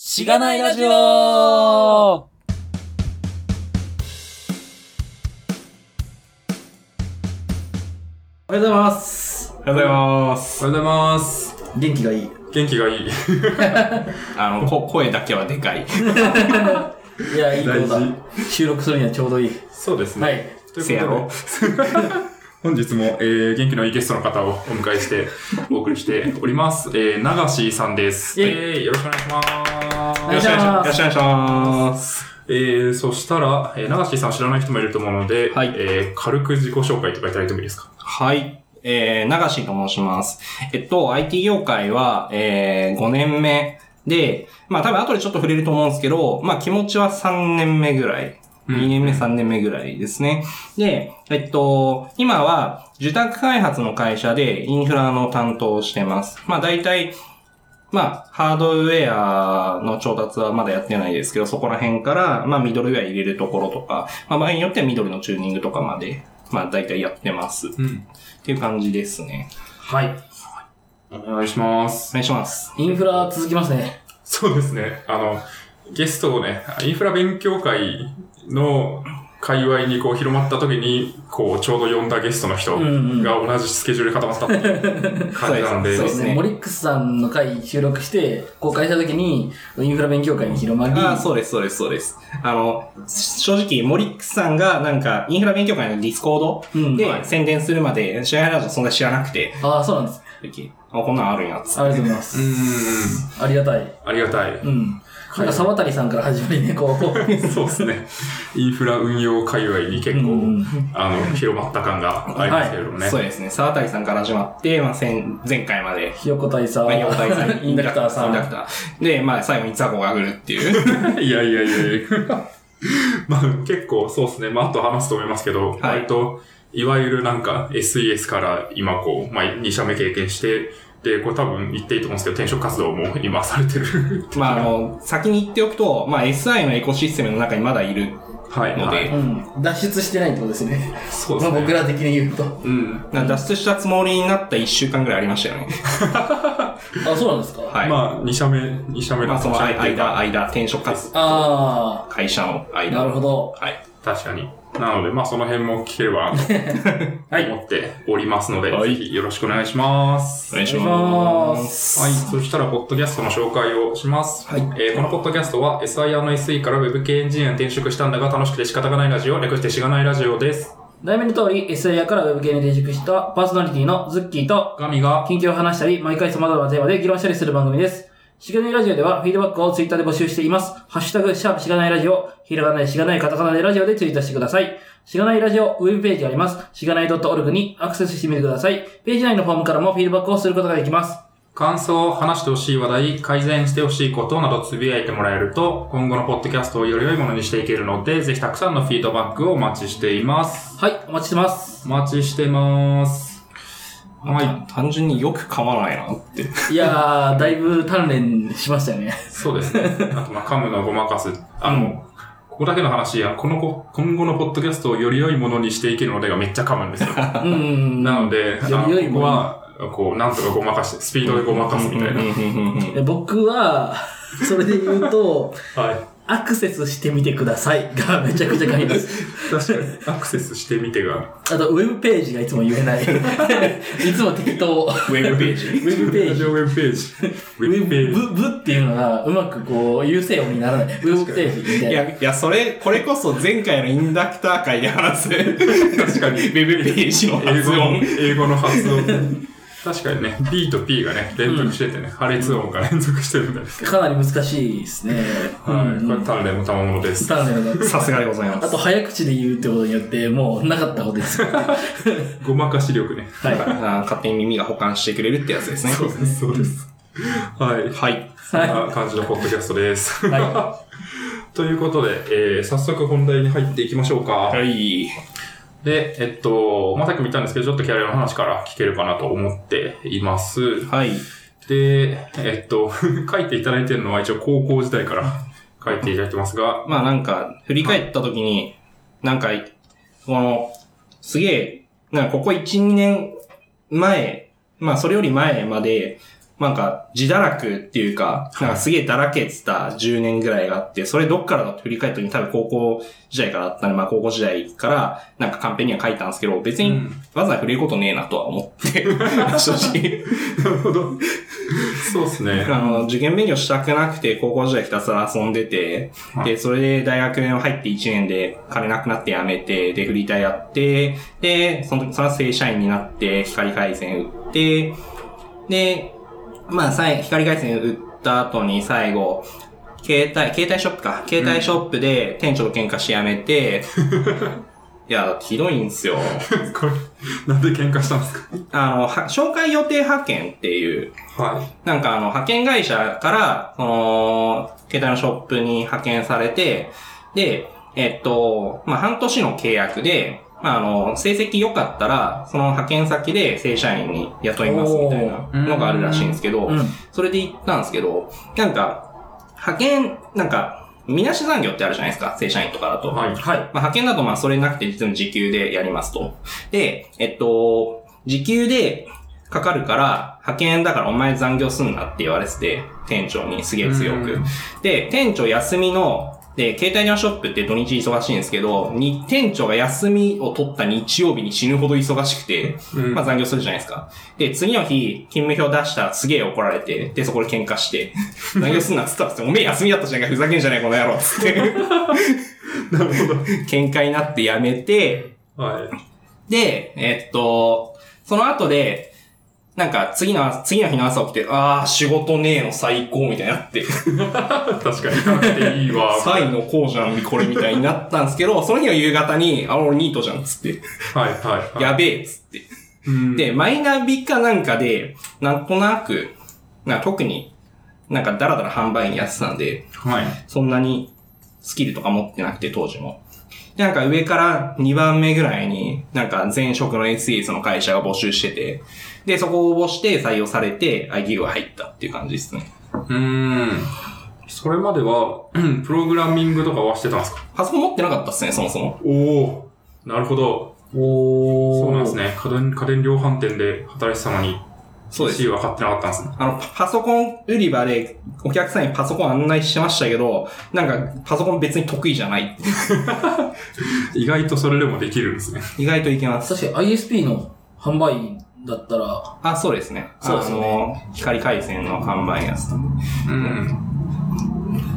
しがないラジオおはようございます。おはようございます。おはようございます。元気がいい。元気がい い。あの、こ声だけはでかい。 いや、いいことだ大。収録するにはちょうどいい。そうですね。はい。とせいやうろことで、本日も、えー、元気のいいゲストの方をお迎えしてお送りしております。えー、流しさんです。イえェイー、よろしくお願いします。お願いしますよろしくお願いします。えー、そしたら、えー、流しさん知らない人もいると思うので、はいえー、軽く自己紹介とかいただいてもいいですかはい。えー、流しと申します。えっと、IT 業界は、えー、5年目で、まあ多分後でちょっと触れると思うんですけど、まあ気持ちは3年目ぐらい。うん2年目、3年目ぐらいですね。で、えっと、今は受託開発の会社でインフラの担当をしてます。まあ大体、まあ、ハードウェアの調達はまだやってないですけど、そこら辺から、まあ、ミドルウェア入れるところとか、まあ、場合によってはミドルのチューニングとかまで、まあ、大体やってます。うん。っていう感じですね。はい。お願いしますお。願いします。インフラ続きますね。そうですね。あの、ゲストをね、インフラ勉強会の界隈にこう広まった時に、こう、ちょうど呼んだゲストの人うがんうん同じスケジュールで固まったっていう感じなので、そそうでうですすねね。モリックスさんの回収録して、公開した時に、インフラ勉強会に広まり、ああ、そうです、そうです、そうです。あの、し正直、モリックスさんが、なんか、インフラ勉強会のディスコうーんドはいで宣伝するまで、試合ラジオそんな知らなくて、ああ、そうなんです。あ、こんなんあるんやつ。ありがとうございます。うありがたい。ん、ありがたい。うん。なんか、沢渡さんから始まりね、 こう。そうですね。インフラ運用界隈に結構、うんあの、広まった感がありますけれどもね。そうですね。沢谷さんから始まって、まあ、前前回まで、ひよこ大佐まあ、4大さん、 インダクターさインダんク。ター。で、まあ、最後にザコが来るって いう。いやいやいやいや。 まあ結構そうですね。まああと話すと思いますけど、い割と、いわゆるなんか SES から今こう、まあ2社目経験して、で、これ多分言っていいと思うんですけど、転職活動も今されてる。まあ、あの、先に言っておくと、まあ、SI のエコシステムの中にまだいるはい。のはでい、うん。脱出してないってことですね。そうでますあね。僕ら的に言うと。うん。なんか脱出したつもりになった1週間ぐらいありましたよね。あ、そうなんですかはい。ままあ2社目、2社目あ、その二社目っていう間、か間、転職活動、あ会社のあ、間。なるほど。はい。確かに。なので、まあその辺も聞け れば、と思っておりますので、はいぜひよろしくお願いしますお。願いしお願ま。いしますはい。そしたら、ポッドキャストの紹介をします。はいえーこのポッドキャストは、SIR の SE から Web 系エンジニアに転職したんだが楽しくて仕方がないラジオ、略してしがないラジオです。題名の通り、SIR から Web 系に転職したパーソナリティのズッキーと、ガミが、近況を話したり、毎回様々なテーマで議論したりする番組です。しがないラジオでは、フィードバックをツイッターで募集しています。ハッシュタグ、シャープしがないラジオ、ひらがないしがないカタカナでラジオでツイートしてください。しがないラジオ、ウェブページがあります。しがない .org にアクセスしてみてください。ページ内のフォームからもフィードバックをすることができます。感想、話してほしい話題、改善してほしいことなどつぶやいてもらえると、今後のポッドキャストをより良いものにしていけるので、ぜひたくさんのフィードバックをお待ちしています。はい、お待ちしてます。お待ちしてます。はい。単純によく噛まないなって。いやー、だいぶ鍛錬しました よね。そうですね。あと、まあ、噛むのをごまかす。あの、ここだけの話や、このこ、今後のポッドキャストをより良いものにしていけるのでがめっちゃ噛むんですよ。うん。なので、あより良いのここものは、こう、なんとかごまかして、スピードでごまかすみたいな。え僕は、 それで言うと、はアクセスしてみてくださいがめちゃくちゃ書いて ます。い。確かに、アクセスしてみてが、あと、ウェブページがいつも言えない。い つも適当。ウウェブペー ジ。ェブペーラジジ。オウェブページ。ウウェェブページ。ブ、ブっていうのが、うまくこう、優勢音にならない。ウェブページみたいいな。や、いや、それ、これこそ前回のインダクター会で話す。確かに、 ウェブページの英発語の、音。英語の発音。確かにね、B と P がね、連続しててね、破裂音が連続してるみたいです。かなり難しいですね。はい。うこれ、ん。鍛錬も賜物です。鍛錬がさすがでございまあす。と、早口で言うってことによって、もう、なかったこと です。はい。ごまかし力ね。あー勝手に耳が保管してくれるってやつですね。そうです、そうです。はい。はい。そんな感じのポッドキャストです。は ということで、えー早速本題に入っていきましょうか。はい。で、えっと、まあ、さっきも言ったんですけど、ちょっとキャリアの話から聞けるかなと思っています。はい。で、えっと、 書いていただいてるのは一応高校時代から書いていただいてますが、まあなんか、振り返った時に、なんか、この、すげえ、なんかここ1、2年前、まあそれより前まで、なんか、自堕落っていうか、なんかすげえだらけてた10年ぐらいがあって、それどっからだって振り返った時に多分高校時代からあったね。まあ高校時代から、なんかカンペには書いたんですけど、別うにんわざわざ触れることねえなとは思 って、正直。なるほど。そうですね。あの、受験勉強したくなくて、高校時代ひたすら遊んでて、で、それで大学に入って1年で金なくなって辞めて、で、フリーターやって、で、その時、その後正社員になって、光回線打って、で、まあ、さい光回線打った後に最後、携帯、携帯ショップか。携帯ショップで店長と喧嘩して辞めて、いや、だってひどいんですよ。 これ、なんで喧嘩したんですかあの、は紹介予定派遣っていう、はい。なんかあの、派遣会社から、その、携帯のショップに派遣されて、で、えっと、まあ、半年の契約で、まあ、あの、成績良かったら、その派遣先で正社員に雇いますみたいなのがあるらしいんですけど、うん。それで行ったんですけど、なんか、派遣、なんか、みなし残業ってあるじゃないですか、正社員とかだと。ははい。い。まあ、派遣だとまあそれなくて実務時給でやりますと。で、えっと、時給でかかるから、派遣だからお前残業すんなって言われてて、店長にすげえ強くうん。で、店長休みの、で、携帯電話ショップって土日忙しいんですけど、に、店長が休みを取った日曜日に死ぬほど忙しくて、うんまあ残業するじゃないですか。で、次の日、勤務表出したらすげえ怒られて、で、そこで喧嘩 して、残業すんなっつったらっつって、おめえ休みだったじゃないか、ふざけんじゃないこの野郎っ つって。なるほ喧嘩になってやめて、ど。はい。で、えっと、その後で、なんか次の朝、次の日の朝起きて、あー、仕事ねえの最高みたいになって、確 かに行かなくていいわ。サイのこうじゃん、これみたいになったんですけ ど、その日の夕方に、あ、俺ニートじゃん、つって、はい、はい。やべえ、つって。うん、で、マイナビかなんかで、なんとなく、なんか特に、なんかダラダラ販売員やってたんで、はい。そんなにスキルとか持ってなくて、当時も。で、なんか上から2番目ぐらいに、なんか前職の SES の会社が募集してて、で、そこを応募して採用されて、IDU が入ったっていう感じですね。うーん。それまでは、 うんプログラミングとかはしてたんですかパソコン持ってなかったっすね、そもそも。おお。なるほど。おー。そうなんですね。家電、家電量販店で働いてたのに、そうです。 C は買ってなかったんですね。あの、パパソコン売り場でお客さんにパソコン案内してましたけど、なんかパソコン別に得意じゃない。意外とそれでもできるんですね。意外といけます。確かに ISP の販売員だったら、あ、そうですね。そうですよあの、光回線の販売やつ。うん。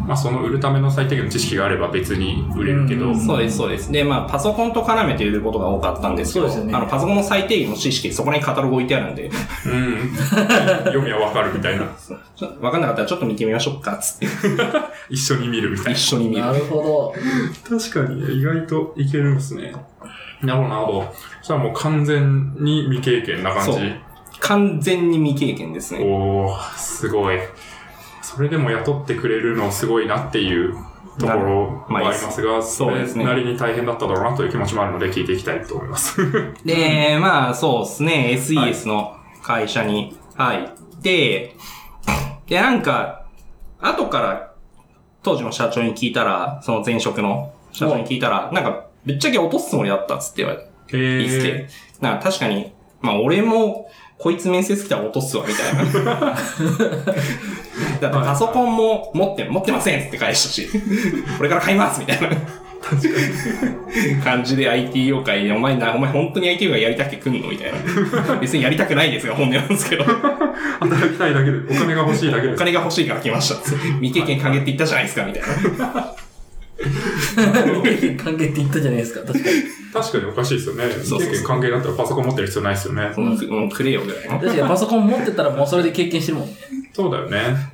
まあ、その売るための最低限の知識があれば別に売れるけうど、んそうです、そうです。で、まあ、パソコンと絡めて売ることが多かったんですけど、そうですよねあの、パソコンの最低限の知識、そこにカタログ置いてあるんで、うん。読みはわかるみたいな。ちょわかんなかったらちょっと見てみましょうか、つって、一緒に見るみたい一緒に見るな。るほど。な。確かに、意外といけるんですね。なるほど、なるほど。そしたらもう完全に未経験な感そじう。完全に未経験ですね。おおすごい。それでも雇ってくれるのすごいなっていうところもありますが、そそうれですねなりに大変だっただろうなという気持ちもあるので聞いていきたいと思います。で、まあ、そうですね、SES の会社に入って、で、なんか、後から、当時の社長に聞いたら、その前職の社長に聞いたら、なんか、ぶっちゃけ落とすつもりだったっつって言われて、えいいっすね。なんか確かに、まあ俺も、こいつ面接来たら落とすわ、みたいな。 だってパソコンも持って、持ってませんって返したし、これから買いますみたいな。感じで IT 業界で、お前な、お前本当に IT 業界やりたくて来んのみたいな。別にやりたくないですが、本音なんですけど。働きたいだけで、お金が欲しいだけお で。金が欲しいから来ましたっつって。未経験限って言ったじゃないですか、みたいな。関係って言ったじゃないですか、確かに。確かにおかしいですよね。そうそう経験関係だったらパソコン持ってる必要ないですよね。もうくもうくれよ、ぐらいの。確かにパソコン持ってたらもうそれで経験してるもんね。そうだよね。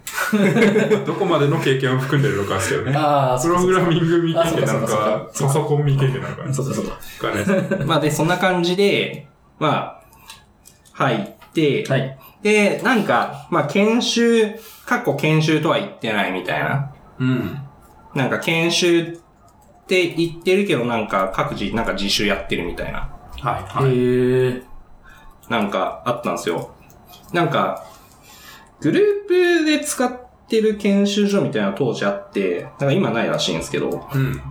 どこまでの経験を含んでるのかですよね。ああ、プログラミング未経験なのあか、パソコン未経験なのかね。そうかそうか。わかんないですまあで、そんな感じで、まあ、入って、はい。で、なんか、まあ、研修、かっこ研修とは言ってないみたいな。うん。なんか研修って言ってるけど、なんか各自、なんか自習やってるみたいな。はい。はい。へえ。なんかあったんですよ。なんか、グループで使ってる研修所みたいなの当時あって、なんか今ないらしいんですけど、うん。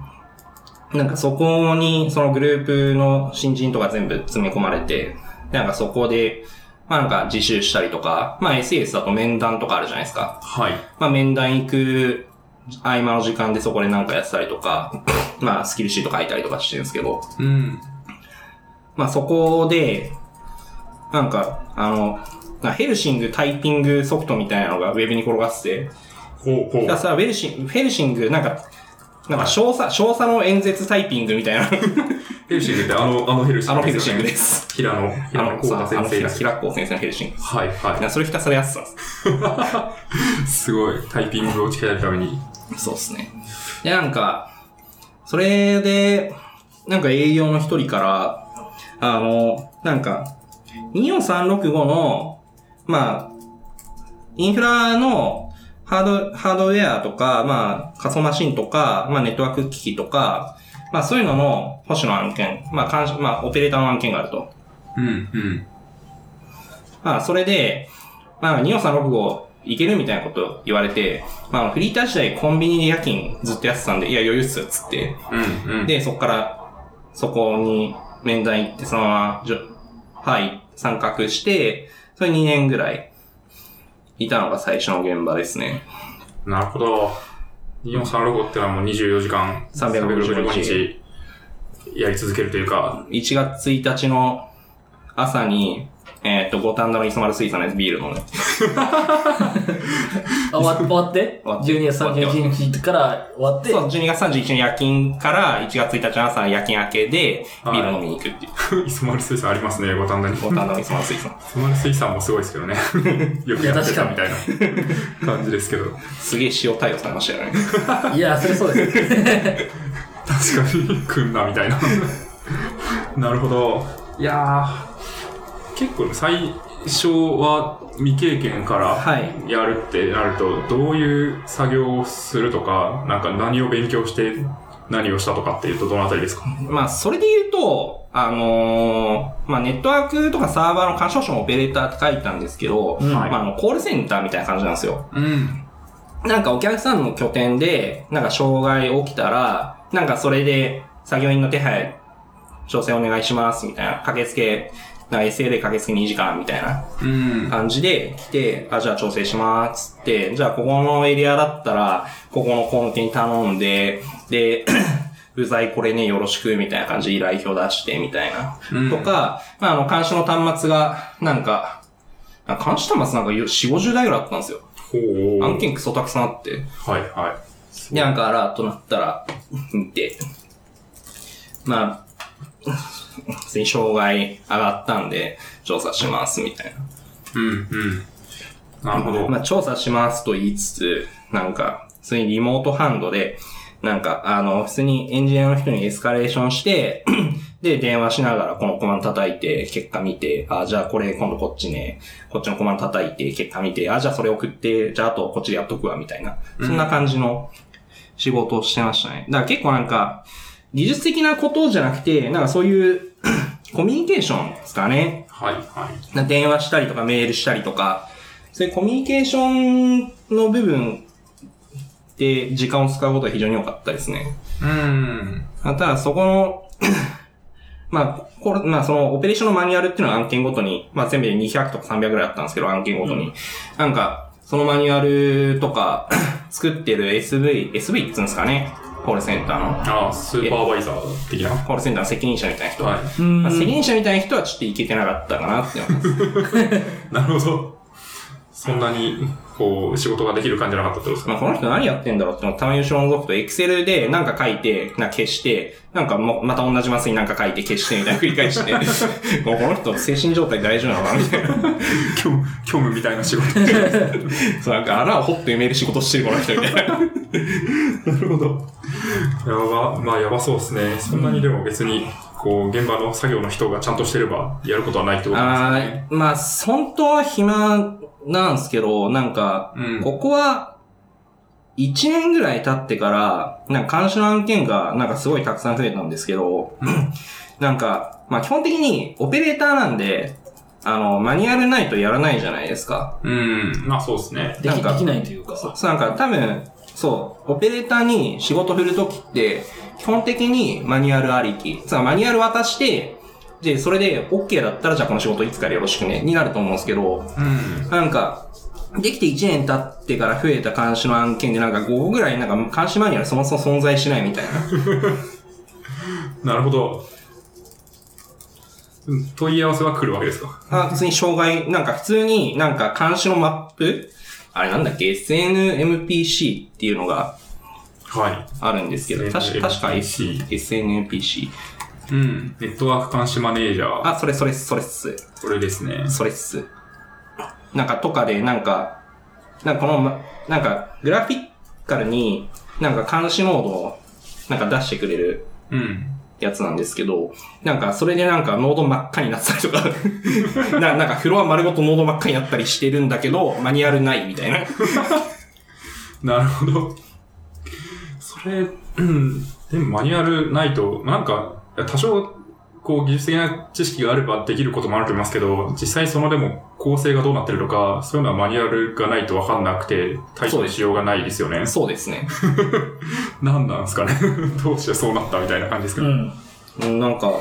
なんかそこに、そのグループの新人とか全部詰め込まれて、なんかそこで、まあなんか自習したりとか、まあ SS だと面談とかあるじゃないですか。はい。まあ面談行く合間の時間でそこでなんかやってたりとか、 まあスキルシート書いたりとかしてるんですけど、うん。まあそこで、なんか、あの、なんかヘルシングタイピングソフトみたいなのがウェブに転がってて、ほうほひたう。すらウェルシンヘルシング、なんか、なんか少佐、少佐の演説タイピングみたいな、ヘルシングってあの、あのヘルシンあグのヘルシングでですす。よね。平野、あの、平野幸そうあ太先の生平だけ。平子先生のヘルシング。はいいはやそれひたすらやってたんです。い。すごい。タイピングを鍛えるために。そうっすね。で、なんか、それで、なんか営業の一人から、あの、なんか、24365の、まあ、インフラのハード、ハードウェアとか、まあ、仮想マシンとか、まあ、ネットワーク機器とか、まあ、そういうのの保守の案件、まあ、監視まあ、オペレーターの案件があると。うん、うん。まあ、それで、まあ、24365いけるみたいなこと言われて、まあ、フリーター時代コンビニで夜勤ずっとやってたんで、いや、余裕っすよ、つって。うん、うん。で、そこから、そこに面談行って、そのままじょ、はい、参画して、それ2年ぐらい、いたのが最初の現場ですね。なるほど。2436ってのはもう24時間365 365日やり続けるというか、 1月1日の朝に、えっ、と、五反田の磯丸水産のやつビール飲んで、あ、終わ終わって終わって ?12 月31日から終わって、そう、12月31日の夜勤から1月1日の朝の夜勤明けで、ビはいール飲みに行くっていう。磯丸水産ありますね、五反田に。五反田の磯丸水産。 磯丸水産もすごいですけどね。 よくやってたみた いな感じですけど。すげえ塩対応されましたよね。いや、それそうですよ。確かに、来んな、みたいな。なるほど。いやー、結構ね最初は未経験からはい。やるってなると、どういう作業をするとか、なんか何を勉強して何をしたとかっていうとどのあたりですかまあ、それで言うと、あのーまあ、ネットワークとかサーバーの干渉者のオペレーターって書いたんですけど、うんまあ、あの、コールセンターみたいな感じなんですよ。うん。なんかお客さんの拠点で、なんか障害起きたら、なんかそれで作業員の手配、調整お願いします、みたいな。駆けつけ、なんか SLA 駆けつけ2時間みたいなうん。感じで来て、あ、じゃあ調整します、つって、じゃあここのエリアだったら、ここの工務店に頼んで、で、 部材これね、よろしく、みたいな感じで依頼表出して、みたいな。うんとか、まあ、あの、監視の端末が、なんか、なんか監視端末なんか4、50台ぐらいあったんですよ。ほう。案件クソたくさんあって。はいはで、なんかアラートなったら、見て。 まあ、普通に障害上がったんで、調査します、みたいな。い。うんうん。なるほど。まあ、調査しますと言いつつ、なんか、普通にリモートハンドで、なんか、あの、普通にエンジニアの人にエスカレーションして、 で、電話しながらこのコマンド叩いて、結果見て、あ、じゃあこれ今度こっちね、こっちのコマンド叩いて、結果見て、あ、じゃあそれ送って、じゃああとこっちでやっとくわ、みたいな。そんな感じの仕事をしてましたね。だから結構なんか、技術的なことじゃなくて、なんかそういう コミュニケーションですかね。はいはい。な電話したりとかメールしたりとか、そういうコミュニケーションの部分で時間を使うことが非常に多かったですね。うん。まあただそこの、 まあ、これ、まあそのオペレーションのマニュアルっていうのは案件ごとに、まあ全部で200とか300ぐらいあったんですけど、案件ごとに。なんか、そのマニュアルとか 作ってる SV、SV って言うんですかね。コールセンターの。ああ、スーパーバイザー的な。コールセンターの責任者みたいな人。はまあ、責任者みたいな人はちょっといけてなかったかなって思います。い。なるほど。そんなに、こう、仕事ができる感じじゃなかったってことですまあ、かこの人何やってんだろうってのをたまに後ろのぞくと、エクセルでなんか書いて、なんか消して、なんかもうまた同じマスになんか書いて消してみたいな繰り返して、 もうこの人精神状態大丈夫なのかなみたいな。虚無虚無みたいな仕事。 そう、なんか穴を掘って埋める仕事してるこの人みたいな。なるほど。やば、まあやばそうですね。そんなにでも別に、こう、現場の作業の人がちゃんとしてれば、やることはないってことなんですかね。あーまあ、本当は暇なんですけど、なんか、うんここは、1年ぐらい経ってから、なんか監視の案件が、なんかすごいたくさん増えたんですけど、なんか、まあ基本的にオペレーターなんで、あの、マニュアルないとやらないじゃないですか。うん。まあそうですね。できなんかできないというか。そう、なんか多分、そう、オペレーターに仕事振るときって、基本的にマニュアルありき。つまりマニュアル渡して、で、それで OK だったら、じゃあこの仕事いつからよろしくね、になると思うんですけど、うん。なんか、できて1年経ってから増えた監視の案件でなんか5個ぐらいなんか監視マニュアルそもそも存在しないみたいな。なるほど。うん問い合わせは来るわけですか。あ普通に障害、なんか普通になんか監視のマップあれなんだっけ ?SNMPC っていうのがはあるんですけど、確か、確か S- SNMPC。い。うん。ネットワーク監視マネージャー。あ、それそれそれっす。これですね。それっす。なんかとかで、なんか、なんかこのま、なんかグラフィカルになんか監視モードをなんか出してくれるうん。やつなんですけど、なんかそれでなんかノード真っ赤になったりとか な、なんかフロア丸ごとノード真っ赤になったりしてるんだけど、マニュアルないみたいな。なるほど。それ、うん。でもマニュアルないと、なんか、いや多少、こう、技術的な知識があればできることもあると思いますけど、実際そのでも構成がどうなってるとか、そういうのはマニュアルがないとわかんなくて、対処しようがないですよね。そうですね。なんなんですかね。 どうしてそうなったみたいな感じですかうね。ん。うんなんか、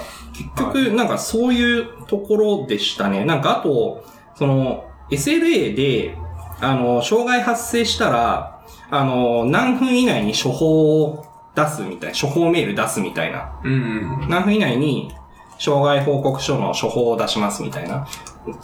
結局、なんかそういうところでしたね。なんかあと、その、SLA で、あの、障害発生したら、あの、何分以内に処方を出すみたいな、処方メール出すみたいな。うん。何分以内に障害報告書の処方を出しますみたいな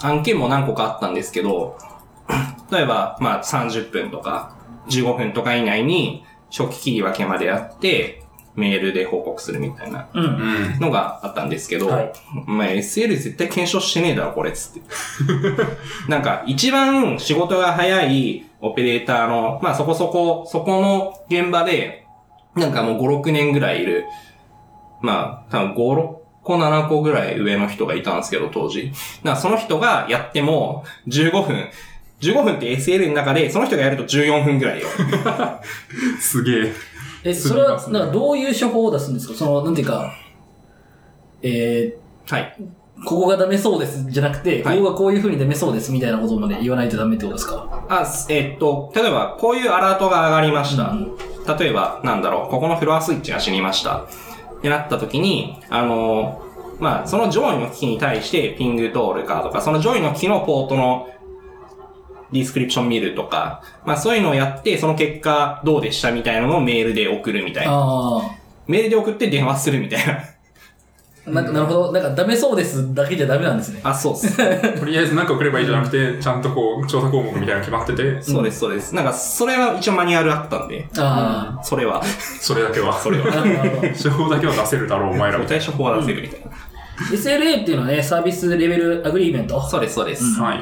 案件も何個かあったんですけど、 例えば、まあ30分とか15分とか以内に初期切り分けまでやって、メールで報告するみたいなう。うんん。のがあったんですけど、はいお前 SL 絶対検証してねえだろ、これ、つって。 なんか、一番仕事が早いオペレーターの、まあそこそこ、そこの現場で、なんかもう5、6年ぐらいいる、まあ、多分5、6個、7個ぐらい上の人がいたんですけど、当時。なんかその人がやっても15分、15分って SL の中で、その人がやると14分 ぐらいよ。すげえ。え、それは、なんかどういう処方を出すんですかその、なんていうか、えはい。ー、ここがダメそうですじゃなくて、はいここがこういう風にダメそうですみたいなことまで言わないとダメってことですかあ、すえっと、例えば、こういうアラートが上がりました。うん例えば、なんだろう、ここのフロアスイッチが死にました。ってなった時に、あのーまあ、その上位の機器に対してピング通るかとか、その上位の機器のポートのディスクリプション見るとか、まあそういうのをやって、その結果どうでしたみたいなのをメールで送るみたいな。あメールで送って電話するみた いな。あ。なんか、なるほど。なんか、ダメそうですだけじゃダメなんですね。あ、そうっす。とりあえず何か送ればいいじゃなくて、ちゃんとこう、調査項目みたいなの決まってて、 そうです、そうです。なんか、それは一応マニュアルあったんで、あそ れは、それだけは。それ は。あ。なるほどなるほど。情報だけは出せるだろう、お前らみたい対処法は出せるみたいな。 SLA っていうのはね、サービスレベルアグリーメント。そうです、そうです。な。はい。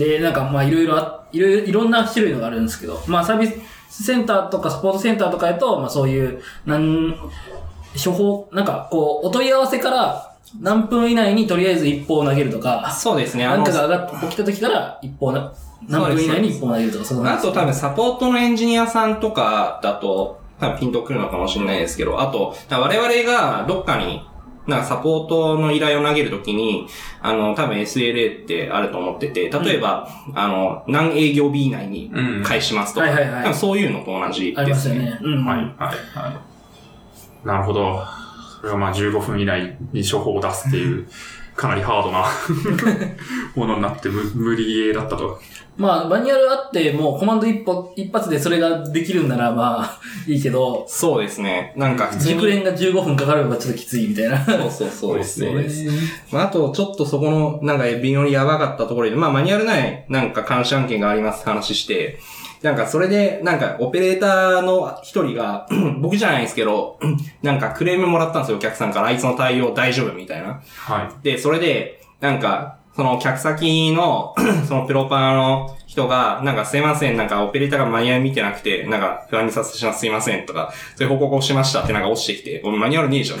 で、なんかまあいろいろあ、いろいろ、いろんな種類のがあるんですけど、まあサービスセンターとかスポーツセンターとかやと、まあそういう、なん、処方、なんかこう、お問い合わせから何分以内にとりあえず一方投げるとか、そうですね。あなんのか、が上がって起きた時から一方な、何分以内に一方投げるとか、そのあと多分サポートのエンジニアさんとかだと、多分ピンとくるのかもしれないですけど、あと、我々がどっかに、なんかサポートの依頼を投げるときに、あの、多分 SLA ってあると思ってて、例えば、あの、何営業日以内にうん返しますとか、はいはいはい多分そういうのと同じありでますすよね。ね。うん。はい、はい、はい。なるほど。それはまあ15分以内に処方を出すっていう、かなりハード なものになって無、無理ゲーだったと。まあ、マニュアルあって、もうコマンド一歩、一発でそれができるんならまあ、 いいけど、そうですね。なんか普通に。熟練が15分かかるのがちょっときついみたいな。そうそうそうです。そうです。まあ、あと、ちょっとそこの、なんか、微妙にやばかったところで、まあ、マニュアルない、なんか、監視案件がありますって話して、なんか、それで、なんか、オペレーターの一人が、 僕じゃないんですけど、 なんか、クレームもらったんですよ、お客さんから。あいつの対応大丈夫みたいな。はで、それで、なんか、その客先の、 そのプロパーの人が、なんかすいません、なんかオペレーターがマニュアル見てなくて、なんか不安にさせてしまってすいませんとか、そういう報告をしましたってなんか落ちてきて、俺マニュアルねえじゃん。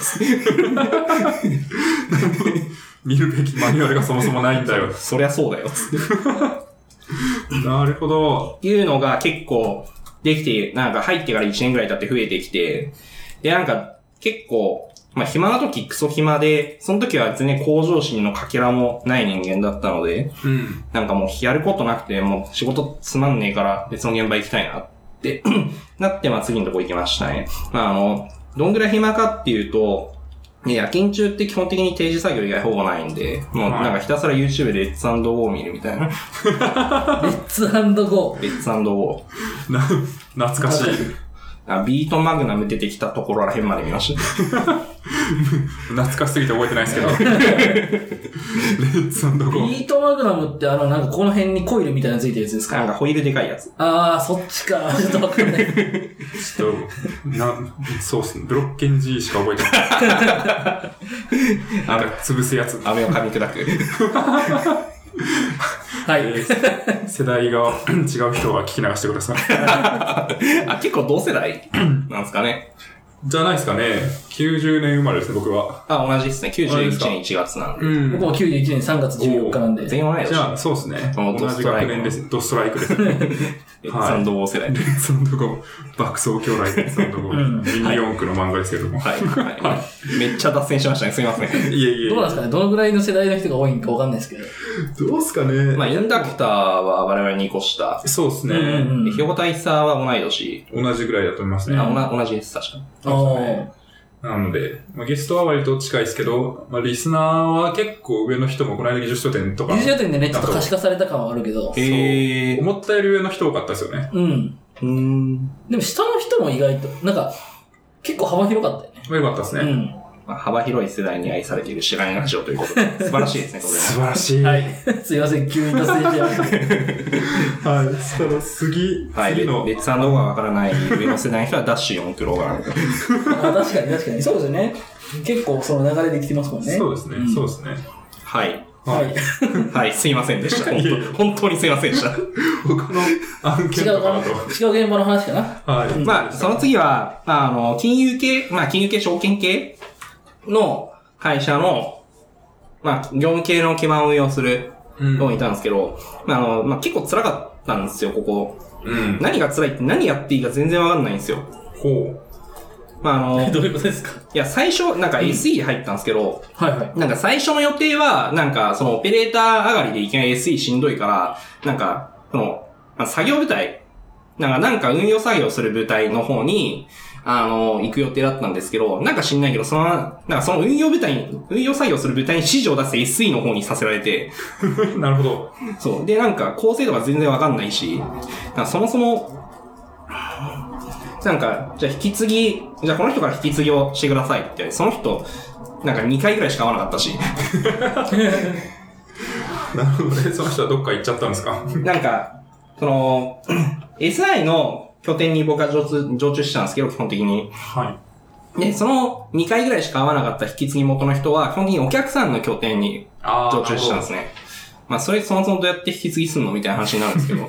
い。見るべきマニュアルがそもそもないんだよ。そりゃそうだよ。つってなるほど。っていうのが結構できて、なんか入ってから1年ぐらい経って増えてきて、で、なんか結構、まあ暇な時クソ暇で、その時は全然向上心のかけらもない人間だったので、うん。なんかもうやることなくて、もう仕事つまんねえから別の現場行きたいなって なって、まあ次のとこ行きましたね。まああの、どんぐらい暇かっていうと、で夜勤中って基本的に定時作業以外ほぼないんで、もうはいなんかひたすら YouTube でレッツゴー見るみたいな。レレッツゴッツゴー。な懐かしい。あビートマグナム出てきたところら辺まで見ました。懐かしすぎて覚えてない ですけど。レッツゴー。ー。ビートマグナムってあの、なんかこの辺にコイルみたいなのついてるやつですなんかかホイールでかいやつ。あー、そっちか。 ちょっとわかんない。ちょっと、な、そうっすね。ブロッケン G しか覚え てない。あなんか潰すやつ。飴を噛み砕く。はい。世代が 違う人は聞き流してください。あ、結構同世代なんですかね。じゃないですかね。90年生まれですね、僕は。あ、同じですね。同じで91すか年1月なんで。ん僕も91年3月14日なんで。全員同い年。じレゃあ、そうですね。あ同ドスじトライ学ク年です。ドストライクです。ッツゴー世代。 そのとこ、爆走兄弟レッツゴうんー。ミニ四駆の漫画ですけども。はい、はい。めっちゃ脱線しましたね。すみませ ん。いえいえ。どうなんですかねどのぐらいの世代の人が多いんかわかんないですけど。どうっすかね。まあ、インダクターは我々2個下。そうですね。うんうんで、ひょうたいさは同い年。同じぐらいだと思いますね。あ、おな同じです、確か。あーなので、まあ、ゲストは割と近いですけど、まあ、リスナーは結構上の人もこの間技術書店とか技、術書店でね、ちょっと可視化された感はあるけど。へー。思ったより上の人多かったですよね。うん。うーん。でも下の人も意外と、なんか、結構幅広かったよね。まあ、よかったですね。まあ、幅広い世代に愛されている知らないラジオということで、素晴らしいですね、これは。素晴らしい。うん。は。はいい。すいません、 急に脱線しちゃいました。 その次、はい、レ次のッ、ツゴーがわからない上の世代の人はダッシュ4クロが。あ確かに確かに。そうですよね。結構その流れで来てますもんね。そうですね、んそうですね。 はい。はい。はい、すいませんでした。本いえい当 本当にすいませんでした。他の案違件とうかかだな。と。違う現場の話かな。はい。まあ、その次は、あの、金融系、まあ、金融系、証券系の会社の、まあ、業務系の基盤を運用するうん人もいたんですけど、まあ、あの、まあ、結構辛かったんですよ、ここ。うん。何が辛いって何やっていいか全然わかんないんですよ。ほまあ、あの、いどういうことですかや、最初、なんか SE 入ったんですけど、はいはい。なんか最初の予定は、なんかそのオペレーター上がりでいきなり SE しんどいから、なんか、その、まあ作業部隊、なんかなんか運用作業する部隊の方に、あの、行く予定だったんですけど、なんか知んないけど、その、なんかその運用部隊に、運用作業する部隊に指示を出して SE の方にさせられて、う。 なるほど。そう。で、なんか構成とか全然わかんないし、なんかそもそも、なんか、じゃあ引き継ぎ、じゃあこの人から引き継ぎをしてくださいって言って、その人、なんか2回ぐらいしか会わなかったし、なるほどね。 その人はどっか行っちゃったんですかなんか、その、SI の拠点に僕は常駐常駐してたんですけど、基本的に。はい。で、その2回ぐらいしか会わなかった引き継ぎ元の人は、基本的にお客さんの拠点にああ。常駐してたんですね。まあ、それそもそもどうやって引き継ぎすんのみたいな話になるんですけ ど。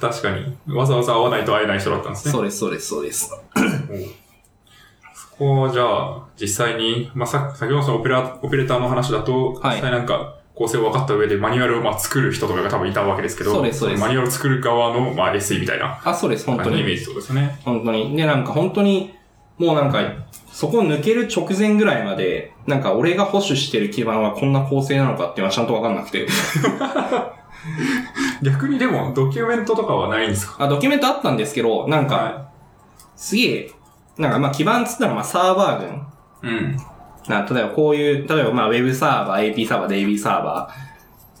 確かに。わざわざ会わないと会えない人だったんですね。そうです、そうです、そうです。そこはじゃあ、実際に、まあ、さ先ほどのそのオペラ、オペレーターの話だと、はい実際なんか、構成を分かった上でマニュアルをまあ作る人とかが多分いたわけですけど、そうですそうですマニュアルを作る側の、まあ、SE みたいなあ、そうです、本感当じのイメに。ージってことですよね。本当に。で、なんか本当に、もうなんか、そこを抜ける直前ぐらいまで、なんか俺が保守してる基盤はこんな構成なのかっていうのはちゃんとわかんなくて。逆にでも、ドキュメントとかはないんですかあ、ドキュメントあったんですけど、なんか、はすげえ、なんかまあ基盤つったらまあサーバー群。い。うん。な例えばこういう、例えばまあウェブサーバー、AP サーバー、DB サーバ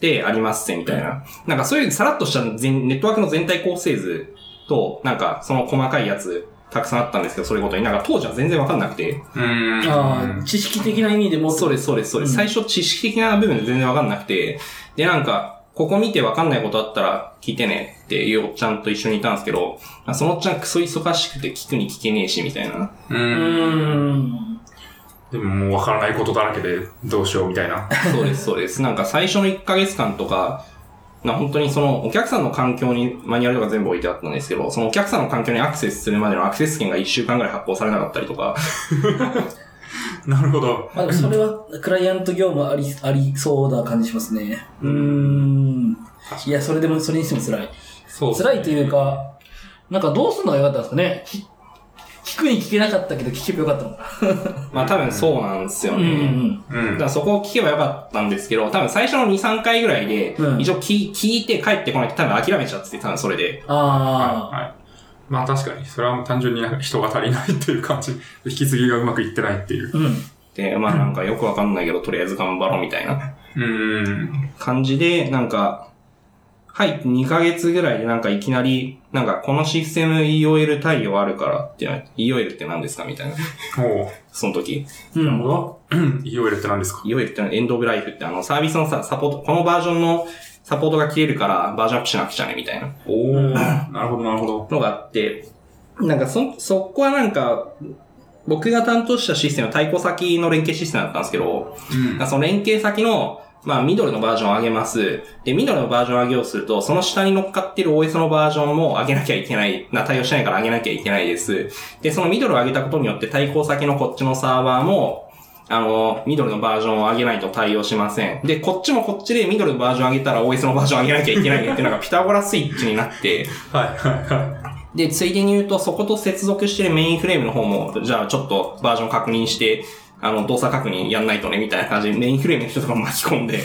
ーでありますぜみたいな。なんかそういうさらっとした全ネットワークの全体構成図と、なんかその細かいやつたくさんあったんですけど、それごとに。なんか当時は全然わかんなくて。うーん。ああ、知識的な意味でもそうです、そうです、そうです。うん最初知識的な部分で全然わかんなくて。で、なんか、ここ見てわかんないことあったら聞いてねっていうおっちゃんと一緒にいたんですけど、そのおっちゃんクソ忙しくて聞くに聞けねえしみたいな。ううーん。ーん。でももう分からないことだらけで、どうしようみたいな。そうです、そうです。なんか最初の1ヶ月間とか、な本当にそのお客さんの環境にマニュアルとか全部置いてあったんですけど、そのお客さんの環境にアクセスするまでのアクセス権が1週間ぐらい発行されなかったりとか、 なるほど。まあでもそれは、クライアント業務あり、ありそうな感じしますね。うーん。いや、それでも、それにしても辛い。そうですね辛いというか、なんかどうすんのが良かったんですかねき聞くに聞けなかったけど聞けばよかったのか。まあ多分そうなんですようんうね。ん。うだんか。らそこを聞けばよかったんですけど、多分最初の2、3回ぐらいでう、ん一応聞,、聞いて帰ってこないと多分諦めちゃってて、多分それで。ああ。はいはい。まあ確かに、それは単純になんか人が足りないっていう感じ、引き継ぎがうまくいってないっていう。うん。って、まあなんかよくわかんないけど、とりあえず頑張ろうみたいなうん。感じで、なんか、はい、2ヶ月ぐらいでなんかいきなり、なんかこのシステム EOL 対応あるからってな、EOL って何ですかみたいな。 ほその時。うん。なるほど。う。EOL って何ですか EOL ってのはエンドオブライフってあのサービスのさ、サポート、このバージョンのサポートが切れるからバージョンアップしなくちゃね、みたいなおおなるほど、なるほど。のがあって、なんかそ、そこはなんか、僕が担当したシステム、対抗先の連携システムだったんですけど、うん。その連携先の、まあ、ミドルのバージョンを上げます。で、ミドルのバージョンを上げようとすると、その下に乗っかってる OS のバージョンも上げなきゃいけない、な、対応しないから上げなきゃいけないです。で、そのミドルを上げたことによって対抗先のこっちのサーバーも、あの、ミドルのバージョンを上げないと対応しません。で、こっちもこっちでミドルのバージョンを上げたら OS のバージョンを上げなきゃいけないっていうのがピタゴラスイッチになって、はい、はい、はで、ついでに言うと、そこと接続してるメインフレームの方も、じゃあちょっとバージョン確認して、あの、動作確認やんないとね、みたいな感じで、メインフレームの人とか巻き込んで、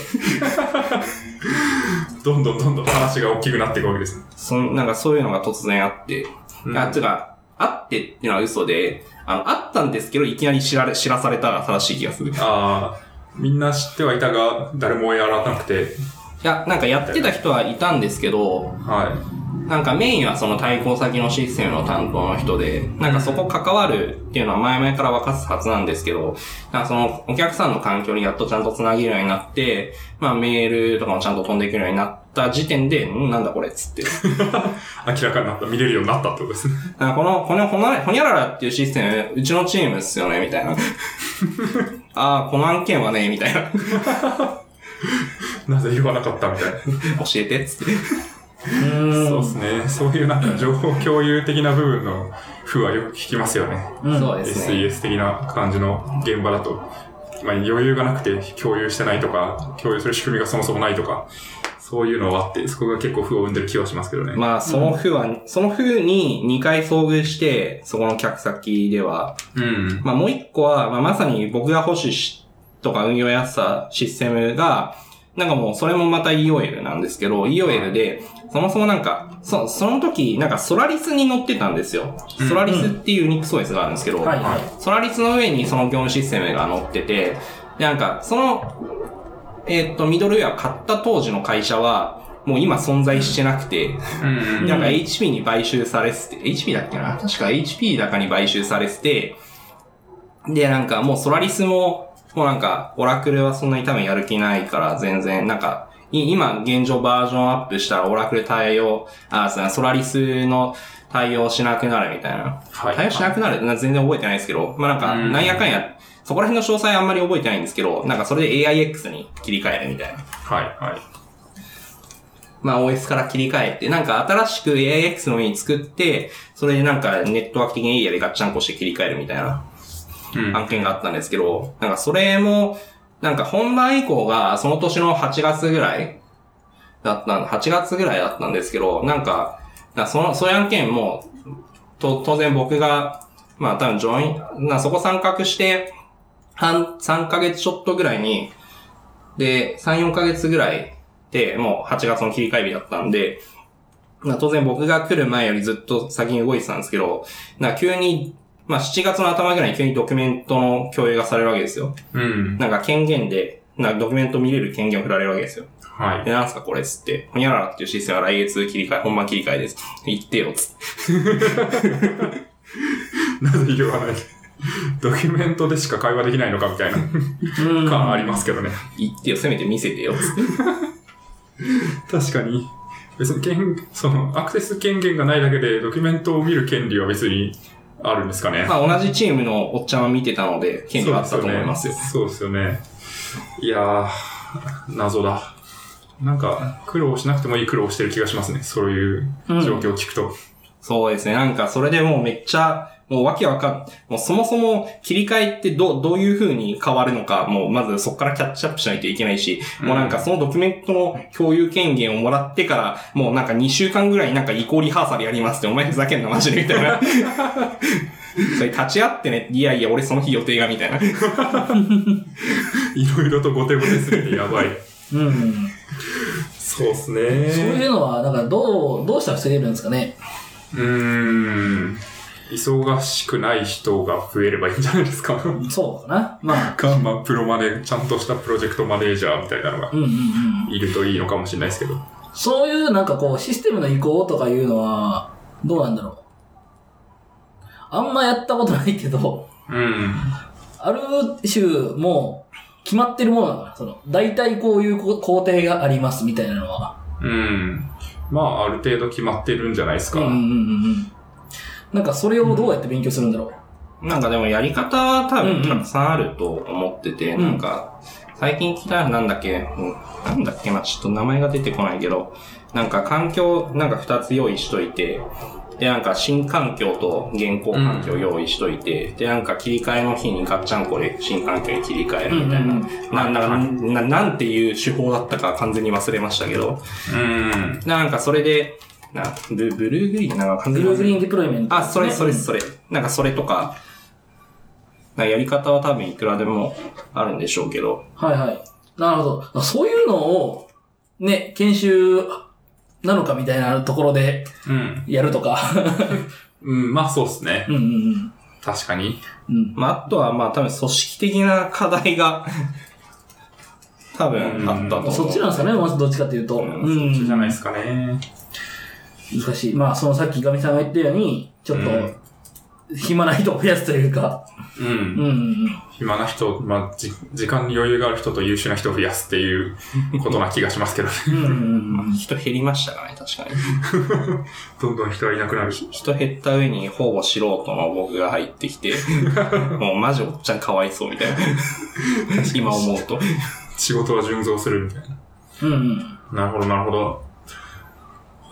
い。どんどんどんどん話が大きくなっていくわけですね。そんなんかそういうのが突然あって、うんあ、てか、あってっていうのは嘘で、あの、あったんですけど、いきなり知られ、知らされたら正しい気がする。いああ、みんな知ってはいたが、誰もやらなくて、や、なんかやってた人はいたんですけど、はなんかメインはその対抗先のシステムの担当の人で、なんかそこ関わるっていうのは前々から分かってたはずなんですけど、なんかそのお客さんの環境にやっとちゃんと繋げるようになって、まあメールとかもちゃんと飛んでくるようになった時点で、んなんだこれっつって。い。明らかになった、見れるようになったってことですね。 なんかこの、このほな、ほにゃららっていうシステム、うちのチームっすよね、みたいな。ああ、この案件はね、みたいな。教なぜ言わなかったみたいな。えて、っつって。うん。そうですね。そういうなんか情報共有的な部分の風はよく聞きますよね。んそうですね。 SES 的な感じの現場だと、まあ、余裕がなくて共有してないとか、共有する仕組みがそもそもないとか、そういうのはあって、そこが結構不を生んでる気はしますけどね。まあ、その風は、その風に2回遭遇して、そこの客先では、うん。まあ、もう一個は、まあ、まさに僕が保守し、とか運用やすさシステムが、なんかもうそれもまた EOL なんですけど、EOL で、そもそもなんか、そ、その時、なんかソラリスに乗ってたんですよ。ソラリスっていうユニック OS があるんですけど、はい、はい。ソラリスの上にその業務システムが乗ってて、で、なんか、その、えーっと、ミドルウェアを買った当時の会社は、もう今存在してなくて、うん。なんか HP に買収されて、HP だっけな確か HP だかに買収されてて、で、なんかもうソラリスも、もうなんか、オラクルはそんなに多分やる気ないから、全然、なんか、い今現状バージョンアップしたらオラクル対応、あ、そうだソラリスの対応しなくなるみたいな。はい対応しなくなるな全然覚えてないですけど、まあなんか、うんなんやかんや、そこら辺の詳細あんまり覚えてないんですけど、なんかそれで AIX に切り替えるみたいな。はい、はい。まあ OS から切り替えて、なんか新しく AIX の上に作って、それでなんかネットワーク的に AI でガッチャンコして切り替えるみたいなうん。案件があったんですけど、なんかそれも、なんか本番以降がその年の8月ぐらいだった、8月ぐらいだったんですけど、なんか、なその、そういう案件も、と、当然僕が、まあ多分ジョイン、なそこ参画して、半、3ヶ月ちょっとぐらいに、で、3、4ヶ月ぐらいで、もう8月の切り替え日だったんで、まあ当然僕が来る前よりずっと先に動いてたんですけど、なんか急に、まあ7月の頭ぐらいに急にドキュメントの共有がされるわけですよ。うん。なんか権限で、なんかドキュメント見れる権限を振られるわけですよ。はい。で、なんすかこれっつって、ほにゃららっていうシステムは来月切り替え、本番切り替えです。言ってよっつって。なぜ言わない ドキュメントでしか会話できないのかみたいな感ありますけどね。言ってよ、せめて見せてよっつって。確かに。別に権、その、アクセス権限がないだけで、ドキュメントを見る権利は別にあるんですかね。 まあ同じチームのおっちゃんは見てたので、権利はあったと思いますよ。そうですよね。そうですよねいやー、謎だ。なんか、苦労しなくてもいい苦労してる気がしますね。そういう状況を聞くと。そうですね。なんか、それでもうめっちゃ、もうわけわかん、もうそもそも切り替えってどう、どういう風に変わるのか、もうまずそこからキャッチアップしないといけないし、もうなんかそのドキュメントの共有権限をもらってから、もうなんか2週間ぐらいなんか移行リハーサルやりますって、お前ふざけんなマジでみたい な。それ立ち会ってね、いやいや俺その日予定がみたいな。いろいろとごてごてするてやばい。うん。 そうですそね。ういうのは、なんか、どう、どうしたら防げるんですかね。うーん。忙しくない人が増えればいいんじゃないですか。そうかな。まあ、か、まあ、プロマネ、ちゃんとしたプロジェクトマネージャーみたいなのがうんうんうん。いるといいのかもしれないですけど。そういうなんかこう、システムの移行とかいうのは、どうなんだろう。あんまやったことないけど、うん。ある種もう決まってるものだから、その、大体こういうこ工程がありますみたいなのは。うん。まあ、ある程度決まってるんじゃないですうか。んうんうんうん。なんかそれをどうやって勉強するんだろう。なんかでもやり方は多うんう分んたくさんあると思ってて、うんなんか、最近聞いたのなんだっけ、うんなんだっけな、ちょっと名前が出てこないけど、なんか環境、なんか二つ用意しといて、で、なんか新環境と現行環境用意しといて、で、なんか切り替えの日にガッチャンコで新環境に切り替えるみたいな。うんうんななんだな、なんていう手法だったか完全に忘れましたけど、うん。なんかそれで、なブブルーグリーンなんか完ブ全にルー忘れグリーンディプロイメント、あ、それ、それ、それ。なんか、それとか、なんかやり方は多分いくらでもあるんでしょうけど。はいはい。なるほど。そういうのを、ね、研修なのかみたいなところでうん。やるとか。うん、まあ、そうですね。うんうんうん。確かに。うん。まあ、あとは、まあ、多分、組織的な課題が、 多分、あったと思う。そっちなんですかね、まずどっちかというと。うんそっちじゃないですすかね。難しい。まあ、そのさっきガミさんが言ったように、ちょっと、暇な人を増やすというか。う。うんん。暇な人、まあ、じ、時間に余裕がある人と優秀な人を増やすっていうことな気がしま すけどね。うん。うんうん人減りましたからね、確かに。どんどん人がいなくなるし。人減った上に、ほぼ素人の僕が入って きて、もうマジおっちゃんかわいそうみたいな。今思うと。仕事は順増するみたいな。うんうん。なるほど、なるほど。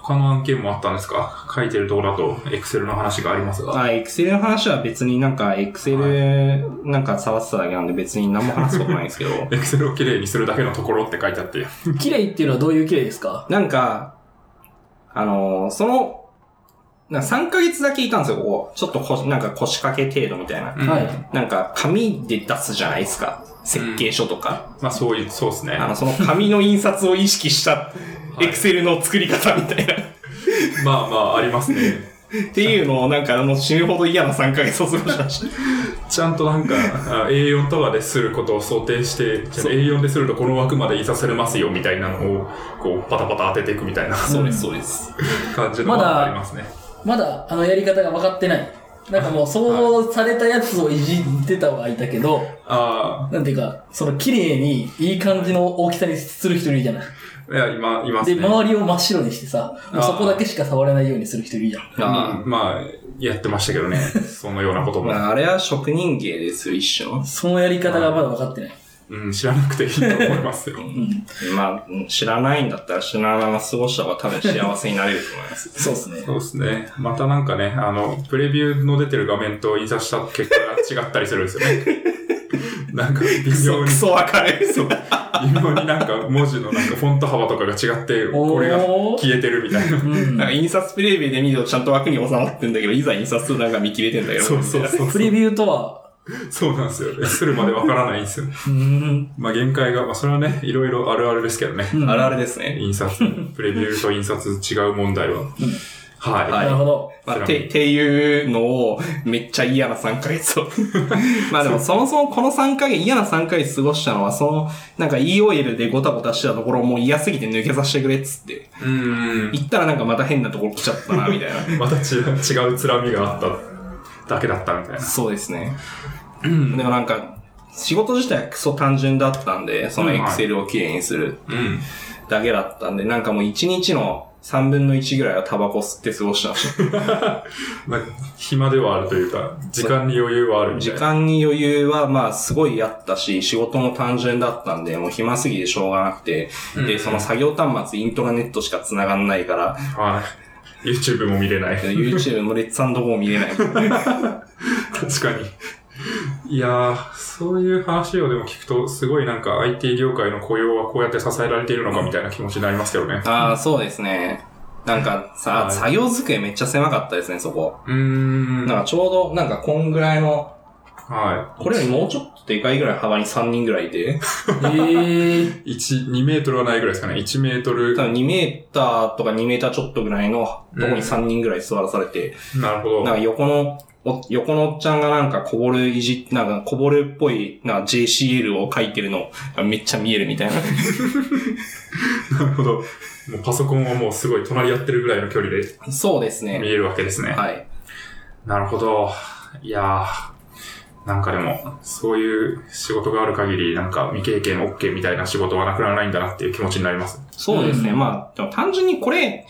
他の案件もあったんですか書いてるところだと、エクセルの話がありますが。あ、エクセルの話は別になんか、エクセルなんか触ってただけなんで別に何も話すことないんですけど。エクセルをきれいにするだけのところって書いてあって。綺麗っていうのはどういう綺麗ですかなんか、あのーその、なんか3ヶ月だけいたんですよ、ここ。ちょっとこ、なんか腰掛け程度みたいな。うんはい。なんか、紙で出すじゃないですか。設計書とか。まあ、そういう、そうですね。あの、その紙の印刷を意識した、いエクセルの作り方みたいな。まあまあ、ありますね。っていうのを、なんか、あの、死ぬほど嫌な3ヶ月を過ごしました。ちゃんとなんか、あ A4 とかですることを想定して、じゃあ A4 でするとこの枠までいさせれますよみたいなのを、こう、パタパタ当てていくみたいなそうです、そうです。感じのもまだありますね。まだ、あの、やり方が分かってない。なんかもう、そうされたやつをいじってたはいたけ ど、あなんていうか、その綺麗に、いい感じの大きさにする人いるじゃない。あ、いや、今、いますで、ね。周りを真っ白にしてさ、もうそこだけしか触れないようにする人いるじゃん。まあ、まあ、やってましたけど ね。そのようなことも。まあ、あれは職人芸ですよ、一種の。そのやり方がまだ分かってない。うん、知らなくていいと思いますよ。まあ、うん知らないんだったら知らないまま過ごした方が多分幸せになれると思います。そうですね。そうですね。またなんかね、あの、プレビューの出てる画面と印刷した結果が違ったりするんですよね。 なんか、微妙にク、ソわかる。そう。微妙になんか文字のなんかフォント幅とかが違って、おーこれが消えてるみたいな。うんなんか印刷プレビューで見るとちゃんと枠に収まってんだけど、いざ印刷するとなんか見切れてんだけど。 そうそうそう。プレビューとは、 そうなんですよ。するまでわからないんですよ。うん、まあ限界が、まあそれはね、いろいろあるあるですけどね。あるあるですね。印刷、プレビューと印刷違う問題は。はい。はなるほど。まあ、て、っていうのを、めっちゃ嫌な3ヶ月を。 まあでも、そもそもこの3ヶ月、嫌な3ヶ月過ごしたのは、その、なんか E オイルでごたごたしてたところをもう嫌すぎて抜けさせてくれっつって。うーん。行ったらなんかまた変なところ来ちゃったな、みたいな。また違う、違うつらみがあっただけだったみたいな。そうですね。でもなんか、仕事自体はクソ単純だったんで、そのうんエはクいセルをきれいにするうん。だけだったんで、なんかもう1日の3分の1ぐらいはタバコ吸って過ごしてま した。まあ、暇ではあるというか、時間に余裕はあるみた時いな。間に余裕はまあすごいあったし、仕事も単純だったんで、もう暇すぎてしょうがなくて、で、その作業端末イントラネットしか繋がんない から、はい。YouTube も見れない。 YouTube のレッツゴー見れ ない。確かに。いやー、そういう話をでも聞くと、すごいなんか IT 業界の雇用はこうやって支えられているのかみたいな気持ちになりますけどね。ああ、そうですね。なんかさ、はい作業机めっちゃ狭かったですね、そこ。うーん。なんかちょうど、なんかこんぐらいのはこれよりもうちょっとでかいぐらい幅に3人ぐらいい て、ええい。1、2メートルはないぐらいですかね。1メートル多。分2メーターとか2メーターちょっとぐらいのとこに3人ぐらい座らされて、なるほど。なんか横の、お横のおっちゃんがなんかこぼるいじ、なんかこぼるっぽい、なんか JCL を書いてるのがめっちゃ見えるみたいな。なるほど。もうパソコンはもうすごい隣り合ってるぐらいの距離で そうです見ね。えるわけですね。はい。なるほど。いやー、なんかでも、そういう仕事がある限り、なんか未経験 OK みたいな仕事はなくならないんだなっていう気持ちになります。そうですね。うんまあ、でも単純にこれ、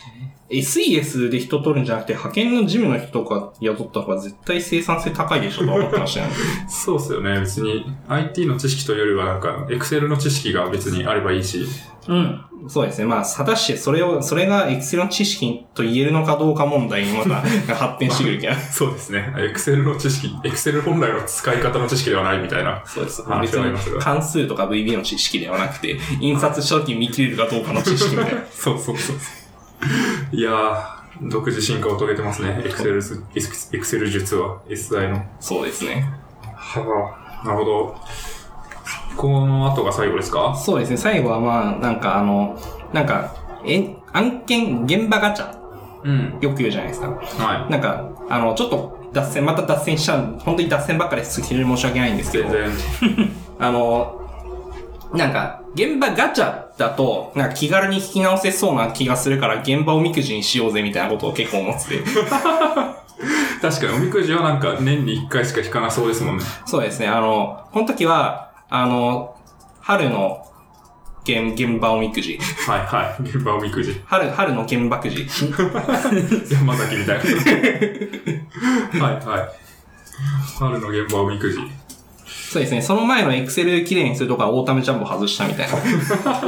SES で人取るんじゃなくて、派遣の事務の人とか雇った方が絶対生産性高いでしょとは思ってました よね。そうっすよね。別に IT の知識というよりは、なんか Excel の知識が別にあればいいし。ー。うん。そうですね。まあ、果たしてそれを、それが Excel の知識と言えるのかどうか問題にまた発展してくるけど。そうですね。Excel の知識、Excel 本来の使い方の知識ではないみたいな。そうです。あ別わかりますに関数とか VB の知識ではなく て、印刷した時に見切れるかどうかの知識みたいな。 そうそうそうそう。いやー、独自進化を遂げてますね。Excel す、Excel 術は、SI の。そうですね。はあ、なるほど。この後が最後ですかそうですね。最後はまあ、なんかあの、なんか、え、案件、現場ガチャ、うん。よく言うじゃないですか。はい。なんか、あの、ちょっと、脱線、また脱線しちゃう、本当に脱線ばっかりです。非常に申し訳ないんですけど全、然。あの、なんか、現場ガチャだと、なんか気軽に聞き直せそうな気がするから、現場おみくじにしようぜみたいなことを結構思ってて。確かに、おみくじはなんか年に1回しか引かなそうですもんね。そうですね、あの、この時は、あの、春の、現、現場おみくじ。 はいはい。現場おみくじ。春、春の現場くじ。山崎みたいな。はいはい。春の現場おみくじ。そうですね、その前のエクセルきれいにするとか、大ためジャンボ外したみたいな。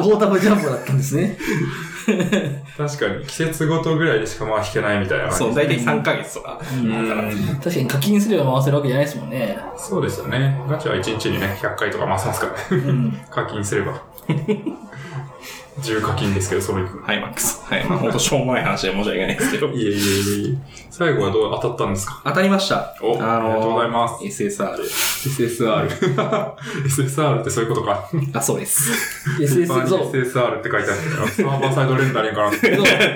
大玉ジャンボだったんですね。確かに、季節ごとぐらいでしかまあ引けないみたいな感じ。そう、だいたい3ヶ月とか。うん。確かに課金すれば回せるわけじゃないですもん ね。そうですよね。ガチャは1日にね、100回とか回せますからね。うん。課金すれば。10課金ですけど、その分。はい、マックス。はい、まあ、ほんとしょうもない話で申し訳ないですけど。いえいえいえいえ。最後はどう当たったんですか当たりました。おありがとうございます SSR。 ?SSR。SSR ってそういうことか。あ、そうです。スーパ SS ーにそう。 SSR って書いてあるけど、サーバーサイドレンダリングかな。そう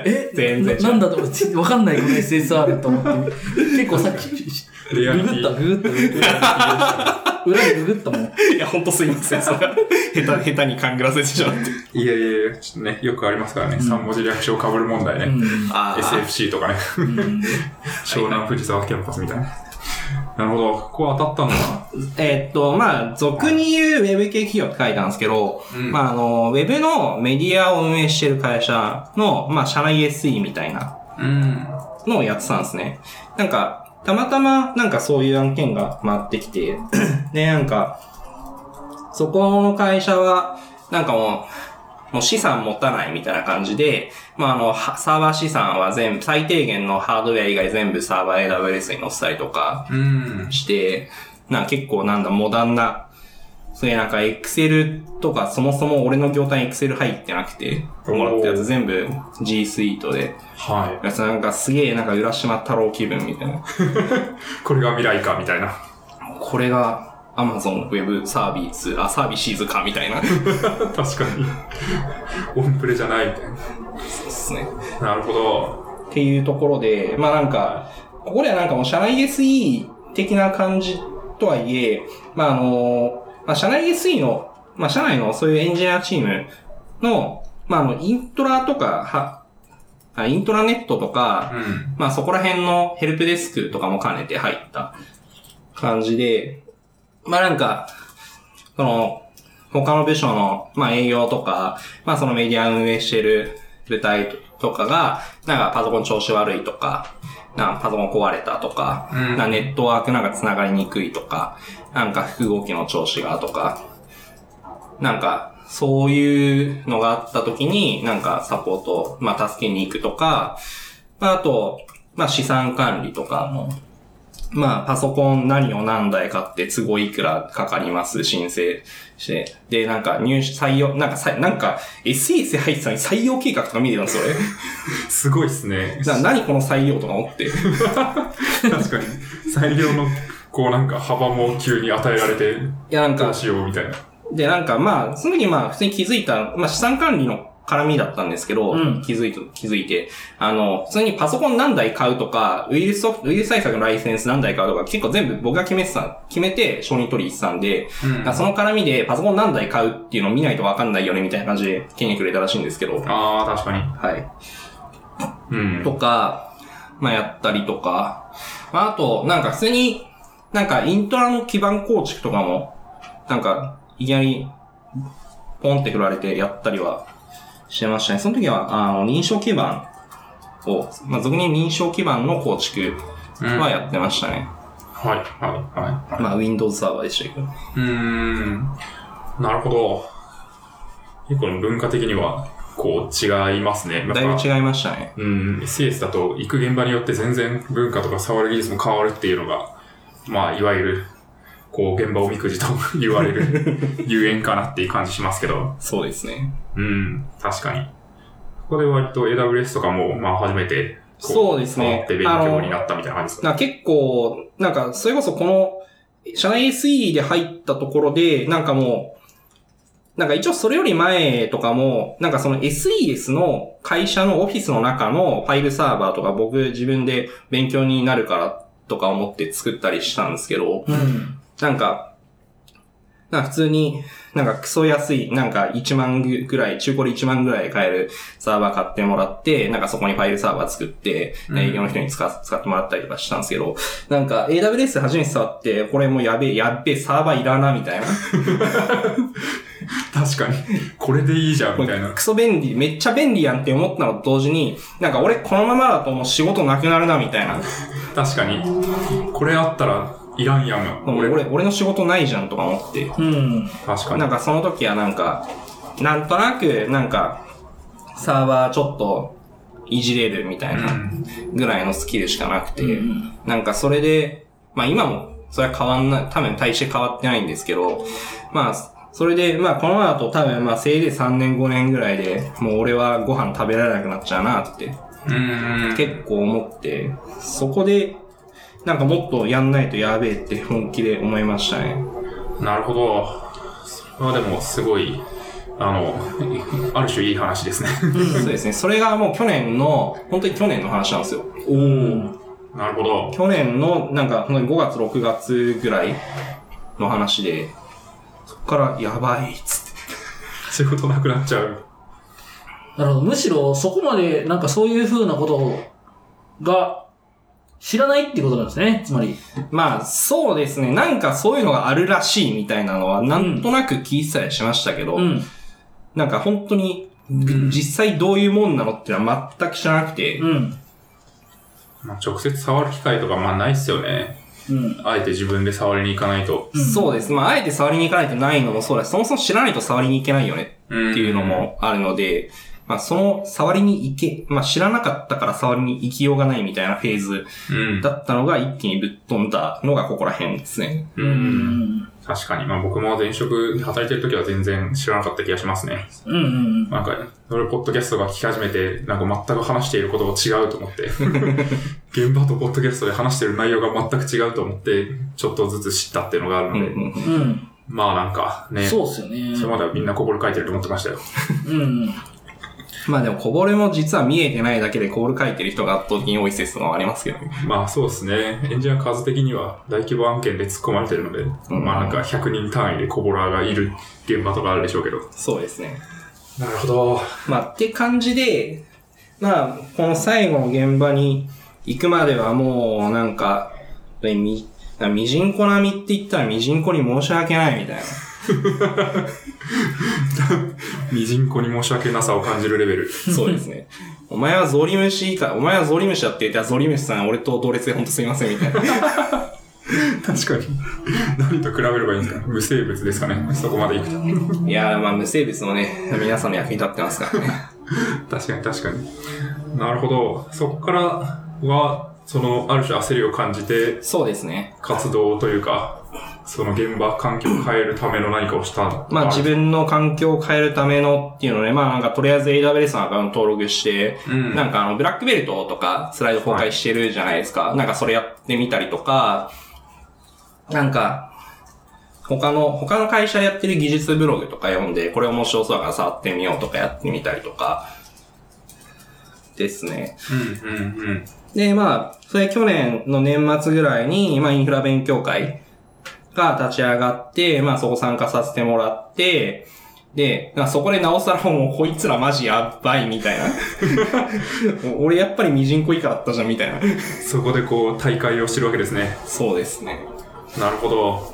え全然違うななんだと思って、わかんないこの SSR と思って。結構さっき、 リアリグテグった、ィ。ググった。裏でググったもん。いや、ほんとすいません。それは、下手、下手に勘ぐらせてしまって。いやいやいや、ちょっとね、よくありますからね。3文字略称被る問題ね。あ SFC とかね。湘南藤沢キャンパスみたいな。なるほど。ここ当たったのは。えーっと、まあ、俗に言うウェブ系企業って書いたんですけど、うんまあ、あの、ウェブのメディアを運営してる会社の、まあ、社内 SE みたいなうん。のをやってたんですね。なんか、たまたま、なんかそういう案件が回ってきて、 で、なんか、そこの会社は、なんかもう、もう資産持たないみたいな感じで、まあ、あの、はサーバー資産は全部、最低限のハードウェア以外全部サーバー AWS に載せたりとか、うん。して、なんか結構なんだ、モダンな、そういうなんか Excel とかそもそも俺の業態に Excel 入ってなくて、もらったやおーつ全部 G Suite で、はいやつなんかすげえなんか浦島太郎気分みたいな。い。これが未来か、みたいな。これが Amazon Web サービス、あ、サービシーズかみたいな。 そう確かに。オンプレじゃないみたいっすね。な。なるほど。っていうところで、まあなんか、ここではなんかもう社内 SE 的な感じとはいえ、まああの、まあ社内 SE の、まあ社内のそういうエンジニアチームの、まああの、イントラとか、は、あイントラネットとか、うん。まあそこら辺のヘルプデスクとかも兼ねて入った感じで、まあなんか、その、他の部署の、まあ営業とか、まあそのメディア運営してる部隊とかが、なんかパソコン調子悪いとか、なんかパソコン壊れたとか、うんなんかネットワークなんか繋がりにくいとか、なんか複合機の調子がとか、なんか、そういうのがあった時に、なんかサポート、まあ助けに行くとか、まああと、まあ資産管理とか、まあ、パソコン何を何台買って都合いくらかかります申請して。で、なんか入試、採用、なんかさ、なんか SES 入ってたのに採用計画とか見てたんですよ、すごいっすね。俺。な何この採用とか思って。確かに。採用のこうなんか幅も急に与えられいて、や、なんどかう、しようみたいな。で、なんかまあ、すぐにまあ、普通に気づいた、まあ、資産管理の絡みだったんですけど、うん気づいて、気づいて、あの、普通にパソコン何台買うとか、ウイルスソフト、ウイルス対策のライセンス何台買うとか、結構全部僕が決めてた、決めて、承認取り行ってたんで、うんだからその絡みでパソコン何台買うっていうのを見ないとわかんないよね、みたいな感じで来てくれたらしいんですけど、はああ、確かい。に。うん。とか、まあやったりとか、まああと、なんか普通に、なんかイントラの基盤構築とかも、なんか、いきなり、ポンって振られてやったりはしてましたね。その時は、あの、認証基盤を、まあ俗に認証基盤の構築うんはやってましたね。はい、はい、はい。まあ Windows サーバーでしたけど。うーん。なるほど。結構文化的には、こう違いますね。だいぶ違いましたね。うん、CS だと行く現場によって全然文化とか触る技術も変わるっていうのが、まあ、いわゆる、こう、現場おみくじと言われる 遊園かなっていう感じしますけど、そうですね。うん、確かに。ここで割と AWS とかも、まあ、初めて、こそうですね触って勉強になったみたいな感じですか。なんか結構、なんか、それこそこの、社内 SE で入ったところで、なんかもう、なんか一応それより前とかも、なんかその SES の会社のオフィスの中のファイルサーバーとか僕自分で勉強になるからとか思って作ったりしたんですけど、うん。なんか、なんか普通に、なんかクソ安い、なんか1万ぐらい、中古で1万ぐらいで買えるサーバー買ってもらって、なんかそこにファイルサーバー作って、うん営業の人に使使ってもらったりとかしたんですけど、なんか AWS 初めて触って、これもうやべえ、やっべえ、サーバーいらな、みたいな。確かに。これでいいじ ゃん、みたいなク。ソ便利、めっちゃ便利やんって思ったのと同時に、なんか俺このままだともう仕事なくなるな、みたいな。確かに。これあったら、いらんやん。俺、俺、俺俺の仕事ないじゃんとか思って。うん。確かになん。かその時はなんか、なんとなく、なんか、サーバーちょっといじれるみたいうなんぐらいのスキルしかなくて、うんなんかそれで、まあ今もそれは変わんない、多分大して変わってないんですけど、まあ、それで、まあこのままだと多分まあせいぜい3年5年ぐらいで、もう俺はご飯食べられなくなっちゃうなってうん。結構思って、そこで、なんかもっとやんないとやべえって本気で思いましたね。なるほど。それはでも、すごい、あの、 ある種いい話ですね。 そうですね。それがもう去年の、本当に去年の話なんですよ。おお。なるほど。去年の、なんか、本当に5月、6月ぐらいの話で、そっから、やばい、っつって。仕事なくなっちゃう。なるほど。むしろ、そこまで、なんかそういう風なことが、知らないってことなんですね。つまり。まあ、そうですね。なんかそういうのがあるらしいみたいなのは、なんとなく聞いてたりしましたけど、うん。なんか本当に、実際どういうもんなのっていうのは全く知らなくて、うん。まあ、直接触る機会とか、まあ、ないっすよね。うん。あえて自分で触りに行かないと。んそうです。まあ、あえて触りに行かないとないのもそうだし、そもそも知らないと触りに行けないよねうんっていうの。もあるので、まあ、その触りに行け、まあ、知らなかったから触りに行きようがないみたいなフェーズうん。だったのが一気にぶっ飛んだのがここら辺ですね。う。うんん。確かに。まあ、僕も前職で働いてる時は全然知らなかった気がしますね。うん。うん。なんか、俺、ポッドキャストが聞き始めて、なんか全く話していることが違うと思 って、現場とポッドキャストで話している内容が全く違うと思って、ちょっとずつ知ったっていうのがあるうんのうで、んうんうん。まあなんかね、そうっすよね。それまではみんな心書いてると思ってましたよ。うん。まあでもこぼれも実は見えてないだけでコール書いてる人が圧倒的に多い説もありますけどね。まあそうですね。エンジニアの数的には大規模案件で突っ込まれてるので、んまあなんか100人単位でコボラーがいる現場とかあるでしょうけど。そうですね。なるほど。まあって感じで、まあこの最後の現場に行くまではもうなんか、み、みじんこ並みって言ったらみじんこに申し訳ないみたいな。みじんこに申し訳なさを感じるレベ ル。そうですね。お前はゾリムシか、お前はゾリムシだって言ったらゾリムシさん俺と同列でほんとすいませんみたいな。 確かに。何と比べればいいんですか無生物ですかね。そこまで行くと。いやーまあ無生物のね、皆さんの役に立ってますからね。確かに確かに。なるほど。そこからは、その、ある種焦りを感じて、そうですね。活動というか、その現場環境を変えるための何かをしたのかまあ自分の環境を変えるためのっていうので、まあなんかとりあえず AWS のアカウント登録して、うんなんかあのブラックベルトとかスライド公開してるじゃないですか。なんかそれやってみたりとか、なんか、他の、他の会社やってる技術ブログとか読んで、これ面白そうだから触ってみようとかやってみたりとか、ですね。うんうんうん。で、まあ、それ去年の年末ぐらいに、まあ、インフラ勉強会が立ち上がって、まあ、そこ参加させてもらって、で、まあそこでなおさらもう、こいつらマジやばいみたいな。俺やっぱりミジンコ以下だったじゃんみたいな。そこでこう、大会をしてるわけですね。そうですね。なるほど。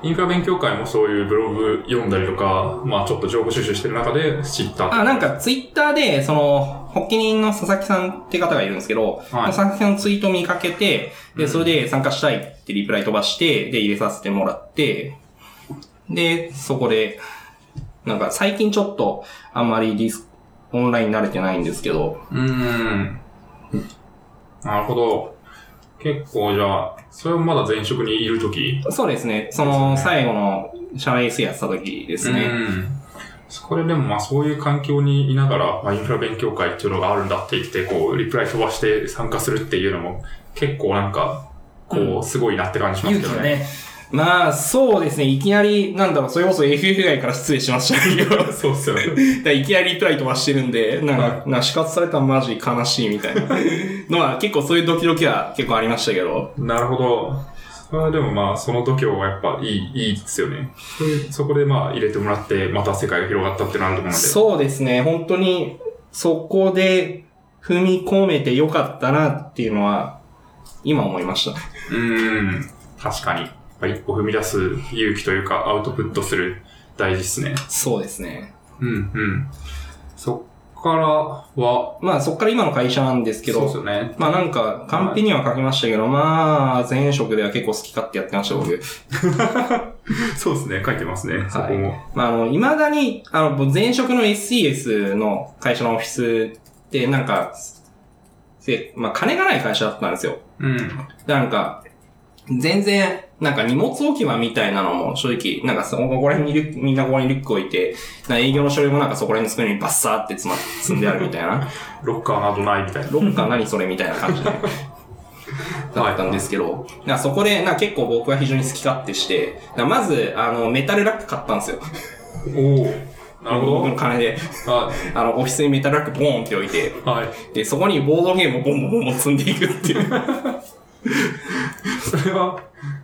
インフラ勉強会もそういうブログ読んだりとか、まあちょっと情報収集してる中で知った。あ、なんかツイッターで、その、発起人の佐々木さんって方がいるんですけど、はい佐々木さんのツイート見かけて、うで、んそれで参加したいってリプライ飛ばして、で、入れさせてもらって、で、そこで、なんか最近ちょっと、あんまりディス、オンライン慣れてないんですけど、うーん。なるほど。結構じゃあ、それはまだ前職にいるときそうですね、そそうの、ですね最後の、社名数やってた時ですね。うん。そこででもまあそういう環境にいながら、まあ、インフラ勉強会っていうのがあるんだって言って、こう、リプライ飛ばして参加するっていうのも、結構なんか、こう、すごいなって感じします勇け気どだね。ね。まあ、そうですね、いきなり、なんだろう、それこそ FF 外から失礼しましたけど、 そうっすよね。だからいきなりリプライ飛ばしてるんで、なんはか、な死活されたらマジ悲しいみたいなのは、結構そういうドキドキは結構ありましたけど。なるほど。それはでもまあ、その度胸はやっぱいい、いいですよね。そういうそこでまあ、入れてもらって、また世界が広がったってなると思うんで。そうですね、本当に、そこで踏み込めてよかったなっていうのは、今思いました。うーん。確かに。やっぱ一歩踏み出す勇気というか、アウトプットする、大事ですね。そうですね。うん、うん。そっからは、まあ、そっから今の会社なんですけそうですど、よね。まあなんか、カンペには書きましたけど、まあ、前職では結構好き勝手やってました、僕。そうですね。書いてますね。そこも。まあ、あの、未だに、あの、前職の SES の会社のオフィスって、なんか、で、まあ、金がない会社だったんですよ。うん。なんか、全然、なんか荷物置き場みたいなのも正直、なんかそこら辺にリュックみんなここにリュック置いて、なんか営業の書類もなんかそこら辺の机にバッサーって詰まって積んであるみたい な、ロッカーなどないみたいな。ロッカー何それみたいな感じで、だったんですけど、なんかそこで、なんか結構僕は非常に好き勝手して、なんかまず、あの、メタルラック買ったんですよ。おお。なる僕ほの金で。ど。はあの、オフィスにメタルラックボーンって置いて、い。はい。で、そこにボードゲームをボンボンボンボン積んでいくっていう。それは、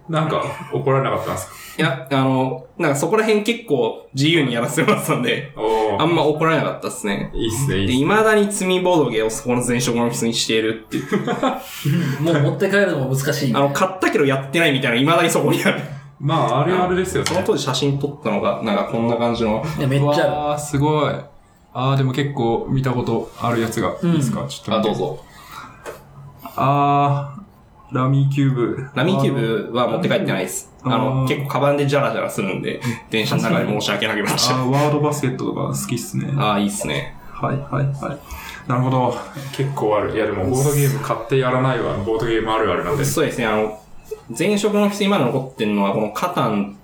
なんか、怒られなかったんですかいや、あの、なんかそこら辺結構自由にやらせてもらってたんで、おお。あんま怒られなかったですね。いいっすね、いいっで、すね。未だに積みボードゲーをそこの前職のオフィスにしているっていう。もう持って帰るのも難 しい。あの、買ったけどやってないみたいな、未だにそこにある。まあ、あれあれですよそのね。当時写真撮ったのが、なんかこんな感じの。いやめっちゃある。ああ、すごい。ああ、でも結構見たことあるやつが、うんいいですかちょっとあ、見てどう。ぞ。ああ、ラミーキューブ。ラミーキューブは持って帰ってないです。あーあの、結構カバンでジャラジャラするんで、電車の中で申し訳なくなりましあた。あ、ワードバスケットとか好きっすね。はああー、いいっすね。いはいはい。なるほど。結構ある。いや、でも、ボードゲーム買ってやらないわ。ボードゲームあるあるなんで。そうですね、あの、前職のオフィスに今残ってるのは、このカタン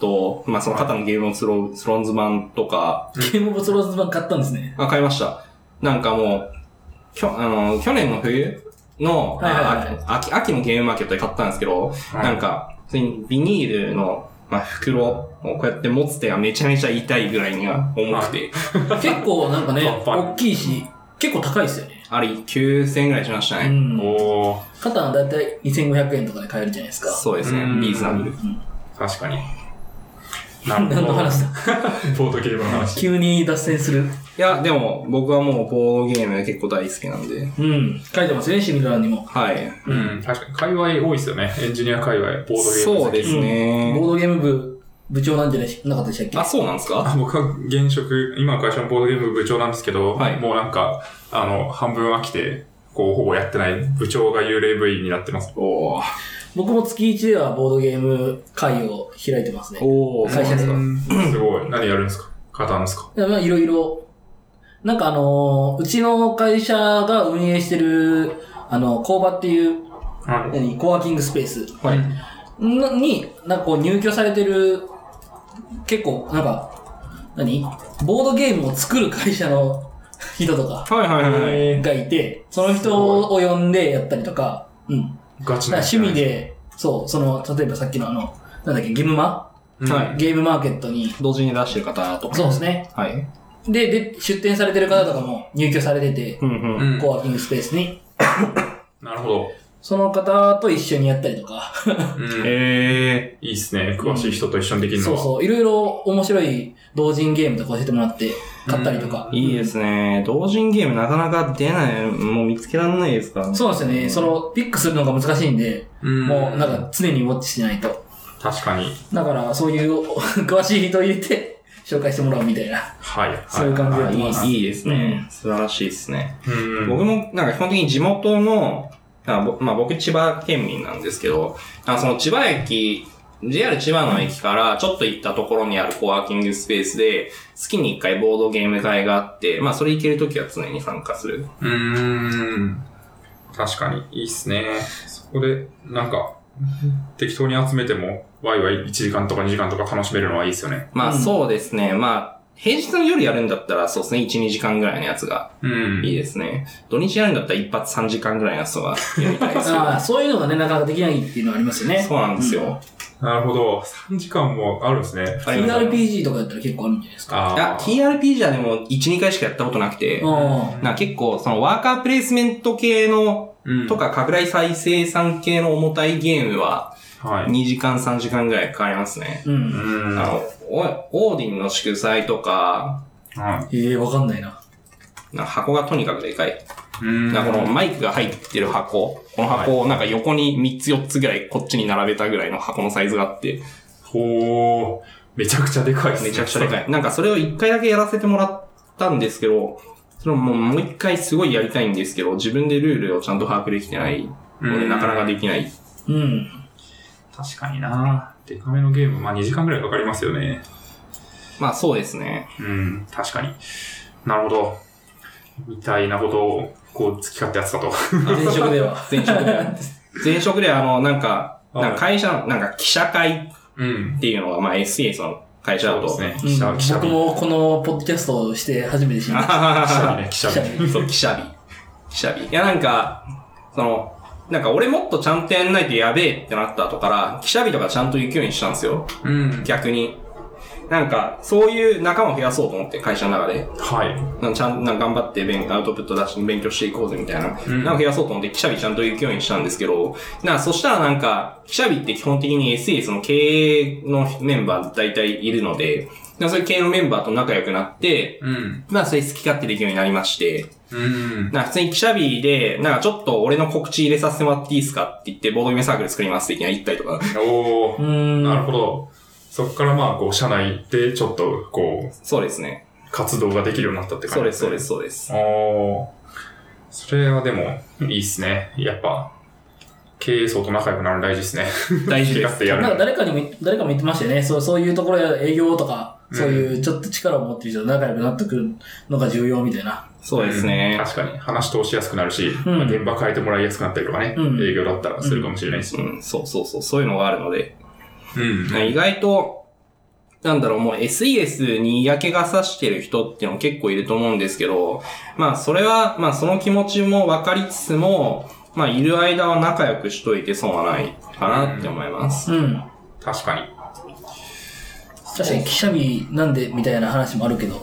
と、まあそのカタンのゲームのスロースローンズ版とか、ゲームボツローズ版買ったんです ね。あ、買いました。なんかもう、きょ、あの、去年の冬の、はいはいはいあ秋、秋のゲームマーケットで買ったんですけど、いなんか、普通にビニールの、まあ、袋をこうやって持つ手がめちゃめちゃ痛いぐらいには重くて、結構なんか ね、パンパン大きいし、結構高いですよね。あれ9000円ぐらいしましたうね。ん。おお。肩はだいたい2500円とかで買えるじゃないですか。そうですねう、んリーズナブル。確かに。なるほど。何の話だ ボードゲームの話。急に脱線する。いや、でも僕はもうボードゲーム結構大好きなんで、うん。書いてますね、シミラーにも。はい。うん、確かに。界隈多いですよね。エンジニア界隈、ボードゲーム。。そうですすね。ボードゲーム部部長なんじゃないなかったでしたっけあ、そうなんですか僕は現職、今の会社のボードゲーム部長なんですけど、はいもうなんか、あの、半分飽きて、こう、ほぼやってない部長が幽霊部員になってます。おー僕も月1ではボードゲーム会を開いてますね。おー会社でそうなんすごい。何やるんですかカタンですかいやまあいろいろ。なんかあのーうちの会社が運営してる、あの、工場っていう、はい。何コワーキングスペースはい。のに、なんかこう入居されてる、結構、なんか、何ボードゲームを作る会社の 人とかはいはいはいはい。がいて、その人を呼んでやったりとか、うん。ガチなんか趣味で。でそう、その、例えばさっきのあの、なんだっけ、ゲームマうんはいゲームマーケットに、同時に出してる方とか。そうですね。はい。で、で、出店されてる方とかも入居されてて、うんうん。うんコワーキングスペースに、なるほど。その方と一緒にやったりとか、うん。えいいっすね。詳しい人と一緒にできるのそうは。そう、いろいろ面白い同人ゲームとか教えてもらって、買ったりとかー、。いいですね。同人ゲームなかなか出ない、もう見つけられないですから。そうなんですよね。その、ピックするのが難しいんで、うんもうなんか常にウォッチしないと。確かに。だから、そういう 詳しい人を入れて、紹介してもらうみたいな。はい。はいそういう感じだはと思いますいいいいですね。素晴らしいですね。うん僕も、なんか基本的に地元の、あぼまあ僕千葉県民なんですけど、あその千葉駅、JR 千葉の駅からちょっと行ったところにあるコワーキングスペースで、月に一回ボードゲーム会があって、まあそれ行けるときは常に参加する。うーん。確かに、いいっすね。そこで、なんか、適当に集めても、ワイワイ1時間とか2時間とか楽しめるのはいいっすよね。まあうんそうですね。まあ、平日の夜やるんだったらそうですね、1、2時間ぐらいのやつがうん。いいですね。土日やるんだったら一発3時間ぐらいのやつはやりたいです けど。ああ、そういうのがね、なかなかできないっていうのはありますよね。そうなんですよ。なるほど。3時間もあるんですね。ありがとうございます TRPG とかやったら結構あるんじゃないですか。いやあ、ー TRPG はでも1、2回しかやったことなくて、うん。な結構そのワーカープレイスメント系の、うんとか拡大再生産系の重たいゲームははい。 2時間3時間ぐらいかかりますね。う。うんん。あはの、おオーディンの祝祭とか、ええ、わかんないな。な箱がとにかくでかい。い。うん。なこのマイクが入ってる箱、この箱をなんか横に3つ4つぐらいこっちに並べたぐらいの箱のサイズがあって、ほー。めちゃくちゃでかいっすね。めちゃくちゃでかい。なんかそれを1回だけやらせてもらったんですけど、それももう1回すごいやりたいんですけど、自分でルールをちゃんと把握できてないのうで、んなかなかできない。うん。確かになデカめのゲーム、まあ2時間ぐらいかかりますよね。まあそうですね。うん、確かに。なるほど。みたいなことを、こう、突き勝ってやってたと。前職では。前職で。前職であの、なんか、はいなんか会社の、なんか記者会うんっ。ていうのが、まあ SES の会社そだうでと。すね。う記ん者、記者僕日。もこのポッドキャストをして初めて知りまあしははは記者日はね、記記者者日。日 そう、記者日。記者日。いや、なんか、その、なんか俺もっとちゃんとやんないとやべえってなった後から、記者日とかちゃんと行くようにしたんですよ。うん。逆に。なんか、そういう仲間を増やそうと思って、会社の中で。はい。なんかちゃんなんか頑張って勉アウトプット出して勉強していこうぜみたいな。んなんか増やそうと思って、記者日ちゃんと行くようにしたんですけど、なんかそしたらなんか、記者日って基本的に SES の経営のメンバー大体いるので、なんかそういう経営のメンバーと仲良くなって、うん。まあそれ好き勝手できるようになりまして、うん。なんか普通に記者日で、なんかちょっと俺の告知入れさせてもらっていいですかって言って、ボードゲームサークル作りますっていきなり言ったりとか。おた。ー。んなるほど。そこからまあ、こう、社内でちょっと、こう、そうですね。活動ができるようになったって感じ、そうです、そうで。す、そうです。おー。それはでも、いいっすね。やっぱ、経営層と仲良くなるの大事ですね。大事気でがすっ。てやなんかる。誰かにも、誰かも言ってましたよね。そう、そういうところや営業とか、うんそういうちょっと力を持ってる人と仲良くなってくるのが重要みたいな。そうですねうん。確かに。話通しやすくなるし、うんまあ現場変えてもらいやすくなったりとかね、うん営業だったらするかもしれないし。うん、そうそうそう、そういうのがあるので。うん。意外と、なんだろう、もう SES に嫌気がさしてる人っていうの結構いると思うんですけど、まあそれは、まあその気持ちも分かりつつも、まあいる間は仲良くしといて損はないかなって思います。うん。確かに。確かに、記者日なんでみたいな話もあるけど、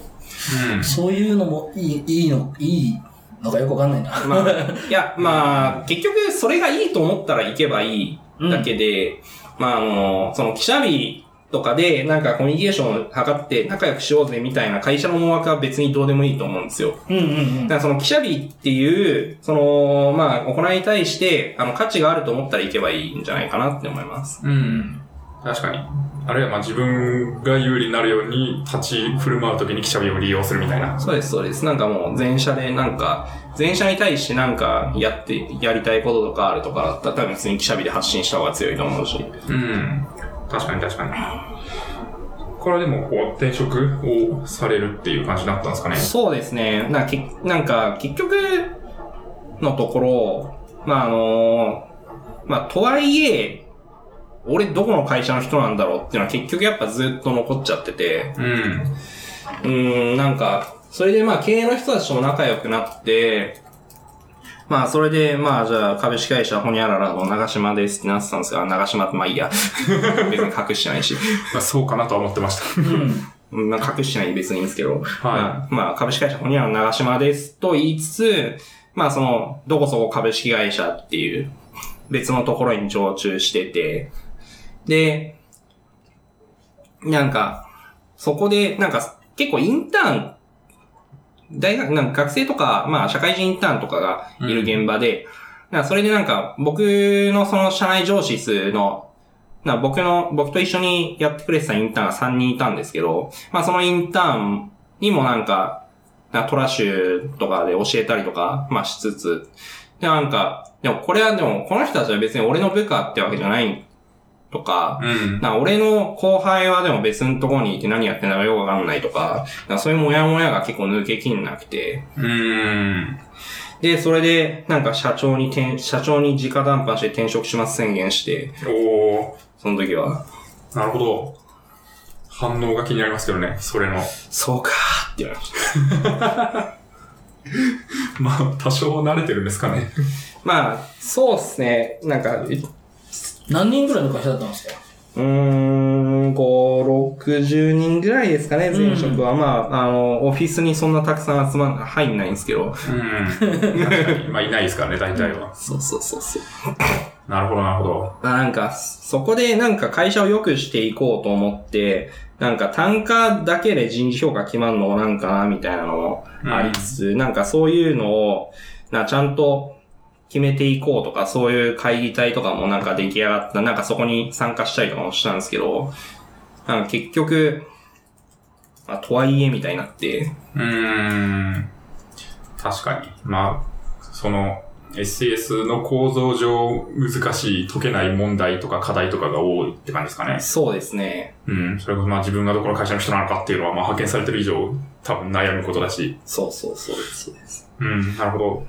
そういうのもいい、いいの、いいのかよくわかんないな。まあ、いや、まあ、結局、それがいいと思ったら行けばいいだけで、まあ、あの、その、記者日とかで、なんかコミュニケーションを図って仲良くしようぜみたいな会社の思惑は別にどうでもいいと思うんですよ。うんうんうだからその記者日っていう、その、まあ、行いに対して、あの、価値があると思ったら行けばいいんじゃないかなって思います。うん。うん。確かに。あるいはまあ自分が有利になるように立ち振る舞うときに記者日を利用するみたいな。そうです、そうです。なんかもう、前者で、なんか、前者に対してなんか、やって、やりたいこととかあるとかだったら、多分別に記者日で発信した方が強いと思うし。うん。確かに確かに。これはでも、こう、転職をされるっていう感じだったんですかね。そうですね。なんかけ、なんか結局のところ、まあ、あの、まあ、とはいえ、俺どこの会社の人なんだろうっていうのは結局やっぱずっと残っちゃってて、うん。うーん、なんか、それでまあ経営の人たちとも仲良くなって、まあ、それで、まあ、じゃあ、株式会社ホニャララの長島ですってなってたんですが、あ長島ってまあいいや。 別に隠してないし。まあそうかなとは思ってました。うん。まあ、隠してない別にいいんですけど。はまあ、まあ、株式会社ホニャララの長島ですと言いつつ、まあ、その、どこそこ株式会社っていう、別のところに常駐してて、で、なんか、そこで、なんか、結構インターン、大学、なんか学生とか、まあ、社会人インターンとかがいる現場で、なんかそれでなんか、僕のその社内上司数のな僕の、僕と一緒にやってくれてたインターンが3人いたんですけど、まあそのインターンにもなんか、なトラッシュとかで教えたりとか、まあしつつ、でなんか、でもこれはでも、この人たちは別に俺の部下ってわけじゃないとか、い。うん。な俺の後輩はでも別のところにいて何やってんだかよくわかんないとか、なそういうモヤモヤが結構抜けきんなくて、うーん。で、それで、なんか社長に転、社長に直談判して転職します宣言して、おその時は、ー、なるほど。反応が気になりますけどね、それの。そうかーって言われました。まあ、多少慣れてるんですかね。まあ、そうっすね。なんか、う何人ぐらいの会社だったんですかーん、5、60人ぐらいですかね、前職は。まあ、あの、オフィスにそんなたくさん集まん、入んないんですけど。うん。確かに。まあ、いないですからね、大体は。そうそうそうそう。なるほど、なるほど。まあなんか、そこでなんか会社を良くしていこうと思って、なんか単価だけで人事評価決まるのもなんかな、みたいなのもありつつ、なんかそういうのを、な、ちゃんと決めていこうとか、そういう会議体とかもなんか出来上がった、なんかそこに参加したりとかもしたんですけど、なんか結局、あ、とはいえみたいになって、うーん。確かに。まあ、その、SES の構造上難しい、解けない問題とか課題とかが多いって感じですかね。そうですね。うん。それこそまあ自分がどこの会社の人なのかっていうのは、まあ派遣されてる以上、多分悩むことだし。そうそうそうそうです。うん、なるほど。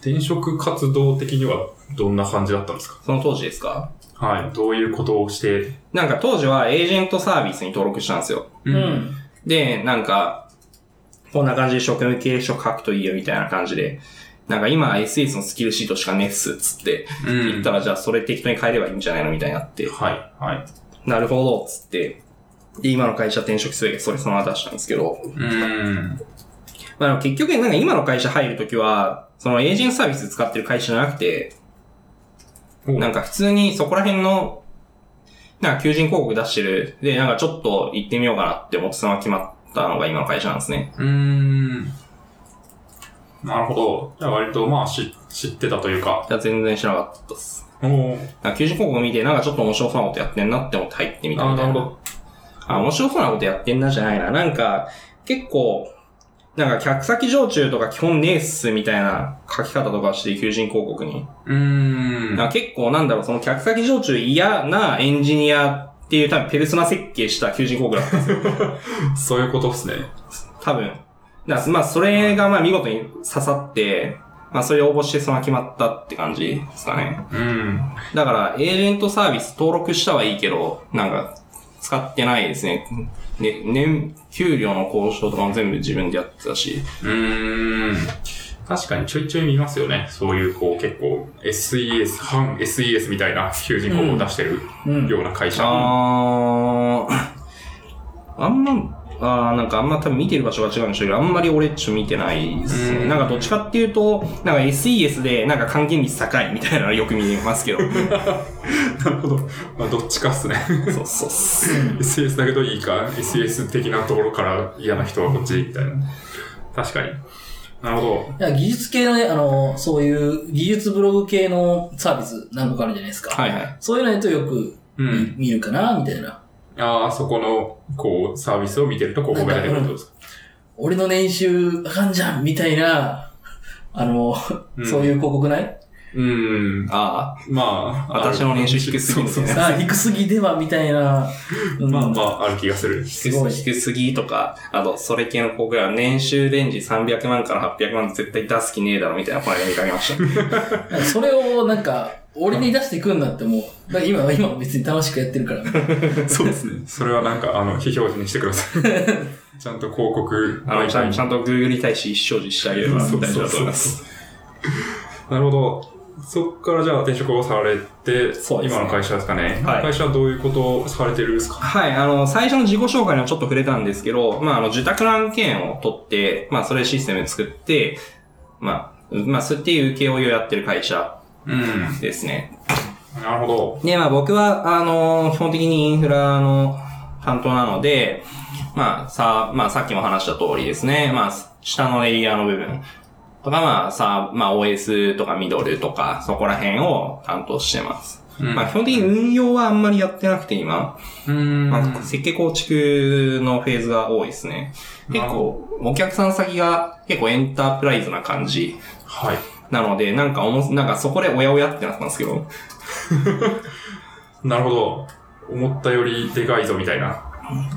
転職活動的にはどんな感じだったんですかその当時ですかはい。どういうことをして、なんか当時はエージェントサービスに登録したんですよ。う。うんん。で、なんか、こんな感じで職務経営書書くといいよみたいな感じで、なんか今 SS のスキルシートしかねえっす、つって、うん言ったらじゃあそれ適当に変えればいいんじゃないのみたいになって、はい、はい。なるほど、つって、で、今の会社転職すべきそれそのまま出したんですけど、うん。まあでも結局なんか今の会社入るときは、そのエージェントサービス使ってる会社じゃなくて、おなんか普通にそこら辺の、なんか求人広告出してる、で、なんかちょっと行ってみようかなって思ってそのまま決まったのが今の会社なんですね。うーん。なるほど。じゃあ割とまあし知ってたというか。いや、全然知らなかったっす。おーなんか求人広告見て、なんかちょっと面白そうなことやってんなって思って入ってみたあみーたないるな。ほど。あ、面白そうなことやってんなじゃないな。なんか、結構、なんか客先常駐とか基本ねえっすみたいな書き方とかして、求人広告に。うーん。なんか結構なんだろう、その客先常駐嫌なエンジニアっていう多分ペルソナ設計した求人広告だったんですよ。そういうことですね。 多分。だからまあそれがまあ見事に刺さって、まあそれを応募してその決まったって感じですかね。うん。だから、エージェントサービス登録したはいいけど、なんか、使ってないですね。ね、年、給料の交渉とかも全部自分でやってたし。うーん。確かにちょいちょい見ますよね。そういう、こう、結構、SES、反 SES みたいな求人広告を出してるうんような会社。あー、あんま、あーなんかあんま多分見てる場所が違うんでしょうけど、あんまり俺っちょ見てないですうね。んなんかどっちかっていうと、なんか SES でなんか還元率高いみたいなのよく見ますけ ど。なるほど。 まあ、どっちかっすね。そうそうっす。 SES だけどいいか、SES 的なところから嫌な人はこっちみたいな。確かに。なるほいや技術系のね、あの、そういう技術ブログ系のサービス何個かあるじゃないですか。はいはい。そういうのやとよくど。うん。見るかな、みたいな。ああ、そこの、こう、サービスを見てると広告が出てくるってことですか。俺の年収あかんじゃんみたいな、あの、うんそういう広告ないうん。あまあ、私の年収低すぎるそう そうそうあ、低すぎではみたいな。うんまあまあ、ある気が する。すごー、い。低すぎとか、あと、それ系の広告は年収レンジ300万から800万絶対出す気ねえだろみたいなこの間見かけました。なんかそれをなんか、俺に出してくんなってもう、だから今、今別に楽しくやってるから。そうですね。それはなんか、あの、非表示にしてください。 ちゃんと広告あの、媒ちゃ体んにちゃんと Google に対して一生実してあげれば、みたいなと思います。なるほど。そこからじゃあ転職をされて、そうですね今の会社ですかね。はい会社はどういうことをされてるんですかはい、あの、最初の自己紹介にはちょっと触れたんですけど、まあ、あの、受託の案件を取って、まあ、それシステム作って、まあ、まあ、そうっていう請負をやってる会社うん。ですね。なるほど。で、まあ、僕は、あの、基本的にインフラの担当なので、まあ、さ、まあ、さっきも話した通りですね、まあ、下のレイヤーの部分とか、まあ、さ、まあ、OS とかミドルとか、そこら辺を担当してます。うんまあ、基本的に運用はあんまりやってなくて、今。うん。まあ、設計構築のフェーズが多いですね。結構、お客さん先が結構エンタープライズな感じはい。なので、なんかおも、なんかそこでおやおやってなったんですけど、なるほど。思ったよりでかいぞみたいな。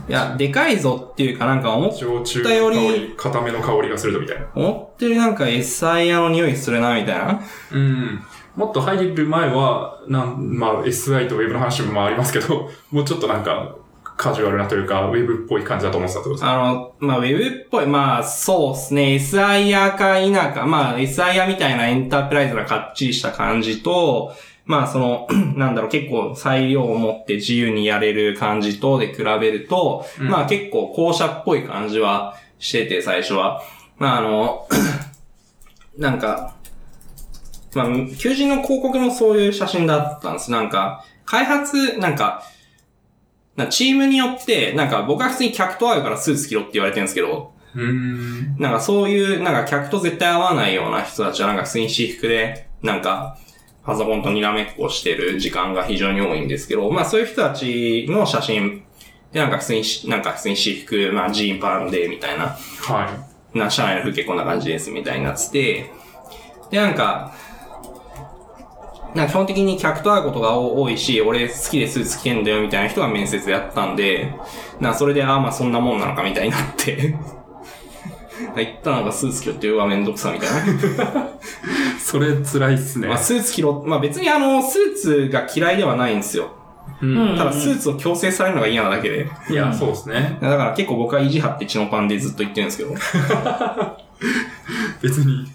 いや、でかいぞっていうかなんか思っ焼酎思ったよの香りり、固めの香りがするぞみたいな。思ってるなんか SIR の匂いするな、みたいな。うん。もっと入る前は、なん、まあ SI と Web の話もまあありますけど、 もうちょっとなんか、カジュアルなというか、Web っぽい感じだと思ってたってことですかあの、まあ、ウェブっぽい、まあ、そうですね、SIR か否か、まあ、SIR みたいなエンタープライズなかっちりした感じと、まあ、その、 なんだろう、結構裁量を持って自由にやれる感じとで比べると、うんまあ、結構校舎っぽい感じはしてて、最初は。まあ、あの、 なんか、まあ、求人の広告のそういう写真だったんです。なんか、開発、なんか、なんかチームによって、なんか僕は普通に客と会うからスーツ着ろって言われてるんですけど、うーん。なんかそういう、なんか客と絶対会わないような人たちはなんか普通に私服で、なんか、パソコンとにらめっこしてる時間が非常に多いんですけど、まあそういう人たちの写真でなんか普通にし、なんか普通に私服、まあジーパンでみたいなはな、社内の風景こんな感じです、みたいになってて、で、なんか、なんか基本的に客と会うことが多いし、俺好きでスーツ着てんだよ、みたいな人が面接でやったんで、なんかそれで、ああ、まあそんなもんなのか、みたいになって、言ったのがスーツ着ろっていうわ、めんどくさ、みたいな。 い。それ辛いっすねまあ。スーツ着ろ、まあ別にあの、スーツが嫌いではないんですよ。うん。ただスーツを強制されるのが嫌なだけで。いや、そうですね。だから結構僕は意地張って血のパンでずっと言ってるんですけど。別に、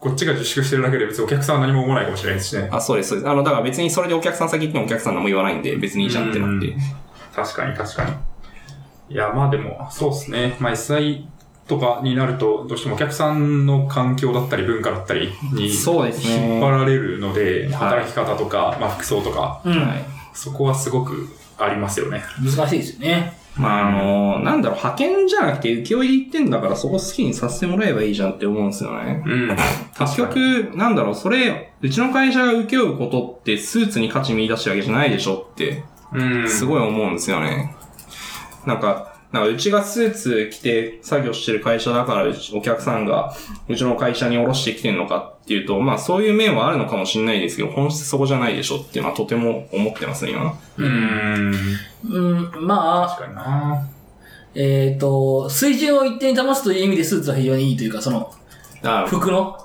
こっちが自粛してるだけで別にお客さんは何も思わないかもしれないですしね。あ、そうです、そうです。あの、だから別にそれでお客さん先行ってもお客さん何も言わないんで、別にいいじゃんってなって。確かに確かに。いや、まあでも、そうですね。まあ SI とかになると、どうしてもお客さんの環境だったり文化だったりにそうですね引っ張られるので、はい働き方とか、まあ服装とか、うん。はい。そこはすごくありますよね。難しいですよね。まあ、あの、なんだろう、派遣じゃなくて請負いで行ってんだから、そこ好きにさせてもらえばいいじゃんって思うんですよね。うん。結確かに。局、なんだろう、それ、うちの会社が請け負うことって、スーツに価値見出してるわけじゃないでしょって、うん。すごい思うんですよね。なんか、なんかうちがスーツ着て作業してる会社だから、うちお客さんがうちの会社に下ろしてきてるのかっていうと、まあそういう面はあるのかもしれないですけど、本質そこじゃないでしょっていうのはとても思ってますね、今。うん。うん、まあ、確かにな。えっ、と、水準を一定に保つという意味でスーツは非常にいいというか、その、あ服の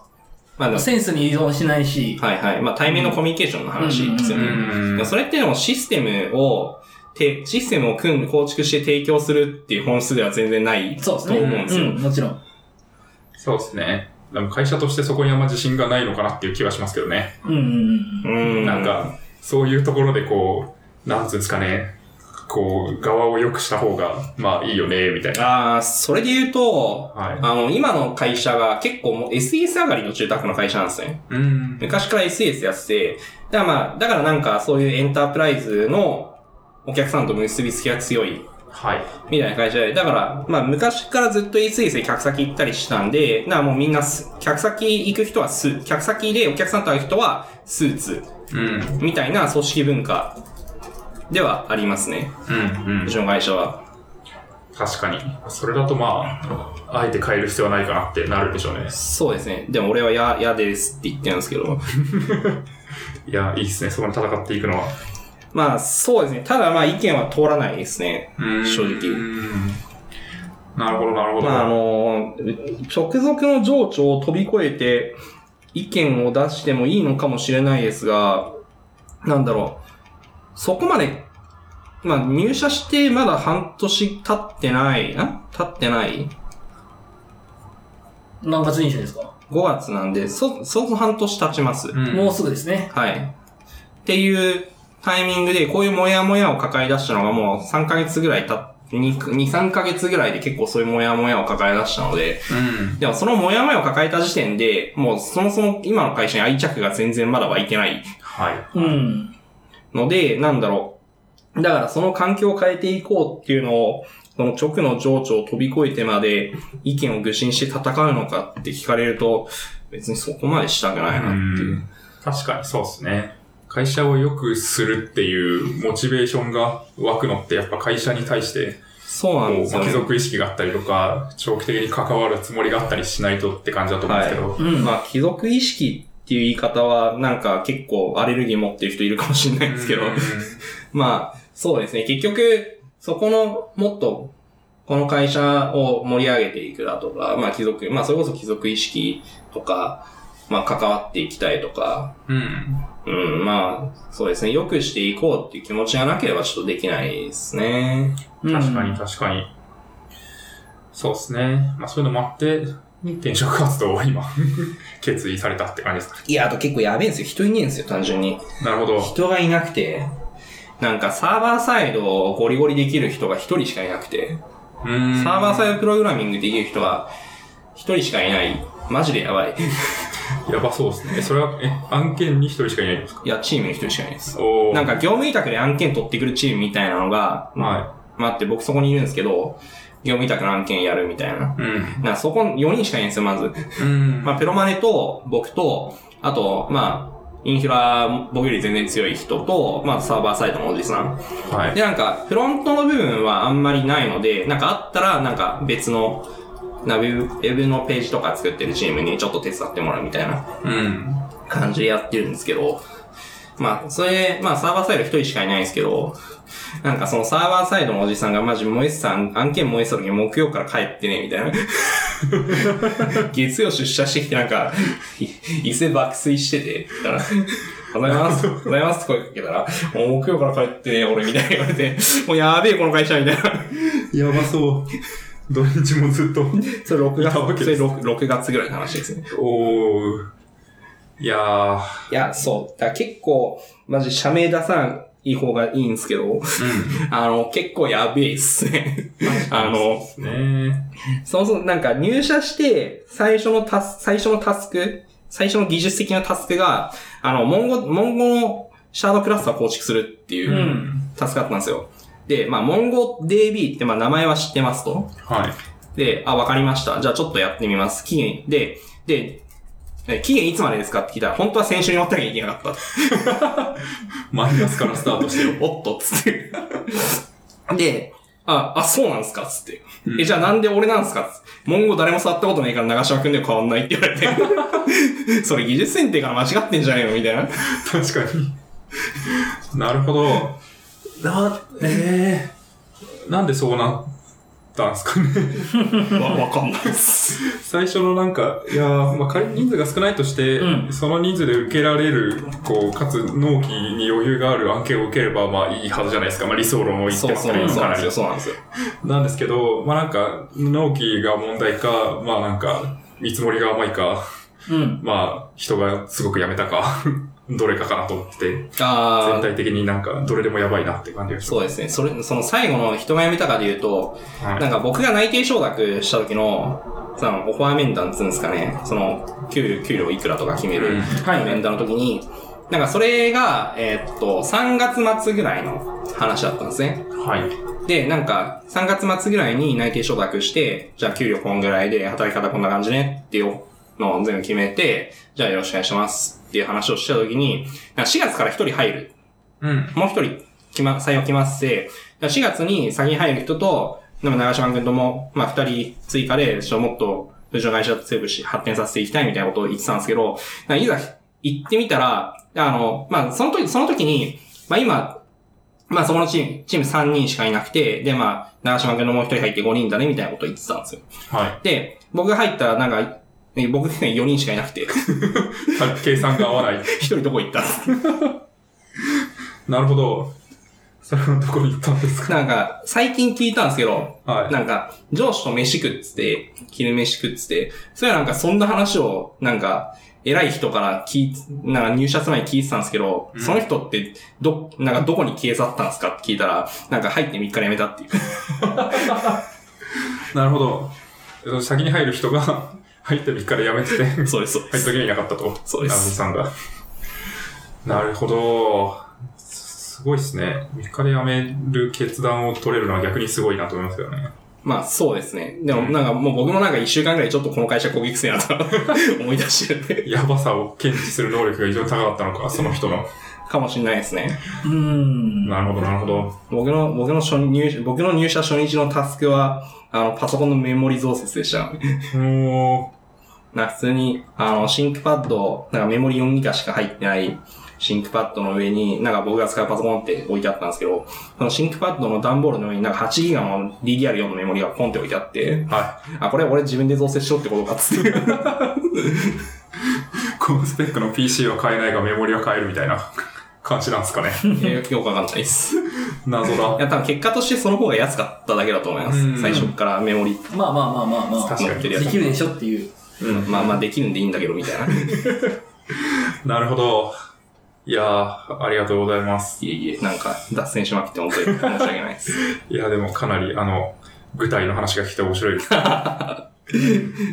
まあでも、センスに依存しないし、はいはい。まあ対面のコミュニケーションの話ですようね。んでも。それってでもシステムを、てシステムを組ん構築して提供するっていう本質では全然ないとそうです思ね。うんですよ。ん、もちろん。そうですね。でも会社としてそこにあんま自信がないのかなっていう気はしますけどね。うんうんうんなん、か、そういうところでこう、なんつうんですかね、こう、側を良くした方が、まあいいよね、みたいな。ああ、それで言うと、はいあの、今の会社が結構もう SES 上がりの住宅の会社なんですね。うん。昔から SES やってて、だからまあ、だからなんかそういうエンタープライズのお客さんと結びつきが強いはい。みたいな会社で、だから、まあ昔からずっと SES で客先行ったりしたんで、だからもうみんなす、客先行く人はス、客先でお客さんと会う人はスーツうん。うん。みたいな組織文化ではありますね。うんうち。の会社は。確かに。それだとまあ、あえて変える必要はないかなってなるでしょうね。そうですね。でも俺はや、嫌ですって言ってるんですけど。いや、いいっすね。そこに戦っていくのは。まあ、そうですね。ただまあ、意見は通らないですね。うん正直うんなるほど、なるほど。まあ、あの、直属の情緒を飛び越えて、意見を出してもいいのかもしれないですが、なんだろう。そこまで、まあ、入社してまだ半年経ってない、な経ってないうん。何月入社ですか5月なんで、そ、相当半年経ちます。うんもうすぐですね。はい。っていうタイミングで、こういうモヤモヤを抱え出したのがもう3ヶ月ぐらい経って、2、3ヶ月ぐらいで結構そういうモヤモヤを抱え出したので、うん。でもそのモヤモヤを抱えた時点で、もうそもそも今の会社に愛着が全然まだ湧いてないはい。うん。ので、なんだろう。だからその環境を変えていこうっていうのを、その直の情緒を飛び越えてまで意見を愚信して戦うのかって聞かれると、別にそこまでしたくないなっていう。確かにそうですね。会社を良くするっていうモチベーションが湧くのってやっぱ会社に対してそうなこんうですよ、貴ね。族意識があったりとか、長期的に関わるつもりがあったりしないとって感じだと思うんですけど。うん。まあ、貴族意識っていう言い方は、なんか結構アレルギー持ってる人いるかもしれないですけどうん、 まあ、そうですね。結局、そこの、もっと、この会社を盛り上げていくだとか、まあ貴族、まあそれこそ貴族意識とか、まあ関わっていきたいとか、うん。うん、まあ、そうですね。良くしていこうっていう気持ちがなければちょっとできないですね。うん確かうにん。。確かに。そうですね。まあそういうのもあって、転職活動を今、 決意されたって感じですか。いや、あと結構やべえんですよ。人いねえんですよ、単純に。なるほど。人がいなくて、なんかサーバーサイドをゴリゴリできる人が一人しかいなくて、うん。サーバーサイドプログラミングできる人が一人しかいない。マジでやばい。やばそうですね。えそれは、え、案件に一人しかいないんですかいや、チームに一人しかいないです。おーなんか業務委託で案件取ってくるチームみたいなのが、はまああって僕そこにいるんですけど、業務委託の案件やるみたいな。い。うん。なんかそこ4人しかいないんですよ、まず。うん。まあペロマネと僕と、あと、まあ、インフラ、僕より全然強い人と、まあサーバーサイドのおじさん。はい。で、なんか、フロントの部分はあんまりないので、なんかあったら、なんか別の、なウェブウェブのページとか作ってるチームにちょっと手伝ってもらうみたいなうん。感じでやってるんですけど、まあ、それで、まあ、サーバーサイド一人しかいないんですけど、なんかそのサーバーサイドのおじさんがマジ燃えてた、案件燃えてた時木曜から帰ってね、みた いな。月曜出社してきてなんか、い伊勢爆睡してて、だから、おはようございます、おはようございますって声かけたら、もう木曜から帰ってね、俺みたいに言われて、もうやべえ、この会社、みたいな。やばそう。 土日もずっと。それ6いたわ月、けそれです 6, 6月ぐらいの話ですね。おー。いやいや、そう。だから結構、マジ社名出さない方がいいんですけど、ー。 あの、結構やべえっすね。あの、うん。ねそもそもなんか入社して、最初のタス、最初のタスク、最初の技術的なタスクが、あの、文語、文語のシャードクラスター構築するっていううんタスクだったんですよ。で、まあ、文語 DB って、まあ、名前は知ってますと。はい。で、あ、わかりました。じゃあちょっとやってみます。期限、で、で、え期限いつまでですかって聞いたら、本当は先週に終わったきゃいけなかった。マイナスからスタートしてよ。 おっと、つって。で、あ、あ、そうなんすかつって。うんえ、じゃあなんで俺なんすかつって。文語誰も触ったことないから長島くんでは変わんないって言われて。 それ技術選定から間違ってんじゃねえのみ たいな。確かに。なるほど。な、えー。なんでそうなったんすかね。わ、わかんないっす。最初のなんか、いやーまあ、仮に人数が少ないとして、うんその人数で受けられる、こう、かつ納期に余裕がある案件を受ければ、まあいいはずじゃないですか。まあ理想論を言ってそうますそうから、そうかなんでなすりよ、。そうなんですよ。なんですけど、まあなんか、納期が問題か、まあなんか、見積もりが甘いか、うん。まあ人がすごく辞めたか、どれかかなと思ってて、あ全ー体的になんか、どれでもやばいなって感じがしそうですね。それ、その最後の人が辞めたかで言うと、ます。はいなんか僕が内定承諾した時の、その、オファー面談っつうんですかね、その、給料、給料いくらとか決めうるん、はい、面談の時に、なんかそれが、えーっと、3月末ぐらいの話だったんですね。はい。で、なんか、3月末ぐらいに内定承諾して、じゃあ給料こんぐらいで、働き方こんな感じねっていうのを全部決めて、じゃあよろしくお願いしますっていう話をした時に、なんか4月から1人入るうん。もう一人、きま、採用決まって、4月に先に入る人と、でも長島君とも、まあ、二人追加で、ちょっともっと、うちの会社を強くし、発展させていきたいみたいなことを言ってたんですけど、なんかいざ行ってみたら、あの、まあ、その時、その時に、まあ今、まあそこのチーム、チーム3人しかいなくて、でまあ、長島君のもう一人入って5人だねみたいなことを言ってたんですよ。はで、僕が入ったらなんか、ね僕4人しかいなくて、 い。 た計算が合わない。一人どこ行ったなるほど。それはどこに行ったんです かなんか、最近聞いたんですけど、はい。なんか、上司と飯食ってて、昼飯食ってて、それはなんかそんな話を、なんか、偉い人から聞い、なんか入社する前に聞いてたんですけど、うんその人って、ど、なんかどこに消え去ったんですかって聞いたら、なんか入って3日で辞めたっていう。 なるほど。その先に入る人が 入って3日で辞 めてて、入っそうです、そうでたす。時にいなかったと。そうですナミさんが。なるほど。すすごいですね。3日で辞める決断を取れるのは逆にすごいなと思いますよね。まあそうですね。でもなんかもう僕もなんか1週間ぐらいちょっとこの会社攻撃せな と思い出してるんで、やばさを検知する能力が非常に高かったのか、その人の。かもしれないですね。うーん。なるほど、なるほ ど。僕の、僕の初入、僕の入社初日のタスクは、あの、パソコンのメモリ増設でした。おー。なんか普通に、あの、シンクパッド、なんかメモリ4ギガしか入ってないシンクパッドの上に、なんか僕が使うパソコンって置いてあったんですけど、そのシンクパッドの段ボールの上になんか8ギガの DDR4 のメモリがポンって置いてあって、はあ、これ俺自分で増設しようってことかっつって。い。このスペックの PC は買えないがメモリは買えるみたいな 感じなんですかね。えーよくわかんないです。い謎だ。や、多分結果としてその方が安かっただけだと思いまうんす。最初からメモリ、まあまあまあまあまあ。確かに。できるでしょっていう。うん、まあまあできるんでいいんだけどみたいな。なるほど。いやー、ありがとうございます。いえいえ、なんか脱線しまくって本当に申し訳ないです。いや、でもかなり、あの、具体の話が聞いて面白いです。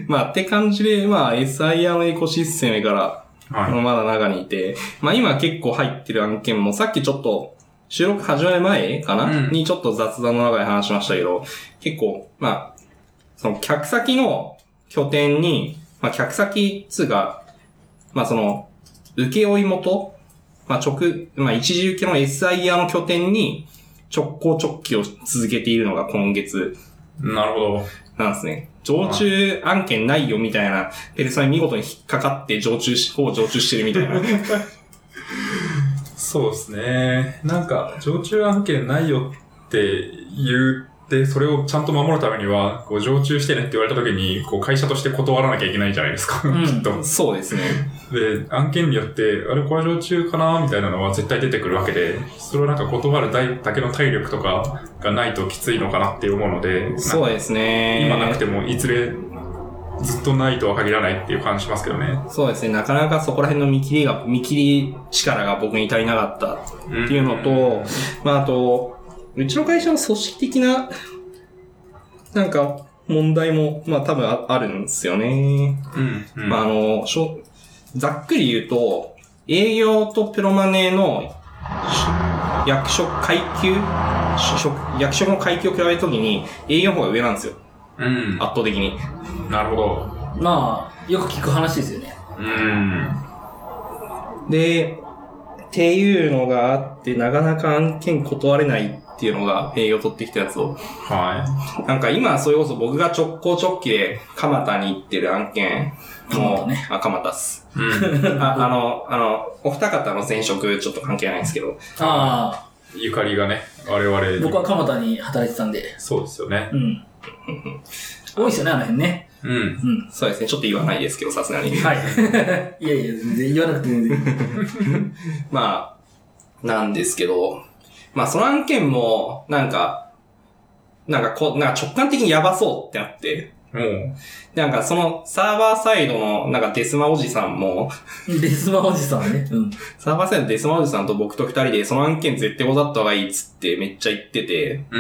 まあって感じで、まあ SIR のエコシステムから、はい。まだ中にいて、まあ今結構入ってる案件も、さっきちょっと、収録始まる前かな、うんにちょっと雑談の中で話しましたけど、結構、まあ、その客先の拠点に、まあ客先、つうか、まあその、受け負い元、まあ直、まあ一時受けの SIR の拠点に直行直帰を続けているのが今月なるほど。なんですね。常駐案件ないよみたいな、ペルソナに見事に引っかかって常駐し、ほぼ常駐してるみたいな。そうですね。なんか、常駐案件ないよって言って、それをちゃんと守るためには、こう、常駐してねって言われた時に、こう、会社として断らなきゃいけないじゃないですか、ん きっと。そうですね。で、案件によって、あれ、これ常駐かなみたいなのは絶対出てくるわけで、それはなんか断るだけの体力とかがないときついのかなって思うので、そうですね。今なくても、いずれ、ずっとないとは限らないっていう感じしますけどね。そうですね。なかなかそこら辺の見切りが、見切り力が僕に足りなかったっっていうのと、まああと、うちの会社の組織的な、なんか、問題も、まあ多分ああるんですよね。うん。うんまああの、しょざっくり言うと、営業とプロマネのし役職階級し職役職の階級を比べるときに、営業の方が上なんですよ。うん。圧倒的に。なるほど。まあ、よく聞く話ですよね。うん。で、っていうのがあって、なかなか案件断れないっていうのが営業取ってきたやつを。はなんか今、それこそ僕が直行直帰で蒲田に行ってる案件も、蒲田ねあ、蒲田っす。い。うん。ああの、あの、お二方の前職ちょっと関係ないんですけど、ああ、ゆかりがね、我々に。僕は蒲田に働いてたんで。そうですよね。うん。多いですよね、あの辺ね。うん。うん。そうですね、ちょっと言わないですけど、さすがに。はい。いやいや、全然言わなくて全然。まあ、なんですけど、まあその案件も、なんか、なんかこう、なんか直感的にやばそうってなって、もう、なんかそのサーバーサイドのなんかデスマおじさんも、デスマおじさんね。うん。サーバーサイドのデスマおじさんと僕と二人でその案件絶対ござった方がいいっつってめっちゃ言ってて。う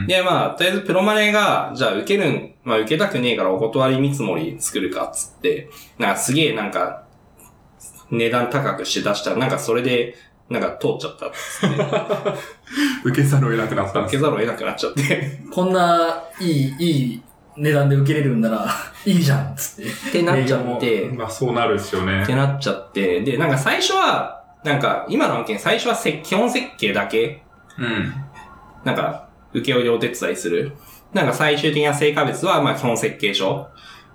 ん。で、まあ、とりあえずプロマネが、じゃあ受けるん、まあ受けたくねえからお断り見積もり作るかっつって、なんかすげえなんか、値段高くして出したらなんかそれで、なんか通っちゃったっつって、受けざるを得なくなったんで受すけざるを得なくなっちゃって。こんないい、いい値段で受けれるんなら、 いいじゃん、つって。ってなっちゃって、まあ、そうなるですよっねて。なっちゃって、で、なんか最初は、なんか今の案件最初は設基本設計だけうん。なんか、請負でお手伝いする。なんか最終的な成果物は、まあ基本設計書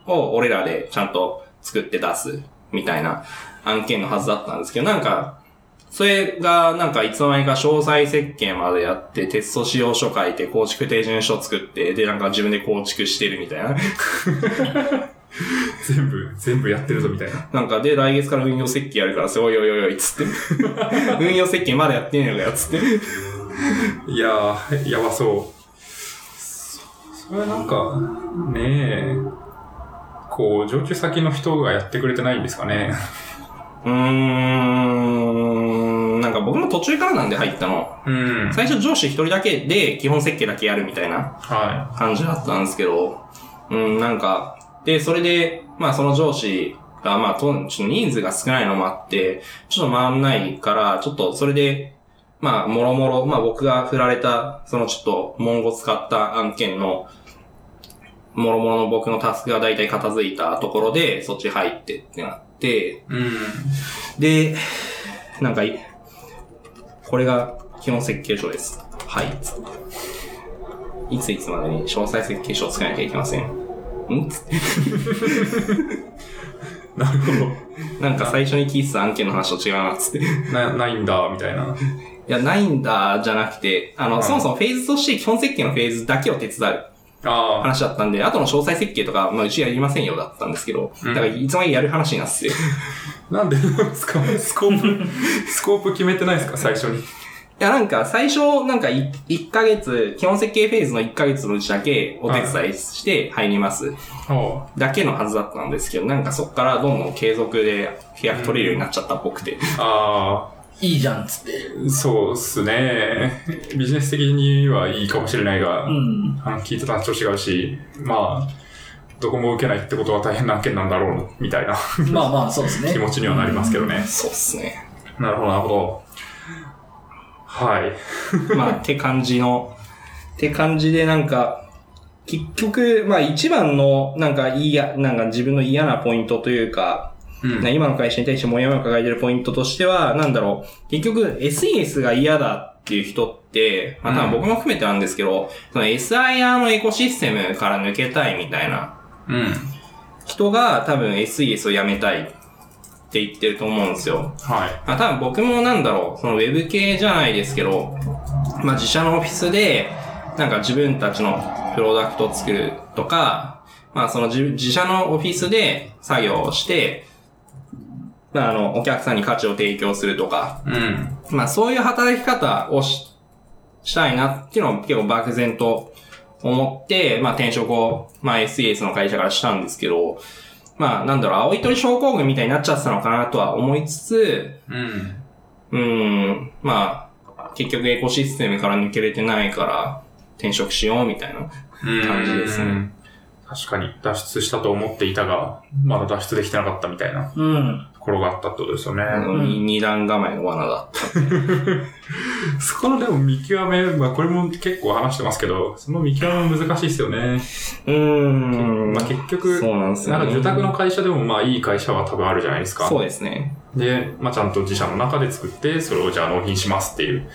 を俺らでちゃんと作って出す、みたいな案件のはずだったんですけど、なんか、それが、なんかいつの間にか詳細設計までやって、テスト使用書書いて、構築手順書作って、で、なんか自分で構築してるみたいな。 全部、全部やってるぞみたいな。なんか、で、来月 から運用設計やるから、すごいよいよいよい、つって。運用設計まだやってねえのかよ、つって。いやー、やばそう。そそれなんか、ねえ、こう、上級先の人がやってくれてないんですかね。うーん、なんか僕も途中からなんで入ったの。うん。最初上司一人だけで基本設計だけやるみたいなは感じだったんですけど、うん、なんか、で、それで、まあその上司が、まあ、とちょっと人数が少ないのもあって、ちょっと回んないから、ちょっとそれで、まあ、もろもろ、まあ僕が振られた、そのちょっと文語使った案件の、もろもろの僕のタスクが大体片付いたところで、そっち入ってってなって、い。うん。で、なんかい、これが基本設計書です。はい。つっていついつまでに詳細設計書を作らなきゃいけません。んつってなるほなんか最初に聞いてた案件の話と違うな、つって。いど。な、ないんだ、みたいな。や、ないんだ、じゃなくて、あの、うんそもそもフェーズとして基本設計のフェーズだけを手伝うああ、話だったんで、あとの詳細設計とか、まあ、うちやりませんよだったんですけど、うんだからいつまでやる話になってて。なんでなんですかスコープ、 スコープ決めてないですか最初に。いや、なんか、最初、なんかい、1ヶ月、基本設計フェーズの1ヶ月のうちだけお手伝いして入ります。おだけのはずだったんですけど、なんかそっからどんどん継続で飛躍取れるようになっちゃったっぽくて。あいいじゃん、つって。あ、そうっすね。ビジネス的にはいいかもしれないが、うん。あの聞いてた話と違うし、まあ、どこも受けないってことは大変な案件なんだろう、みたいなまあまあ、そうですね。気持ちにはなりますけどね。そうっすね。なるほど、なるほど。はい。 まあ、って感じの、って感じでなんか、結局、まあ一番の、なんかいいや、なんか自分の嫌なポイントというか、うん。ね今の会社に対してもやもや抱えてるポイントとしては、なんだろう。結局、SES が嫌だっていう人って、まあ、多分僕も含めてなんですけど、その SIR のエコシステムから抜けたいみたいなうん。人が多分 SES をやめたいって言ってると思うんですよ。はい。まあ、多分僕もなんだろう、そのウェブ系じゃないですけど、まあ、自社のオフィスで、なんか自分たちのプロダクトを作るとか、まあ、その自自社のオフィスで作業をして、まあ、あの、お客さんに価値を提供するとか、うん。まあ、そういう働き方をし、したいなっていうのを結構漠然と思って、まあ、転職を、まあ、SES の会社からしたんですけど、まあ、なんだろう、青い鳥症候群みたいになっちゃってたのかなとは思いつつ、うん。うーん、まあ、結局エコシステムから抜けれてないから、転職しようみたいな。感じですね確かに脱出したと思っていたが、まだ脱出できてなかったみたいなうん。ところがあったってことですよね。あの、うん二段構えの罠だった。そこのでも見極め、まあこれも結構話してますけど、その見極め難しいですよね。うーん。まあ結局、そうなんですよ、なね。んか受託の会社でもまあいい会社は多分あるじゃないですか。そうですね。で、まあ、ちゃんと自社の中で作って、それをじゃあ納品しますっていう。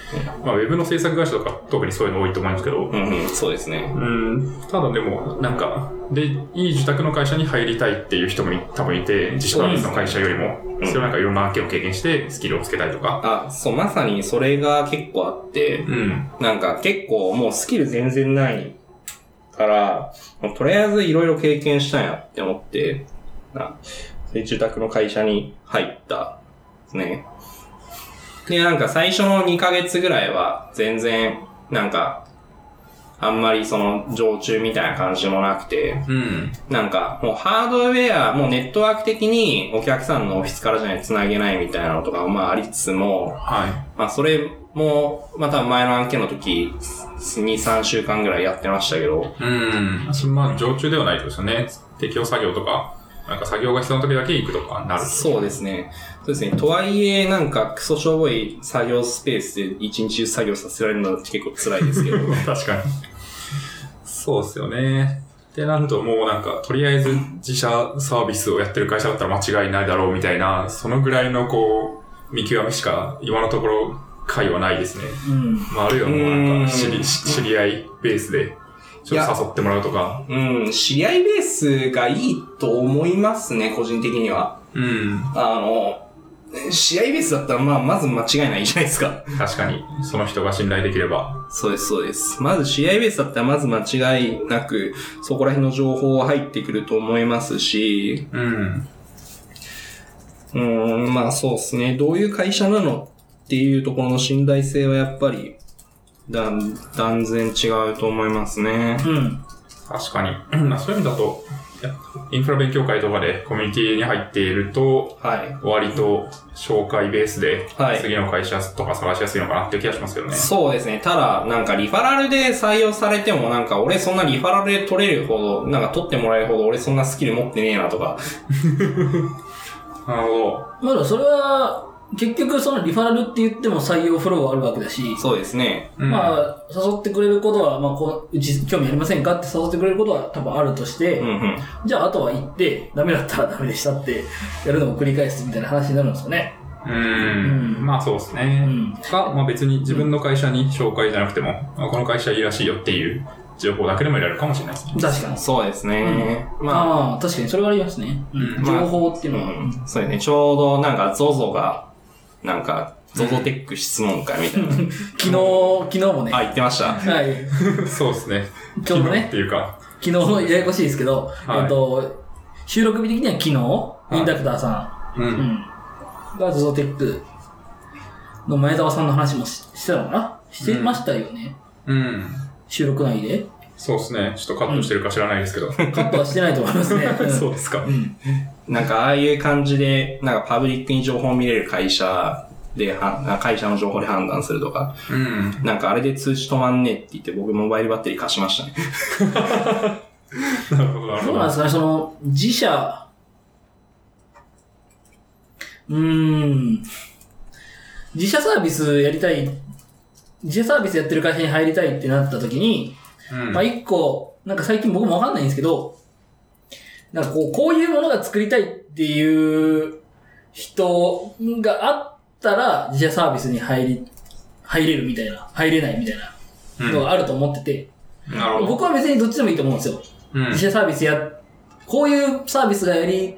まあ、ウェブの制作会社とか特にそういうの多いと思うんですけどう。ん、うん、そうですね。うん、ただでも、なんか、で、いい受託の会社に入りたいっていう人もい多分いて、自社の会社よりも、うんそれをなんかいろんな案件を経験して、スキルをつけたりとか。あ、そう、まさにそれが結構あって、うん。なんか結構もうスキル全然ないから、もうとりあえずいろいろ経験したいなって思って、なで、住宅の会社に入った。ですね。で、なんか最初の2ヶ月ぐらいは全然、なんか、あんまりその常駐みたいな感じもなくて、うん。なんかもうハードウェア、もうネットワーク的にお客さんのオフィスからじゃないと繋げないみたいなのとかもまあありつつも、はい。まあ、それも、また前の案件の時、2、3週間ぐらいやってましたけど、うん。そまあ、常駐ではないってことですよね。適用作業とか、なんか作業が必要な時だけ行くとかなる。そうですね。そうですね。とはいえ、なんか、クソしょぼい作業スペースで一日中作業させられるのって結構辛いです けど。 確かに。そうですよね。ってなるともうなんか、とりあえず自社サービスをやってる会社だったら間違いないだろうみたいな、そのぐらいのこう、見極めしか今のところ会はないですね。うん。まあ、あるいはもうなんか知うーんり、し知り合いベースで、ちょっと誘ってもらうとか。うん、知り合いベースがいいと思いますね、個人的には。うん。あの、知り合いベースだったら、まあ、まず間違いないじゃないですか。確かに、その人が信頼できれば。そうです、そうです。まず知り合いベースだったら、まず間違いなく、そこら辺の情報は入ってくると思いますし、うん。うーん、まあそうですね。どういう会社なのっていうところの信頼性はやっぱりだ、断然違うと思いますね。うん。確かに。 うんまあそういう意味だと、いやインフラ勉強会とかでコミュニティに入っていると、はい。割と紹介ベースではい、次の会社とか探しやすいのかなっていう気がしますよね。そうですね。ただ、なんかリファラルで採用されても、なんか俺そんなリファラルで取れるほど、なんか取ってもらえるほど俺そんなスキル持ってねえなとか。なるほど。まだそれは、結局そのリファラルって言っても採用フローがあるわけだし、そうですね。うんまあ、誘ってくれることは、まあ、こう、うち興味ありませんかって誘ってくれることは多分あるとして、うんうん。じゃああとは行って、ダメだったらダメでしたって、やるのを繰り返すみたいな話になるんですよね。うん。うんまあそうですね。うんが、まあ別に自分の会社に紹介じゃなくても、あこの会社いいらしいよっていう情報だけでも得られるかもしれないですね。確かに。そうですね。まあ、ああ、確かにそれはありますね。うん情報っていううのは。うんん、そうですね。ちょうどなんか ZOZO が、なんか ZOZO テック質問会みたいな。昨日、昨日もね。あ、はい。言ってました。 そうですね。ちょうど昨日ねっ、ていうか。昨日のややこしいですけど、はいえっと、収録日的には昨日、インダクターさうんん、う。ん、がゾゾテックの前澤さんの話もししてたのかなしてましたよね、うん。収録内で。そうですね。ちょっとカットしてるか知らないですけど。カットはしてないと思い ますね。うん そうですか。うん。なんかああいう感じで、なんかパブリックに情報を見れる会社で、は会社の情報で判断するとか、うん。なんかあれで通知止まんねえって言って僕モバイルバッテリー貸しましたね。なるほど、なるどほうなんでど。すかね、その、自社、うーん、自社サービスやりたい、自社サービスやってる会社に入りたいってなった時に、うんまあ一個、なんか最近僕もわかんないんですけど、なんかこう、こういうものが作りたいっていう人があったら、自社サービスに入り、入れるみたいな、入れないみたいなのがあると思ってて、なるほど。僕は別にどっちでもいいと思うんですよ。うん自社サービスや、こういうサービスがやり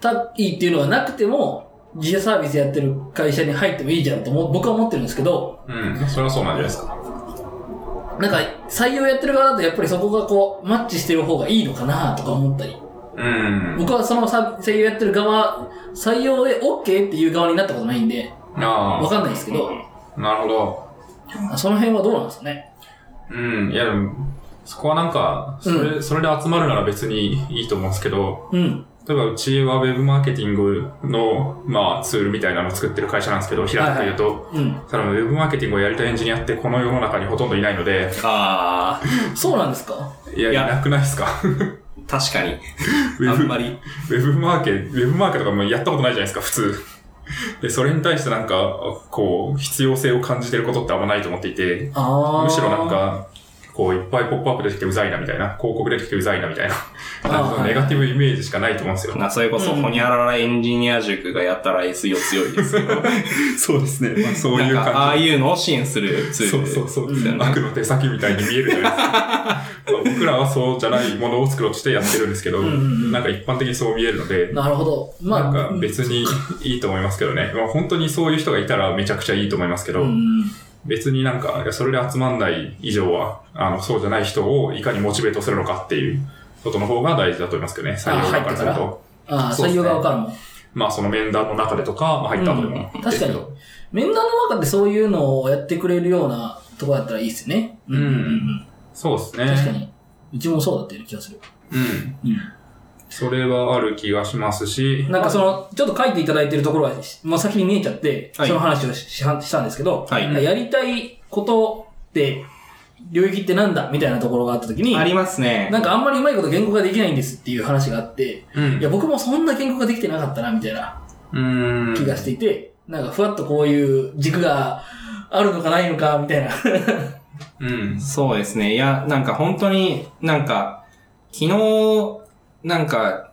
たいっていうのがなくても、自社サービスやってる会社に入ってもいいじゃんと思う僕は思ってるんですけど、うん。それはそうなんじゃないですか。なんか採用やってる側だとやっぱりそこがこう、マッチしてる方がいいのかなとか思ったり。うん。僕はそのさ採用やってる側、採用で OK っていう側になったことないんで、わあかんないですけど、あ、なるほど。その辺はどうなんですかね。うん。いや、でもそこはなんか、それ、それで集まるなら別にいいと思うんですけど、うん。例えばうちはウェブマーケティングの、まあ、ツールみたいなのを作ってる会社なんですけど、平たく言うと、うん。ただウェブマーケティングをやりたいエンジニアってこの世の中にほとんどいないので、あそうなんですかいや、いいやなくないですかー、確かに。ウ ェあブんまり。ウェブマーケ、ウェブマーケとかもやったことないじゃないですか、普通。で、それに対してなんか、こう、必要性を感じてることってあんまないと思っていて、ああ。むしろなん、か、こう、いっぱいポップアップ出てきてうざいなみたいな、広告出てきてうざいなみたいな、感じのネガティブイメージしかないと思うんですよ。な、それこそ、うんホニャララエンジニア塾がやったら SEO 強いですけ ど、 そうですね。まあ、そうないんうかああ感じ。いうのを支援するツーそうル。そうそう。みたいな悪の手先みたいに見えるじゃ ないですか。僕らはそうじゃないものを作ろうとしてやってるんですけど、んうんうんなんか一般的にそう見えるので、なるほど。まなあ、んか別にいいと思いますけどね。まあ、本当にそういう人がいたらめちゃくちゃいいと思いますけど、うん。別になんか、いやそれで集まんない以上は、あの、そうじゃない人をいかにモチベートするのかっていうことの方が大事だと思いますけどね、採用側からするあ入っと。ああ、そう採です用ね側からも。まあ、その面談の中でとか、まあ、入った後でも、うん確かに。面談の中でそういうのをやってくれるようなとこだったらいいですよね。うんそうですね。確かに。うちもそうだったような気がする。うん。うそれはある気がしますし、ん。なんかその、ちょっと書いていただいてるところは、まあ、先に見えちゃって、はいその話をしししたんですけど、はいやりたいことって、領域ってなんだみたいなところがあった時に、ありますね。なんかあんまりうまいこと言語ができないんですっていう話があって、うんいや、僕もそんな言語ができてなかったな、みたいなうん。気がしていて、なんかふわっとこういう軸があるのかないのか、みたいな。うん。そうですね。いや、なんか本当になんか、昨日、なんか、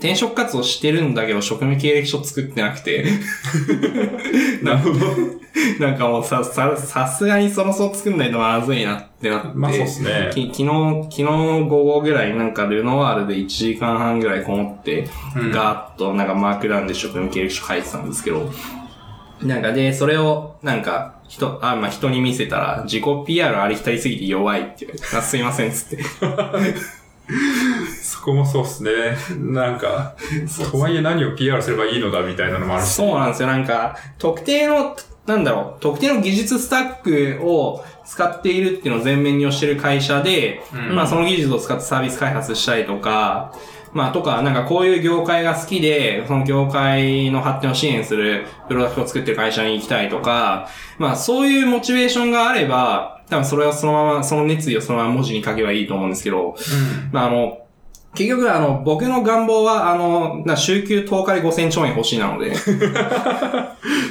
転職活動してるんだけど、職務経歴書作ってなくて。な るほど。 なんかもうさ、さ、さすがにそろそろ作んないとまずいなってなって。まあそうですねき昨日、昨日午後ぐらいなんかルノワールで1時間半ぐらいこもって、うんガーッとなんかマークダウンで職務経歴書書いてたんですけど、なんかで、それを、なんか、人、あ、まあ、人に見せたら、自己 PR ありきたりすぎて弱いっていう。あ、すいません、つって。そこもそうっすね。なんか、とはいえ何を PR すればいいのだみたいなのもあるし。そうなんですよ。なんか、特定のなんだろう、特定の技術スタックを使っているっていうのを全面に押してる会社で、うんまあその技術を使ってサービス開発したりとか、まあとか、なんかこういう業界が好きで、その業界の発展を支援するプロダクトを作ってる会社に行きたいとか、まあそういうモチベーションがあれば、多分それをそのまま、その熱意をそのまま文字に書けばいいと思うんですけど、まああの、結局あの、僕の願望はあの、な週休10日で5000兆円欲しいなので、うん。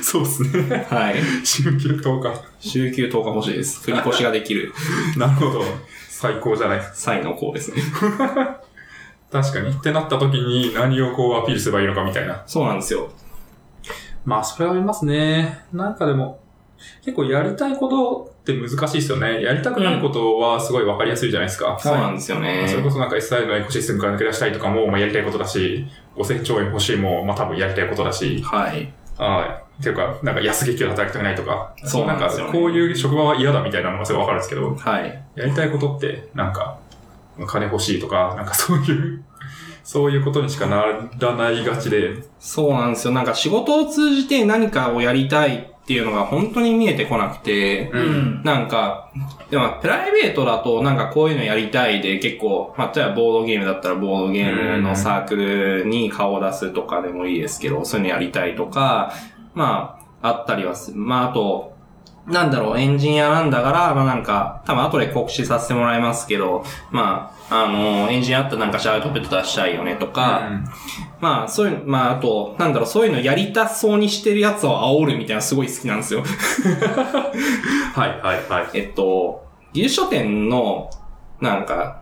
そうですね。はい。新記録10日。週休10日欲しいです。繰り越しができるなるほど。最高じゃない際の子ですね。確かに。ってなった時に何をこうアピールすればいいのかみたいな。そうなんですよ。まあ、それはありますね。なんかでも、結構やりたいことって難しいですよね。やりたくなることはすごいわかりやすいじゃないですか。そうなんですよね。それこそなんか SI のエコシステムから抜け出したいとかも、まあ、やりたいことだし、5000兆円欲しいも、まあ多分やりたいことだし、はい。ああ、っていうか、なんか安月給で働きたくないとか、そうなんですよねかこういう職場は嫌だみたいなのがすごいわかるんですけど、はい。やりたいことって、なんか、金欲しいとか、なんかそういう、そういうことにしかならないがちで、そうなんですよ。なんか仕事を通じて何かをやりたいっていうのが本当に見えてこなくて、う。うんん。なんか、でもプライベートだとなんかこういうのやりたいで結構、まあ、例えばボードゲームだったらボードゲームのサークルに顔を出すとかでもいいですけど、そういうのやりたいとか、まあ、あったりはする。まあ、あと、なんだろう、エンジニアなんだから、まあなんか、多分後で告知させてもらいますけど、まあ、あの、エンジニアだったらなんかシャウトペット出したいよねとか、まあ、そういう、まあ、あと、なんだろう、そういうのやりたそうにしてるやつを煽るみたいなのすごい好きなんですよ。はいはいはい。えっと、技術書店の、なんか、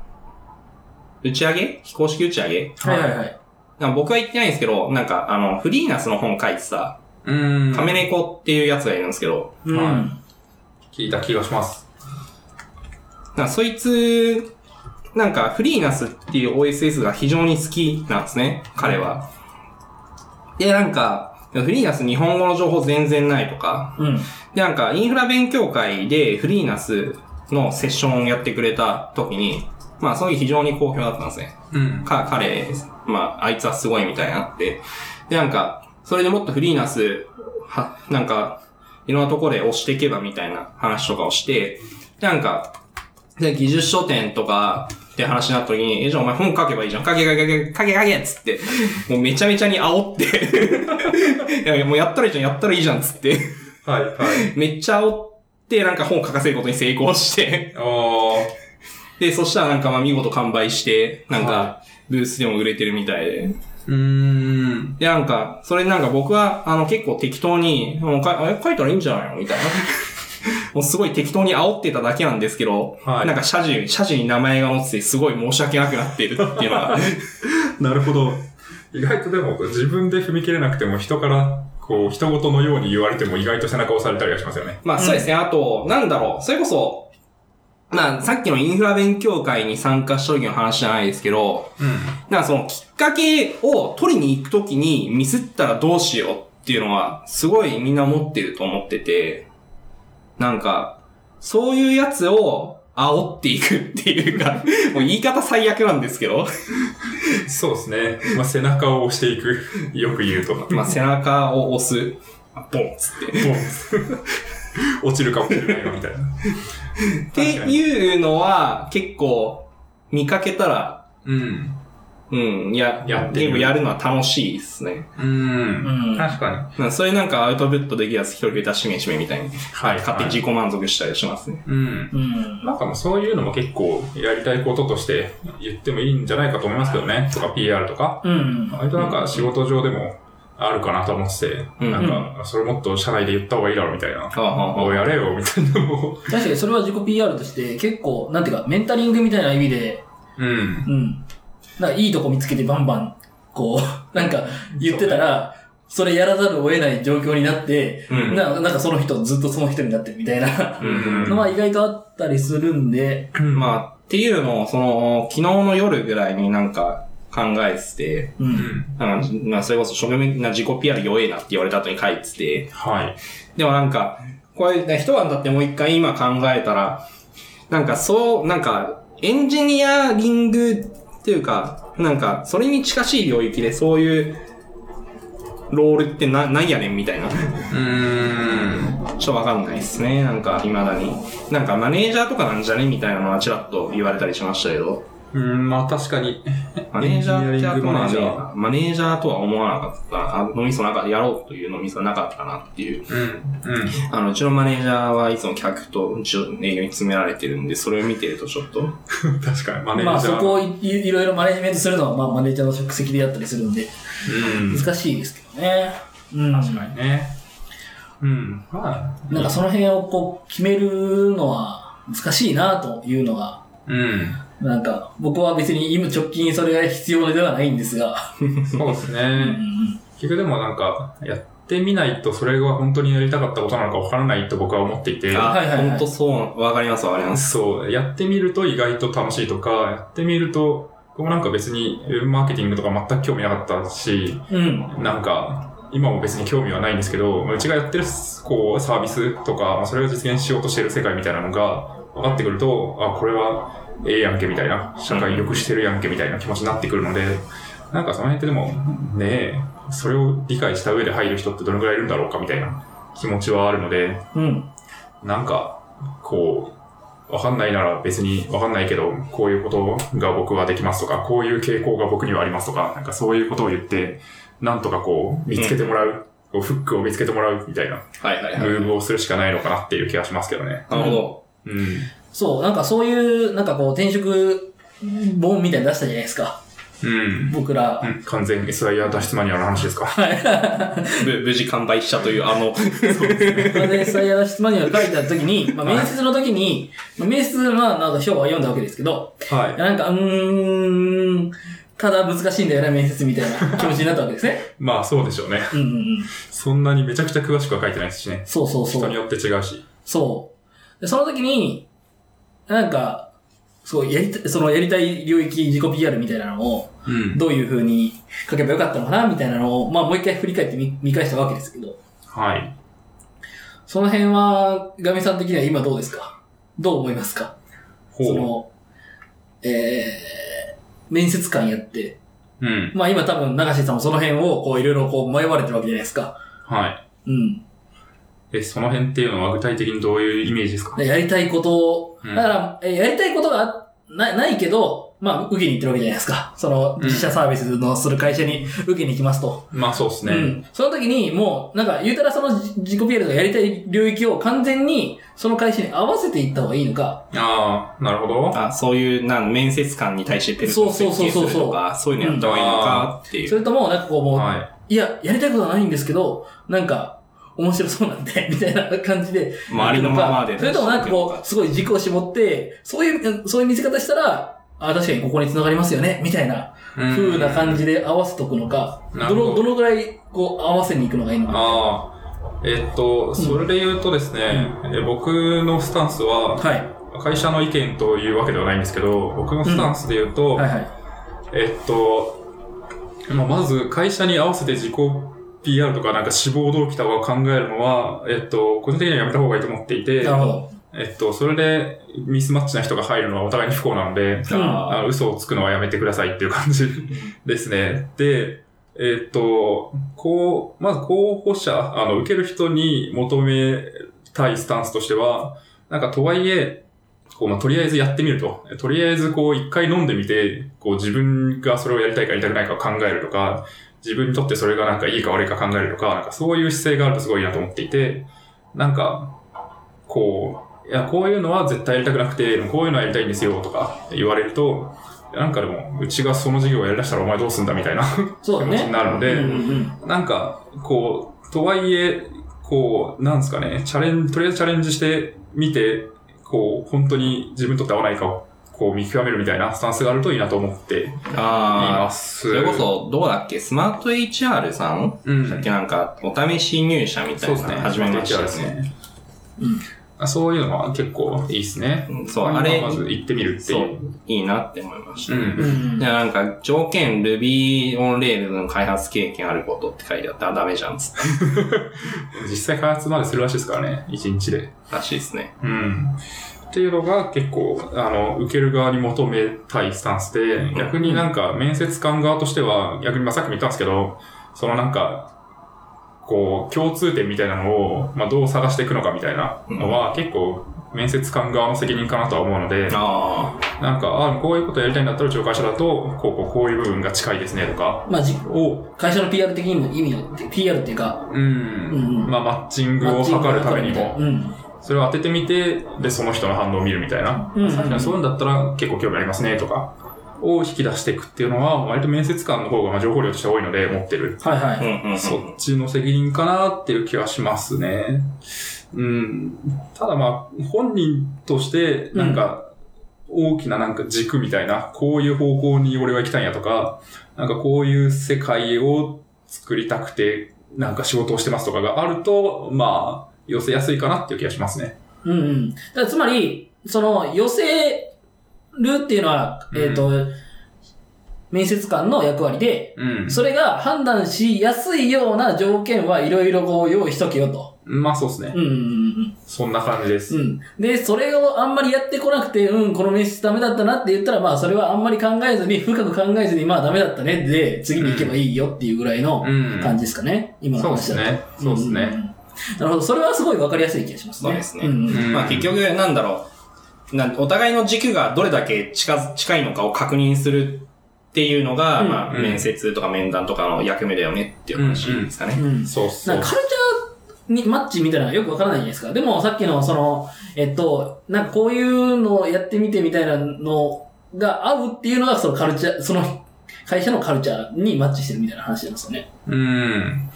打ち上げ非公式打ち上げはいはいはい。なんか僕は言ってないんですけど、なんか、あの、フリーナスの本書いてさ、うんカメネコっていうやつがいるんですけど、うん。聞いた気がします。なんかそいつ、なんか、フリーナスっていう OSS が非常に好きなんですね、彼は。で、なんか、フリーナス日本語の情報全然ないとか、うん。で、なんか、インフラ勉強会でフリーナスのセッションをやってくれた時に、まあ、その時非常に好評だったんですね。うん。か、彼、まあ、あいつはすごいみたいになって。で、なんか、それでもっとフリーナス、は、なんか、いろんなところで押していけばみたいな話とかをして、で、なんか、で、技術書店とか、って話になった時に、え、じゃあお前本書けばいいじゃん。書け書け書け書け書けっつって、もうめちゃめちゃに煽って、い やいや、もうやったらいいじゃん、やったらいいじゃんっつって。はいはい。 めっちゃ煽って、なんか本書かせることに成功して、おー。で、そしたらなんかまあ見事完売して、なんはか、ブースでも売れてるみたいで。うーん。で、なんか、それなんか僕は、あの、結構適当に、もうかあ書いたらいいんじゃないのみたいな。 もうすごい適当に煽ってただけなんですけど、はいなんか社事、社事に名前が載ってて、すごい申し訳なくなってるっていうの が、なるほど。意外とでも、自分で踏み切れなくても、人から、こう、人事のように言われても、意外と背中を押されたりはしますよね。まあそうですね。あと、なんだろう。それこそ、まあさっきのインフラ勉強会に参加した時の話じゃないですけど、うん。なんかそのきっかけを取りに行くときにミスったらどうしようっていうのはすごいみんな持ってると思ってて、なんか、そういうやつを煽っていくっていうか、 もう言い方最悪なんですけど、そうですね。まあ、背中を押していく。よく言うと。まあ背中を押す、ボンっつって。ボン 落ちるかもしれないよ、みたいな。っていうのは結構見かけたら、うん。うん、や、やってみゲーるムやるのは楽しいですね。ううんん確かに。なんかそれなんかアウトプットできるやつ一人で出しめしめみたいに、はい。勝手に自己満足したりしますね。うん。うん。なんかもうそういうのも結構やりたいこととして言ってもいいんじゃないかと思いますけどね。とか PR とか。うん。割となんか仕事上でもあるかなと思ってて、うんなんかそれもっと社内で言った方がいいだろうみたいな。はあはあはあおいやれよみたいなのを。確かにそれは自己 PR として、結構、なんていうか、メンタリングみたいな意味で、うん。うん。なんかいいとこ見つけてバンバン、こう、 なんか言ってたら、それやらざるを得ない状況になって、うんななんかその人、ずっとその人になってるみたいなうんのは意外とあったりするんで、まあ、っていうのを、その、昨日の夜ぐらいになんか考えてて、う。うんん。なんか、まあ、それこそ職務な自己 PR 弱えなって言われた後に書いてて、はい。でもなんか、これ、ね一晩だってもう一回今考えたら、なんかそう、なんか、エンジニアリングっていうか、なんか、それに近しい領域でそういう、ロールってな、なんやねんみたいな。うーん。ちょっとわかんないですね。なんか、未だに。なんか、マネージャーとかなんじゃねみたいなのはちらっと言われたりしましたけど、うん、まあ確かに。マネージャーってあくまマネージでャねーマネージャーとは思わなかった。あ脳みそなんかやろうという脳みそなかったなっていう。うん、うん。あの、うちのマネージャーはいつも客とうちの営業に詰められてるんで、それを見てるとちょっと、確かに、マネージャー。まあそこをいいいろいろマネジメントするのは、まあマネージャーの職責であったりするんで、うん。難しいですけどね。うん。確かに。ね。うん。まあ、なんかその辺をこう決めるのは難しいなというのが、うん。なんか僕は別に今直近それが必要ではないんですが。そうですうね。ん結局でもなんか、やってみないとそれが本当にやりたかったことなのかわからないと僕は思っていて。あ、はいはいはいほんとそう、わかりますわかります。そう。やってみると意外と楽しいとか、やってみると、僕もなんか別にウェブマーケティングとか全く興味なかったし、うん。なんか、今も別に興味はないんですけど、うちがやってる、こう、サービスとか、まあそれを実現しようとしてる世界みたいなのが分かってくると、あ、これはええやんけみたいな、社会良くしてるやんけみたいな気持ちになってくるので、なんかその辺ってでも、ねえ、それを理解した上で入る人ってどのくらいいるんだろうかみたいな気持ちはあるので、うん。なんか、こう、わかんないなら別にわかんないけど、こういうことが僕はできますとか、こういう傾向が僕にはありますとか、なんかそういうことを言って、なんとかこう、見つけてもらう、こうフックを見つけてもらうみたいな、はいはいムはい。ーブをするしかないのかなっていう気がしますけどね。なるほど。うん。そう、なんかそういう、なんかこう転職本みたいに出したじゃないですか。うん。僕ら。うん完全 SIR 脱出マニアの話ですか。ぶ無事完売したという、あの、まあで、サイヤー質マニュアル書いてあった時に、まあ、面接の時に、まあ面接はなんか評価を読んだわけですけど、はい。なんか、うーん、ただ難しいんだよね、面接みたいな気持ちになったわけですね。まあそうでしょうね。 うんうんうん。そんなにめちゃくちゃ詳しくは書いてないですしね。そうそうそ人にう。よって違うし。そう。で、その時に、なんか、そう、やりたい、そのやりたい領域自己 PR みたいなのを、うん。どういう風に書けばよかったのかな、みたいなのを、まあもう一回振り返ってみ見返したわけですけど、はい。その辺は、ガミさん的には今どうですかどう思いますかそほの、えー、面接官やって、う。うん。まあ今多分、流しさんもその辺を、こういろいろこう迷われてるわけじゃないですか。はい。うん。え、その辺っていうのは具体的にどういうイメージですかでやりたいことを、うんだから、えやりたいことがなないけど、まあ、受けに行ってるわけじゃないですか。その、ん自社サービスのする会社に受けに行きますと。まあそうですうね。ん。その時に、もう、なんか、言うたらその自自己 PR とかやりたい領域を完全に、その会社に合わせていった方がいいのか。ああ、なるほど。あそういう、なん面接官に対してペルソナを設計するとか、そういうのやった方がいいのかっていう。それとも、なんかこう、もう、はいや、やりたいことはないんですけど、なんか、面白そうなんで、み たいな感じで。周りのままでそれともなんかこう、すごい軸を絞って、そういう、そういう見せ方したら、あ、確かにここに繋がりますよね、みたいな、うん風な感じで合わせとくのか、などるほの、どどのぐらい、こう、合わせに行くのがいいのか。ああ。えっと、それで言うとですね、え僕のスタンスは、はい。会社の意見というわけではないんですけど、僕のスタンスで言うと、はいはい。えっと、まあ、まず会社に合わせて自己 PR とかなんか志望動機とかを考えるのは、えっと、個人的にはやめた方がいいと思っていてな、るほど。えっと、それでミスマッチな人が入るのはお互いに不幸なのうで、んああの嘘をつくのはやめてくださいっていう感じ ですね。で、えーっと、こう、まず候補者、あの、受ける人に求めたいスタンスとしては、なんかとはいえ、こう、まあ、とりあえずやってみると。とりあえず、こう、一回飲んでみて、こう、自分がそれをやりたいかやりたくないかを考えるとか、自分にとってそれがなんかいいか悪いか考えるとか、なんかそういう姿勢があるとすごいなと思っていて、なんか、こう、いや、こういうのは絶対やりたくなくて、こういうのはやりたいんですよとか言われると、なんかでも、うちがその事業をやりだしたらお前どうすんだみたいな気そうだ持ちにね。なるのうで、んうんなんか、こう、とはいえ、こう、なんですかね、チャレンジ、とりあえずチャレンジしてみて、こう、本当に自分にとって合わないかを、こう、見極めるみたいなスタンスがあるといいなと思っていあまー。す。それこそ、どうだっけスマート HR さんうんさっきなんか、お試し入社みたそういですなね。の始めましたよですね。ねうん。あそういうのは結構いいですね。うんそう、まあれま、ず行ってみるってそいう。う、いいなって思いましう。うた。ん。うんんじゃあなんか、条件 Ruby on Rails の開発経験あることって書いてあったらダメじゃんっつって実際開発までするらしいですからね。一日で。らしいですね。うん。っていうのが結構、あの、受ける側に求めたいスタンスで、逆になんか面接官側としては、逆にまあさっきも言ったんですけど、そのなんか、こう、共通点みたいなのを、まあ、どう探していくのかみたいなのは、結構、面接官側の責任かなとは思うので、あなんか、あこういうことやりたいんだったら、うちの会社だと、こう、こう、こういう部分が近いですね、とか、まあ、じを、会社の PR 的にも意味を、PR っていうか、うん、うんまあ、マッチングを図るためにもう、ん。それを当ててみて、で、その人の反応を見るみたいな。うん確かにそういうんだったら結構興味ありますね、とか、を引き出していくっていうのは、割と面接官の方がまあ情報量として多いので、持ってる。はいはあ。うい。んうんうん。そっちの責任かなっていう気はしますね。うん。ただまあ、本人として、なんか、大きななんか軸みたいな、こういう方向に俺は行きたいんやとか、なんかこういう世界を作りたくて、なんか仕事をしてますとかがあると、まあ、寄せやすいかなっていう気がしますね。うんうん。だからつまり、その、寄せるっていうのは、うんえっ、と、面接官の役割で、うん。それが判断しやすいような条件はいろいろこう用意しとけよと。まあそうですね。うんうんうん。そんな感じです。うん。で、それをあんまりやってこなくて、うん、この面接ダメだったなって言ったら、まあ、それはあんまり考えずに、深く考えずに、まあ、ダメだったね、で、次に行けばいいよっていうぐらいのうん感じですかね。今のそうで話だすと。ね。そうですんね。。なるほど。それはすごいわかりやすい気がしますね。そうですねんうんうんまあ結局、なんだろう。なんお互いの軸がどれだけ近づ近いのかを確認するっていうのが、うんまあうん面接とか面談とかの役目だよねっていう話ですかね。うんそうそなうんか。カルチャーにマッチみたいなのがよくわからないじゃないですか。でもさっきのその、えっと、なんかこういうのをやってみてみたいなのが合うっていうのがそのカルチャー、その会社のカルチャーにマッチしてるみたいな話なんですよね。うん。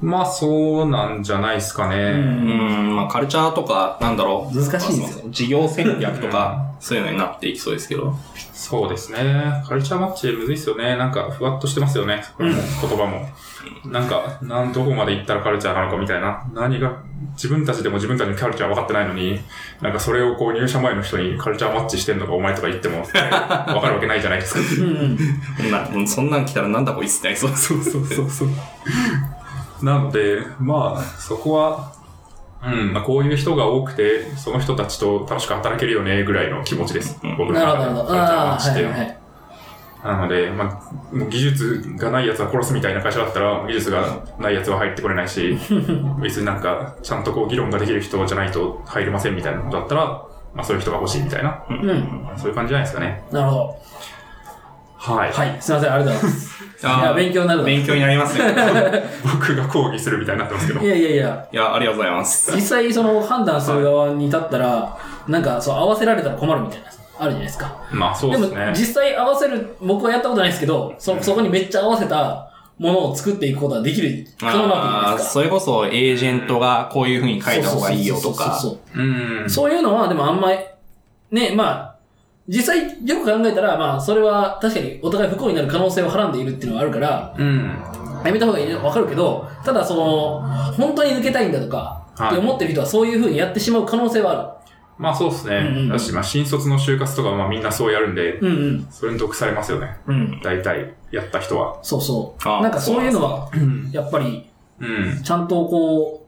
まあそうなんじゃないですかう。ね。うんん、まあカルチャーとか、なんだろう。難しいんですよ。事業戦略とか、そういうのになっていきそうですけど。そうですね。カルチャーマッチむずいっすよね。なんかふわっとしてますよね。これも言葉も。なんか、なんどこまで行ったらカルチャーなのかみたいな。何が、自分たちでも自分たちのカルチャー分かってないのに、なんかそれをこう入社前の人にカルチャーマッチしてんのかお前とか言っても、分かるわけないじゃないですか。うんうん。なそんなん来たらなんだこいつってなりそうそうそうそうそう。なので、まあ、そこは、うん、まあ、こういう人が多くて、その人たちと楽しく働けるよね、ぐらいの気持ちです。僕のなるほ中ど、なでるほど。働ああ、きはていはいはい。なので、まあ、もう技術がない奴は殺すみたいな会社だったら、技術がない奴は入ってこれないし、 別になんか、ちゃんとこう議論ができる人じゃないと入れませんみたいなことだったら、まあそういう人が欲しいみたいな、うん。そういう感じじゃないですかね。なるほど。はい。はい。すいません、ありがとうございます。 いや、あ勉強になるあ、な勉強になりま すね。僕が抗議するみたいになってますけどい。やいやいや、いや、ありがとうございます。実際その判断する側に立ったら、なんかそう合わせられたら困るみたいな、あるじゃないですか。まあそうででもすね。実際合わせる、僕はやったことないですけど、そ、そこにめっちゃ合わせたものを作っていくことはできる、可能なあわあ、けじゃそれこそエージェントがこういう風に書ないいでたすか。方がいいよそとか。うそうそうそううん。そういうのは、でもあんまり、ね、まあ、実際よく考えたら、まあ、それは確かにお互い不幸になる可能性をはらんでいるっていうのがあるから、うん。やめた方がいいのはわかるけど、ただその、本当に抜けたいんだとか、はいって思ってる人はそういう風にやってしまう可能性はまあそうですね。うんうんうんだし、まあ新卒の就活とかはまあみんなそうやるんであ、る。うんうん。それに毒されますよね。うん。大体、やった人は。そうそう。あなんかそういうのは、うん。やっぱり、うん。ちゃんとこ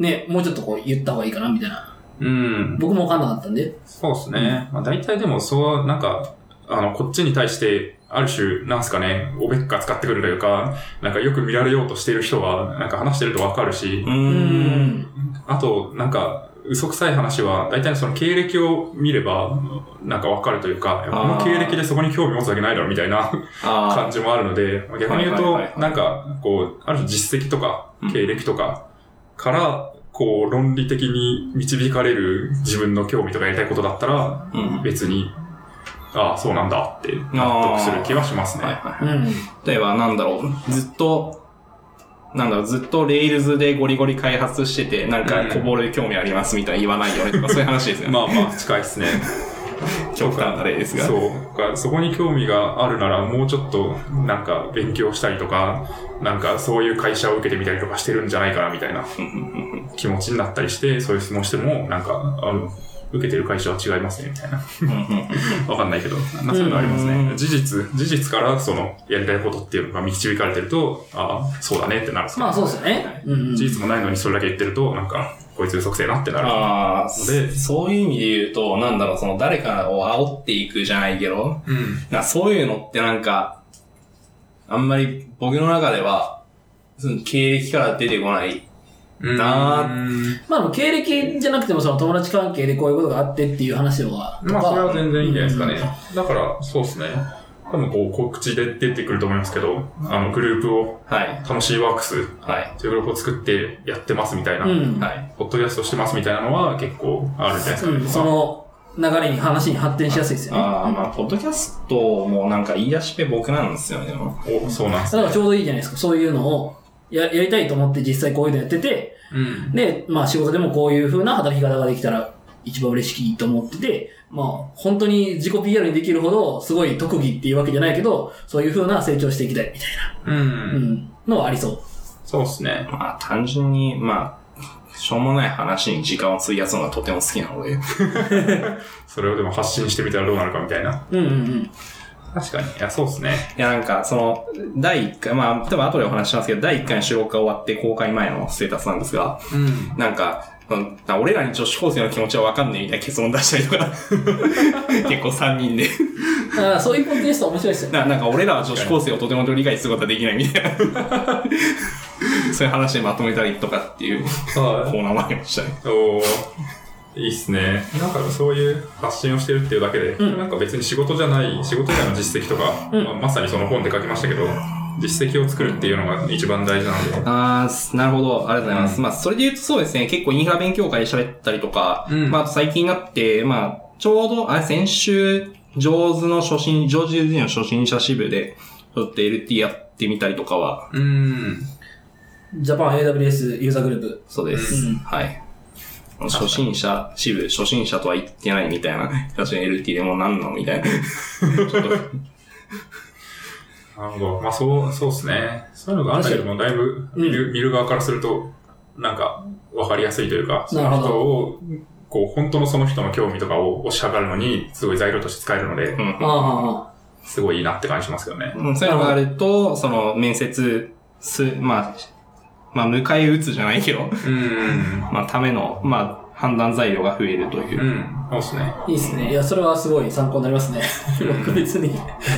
う、ね、もうちょっとこう言った方がいいかな、みたいな。うん。僕もわかんなかったんで。そうですね。まあ大体でもそう、なんか、あの、こっちに対して、ある種、なんすかね、おべっか使ってくるというか、なんかよく見られようとしている人は、なんか話してるとわかるしう、うーん。。あと、なんか、嘘くさい話は、大体その経歴を見れば、なんかわかるというか、いやこのあー経歴でそこに興味持つわけないだろ、みたいなあ感じもあるので、逆に言うはいはいとはいは、いなんか、こう、ある種実績とかうん、経歴とかから、こう、論理的に導かれる自分の興味とかやりたいことだったら、あ。うん。別に、ああ、そうなんだって納得する気はしますはいね。はうん。い。例えば、なんだろう、ずっと、なんだろう、ずっとレールズでゴリゴリ開発してて、なんかこぼれ興味ありますみたいな言わないよねとか、そういう話ですよね。まあまあ、近いですね。極端な例ですが。そう。かそこに興味があるなら、もうちょっと、なんか、勉強したりとか、なんか、そういう会社を受けてみたりとかしてるんじゃないかな、みたいな気持ちになったりして、そういう質問しても、なんか、あの、受けてる会社は違いますね、みたいな。わかんないけど、まあそういうのありますうねん。事実、事実から、その、やりたいことっていうのが導かれてると、ああ、そうだねってなるんですけどまあそうですよね。うんうん。事実もないのにそれだけ言ってると、なんか、こいつ嘘くせえなってなる。ああ、でそういう意味で言うと、なんだろう、その誰かを煽っていくじゃないけど、うん。なんかそういうのってなんか、あんまり僕の中では、その経歴から出てこない。うんなまあでも経歴じゃなくてもその友達関係でこういうことがあってっていう話は。まあ、それは全然いいんじゃないですかねうん。だから、そうですね。多分こう、告知で出てくると思いますけど、あの、グループを、はい。楽しいワークス、はい。というグループを作ってやってますみたいな、うん。はい。ポッドキャストしてますみたいなのは結構あるんじゃないですかね。うん、その流れに話に発展しやすいですよね。ああ、まあ、ポッドキャストもなんか言い出しっぺ僕なんですよね。お、そうなんですだからちょうどいいじゃないですか。そういうのをややりたいと思って実際こういうのやってて、うん。で、まあ仕事でもこういう風な働き方ができたら一番嬉しいと思ってて、まあ本当に自己 PR にできるほどすごい特技っていうわけじゃないけど、そういう風な成長していきたいみたいうん。な、うん、のはありそそうですね。まあ、単純に、まあ、しょうもない話に時間を費やすのがとても好きなので。それをでも発信してみたらどうなるかみたいな。う。うんうん確かに。いや、そうですね。いや、なんか、その、第1回、まあ、多分後でお話ししますけど、第1回の収録が終わって公開前のステータスなんですが、うん。なんか、うんな俺らに女子高生の気持ちはわかんねえみたいな結論出したりとか、 結構3人で。うん。あーそういうコンテンツは面白いですよね。ななんか、俺らは女子高生をとても理解することはできないみたいな。 そういう話でまとめたりとかっていうコはーナーもありましたね。い。おーいいっすね。なんかそういう発信をしてるっていうだけで、んなんか別に仕事じゃない、仕事以外の実績とか、うんまあまさにその本で書きましたけど、実績を作るっていうのが一番大事なので。あー、なるほど。ありがとうございます。うまあ、それで言うとそうですね、結構インフラ勉強会で喋ったりとか、うんまあ、あと最近になって、まあ、ちょうど、あれ、先週、上手の初心、上手の初心者支部で、ちょっと LT やってみたりとかは、うん。ジャパン AWS ユーザーグループ。そうです。うんはい。初心者、支部、初心者とは言ってないみたいな。確かに LT でもなんなのみ たいな。ちょっと、なるほど。まあ、そう、そうですね。そういうのがあったけども、だいぶ見る、見る側からすると、なんか、わかりやすいというか、そなるのほど人を、こう、本当のその人の興味とかを押し量るのに、すごい材料として使えるのでう、あーんあすごいいいなって感じしますけどね。うん。そういうのがあると、その、面接す、まあ、まあ、迎え撃つじゃない けど、うん。まあ、ための、まあ、判断材料が増えるというう。ん。そうですねー。あーいいですね。いや、それはすごい参考になります ね。僕別に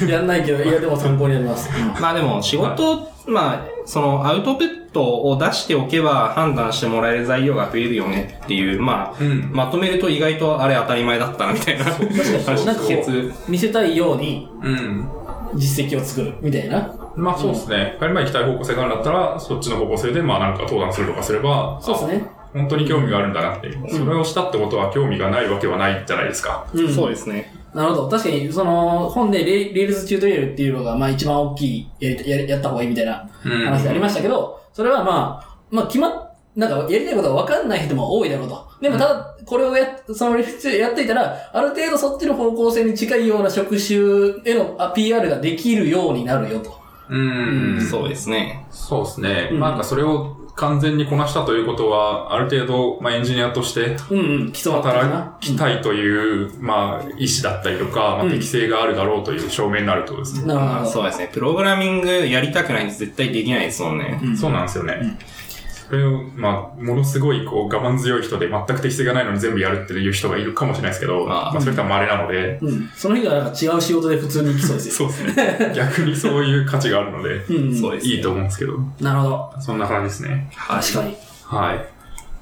やんないけど、いやでも参考になります。うんまあでも、仕事、まあ、その、アウトプットを出しておけば判断してもらえる材料が増えるよねっていう、まあ、うん。まとめると意外とあれ当たり前だったなみた いな話そうそうの帰結。見せたいようにうん。実績を作るみたいな。まあ、そうですね。仮にまあ行きたい方向性があるんだったら、そっちの方向性で、まあ、なんか登壇するとかすれば、そうですね。本当に興味があるんだなっていう。それをしたってことは興味がないわけはないじゃないですか。うん、そうですね。なるほど。確かに、その、本でレイレールズチュートリアルっていうのが、まあ一番大きいやり、やりやった方がいいみたいなうん話がありましたけど、それはまあ、まあ決まっ、なんかやりたいことが分かんない人も多いだろうと。でもただ、これをや、そのレールズチュートリアルやっていたら、ある程度そっちの方向性に近いような職種へのあ PR ができるようになるよと。うん。そうですね。そうですね。うんなんかそれを完全にこなしたということは、ある程度、まあ、エンジニアとしてうんうん、基礎だったかな働。きたいという、まあ、意思だったりとか、まうあ、ん適性があるだろうという証明になるとですね。なるほあど。そうですね。プログラミングやりたくないと絶対できないですもんね。うんそうなんですよね。それを、まあ、ものすごい、こう、我慢強い人で、全く適性がないのに全部やるっていう人がいるかもしれないですけど、あーまあ、それとは稀なので、うん。その人はなんか違う仕事で普通に行きそうです よ。そうですね。逆にそういう価値があるので、うんうん。そうです、ね。いいと思うんですけど、なるほど。そんな感じですね。確かに。はい。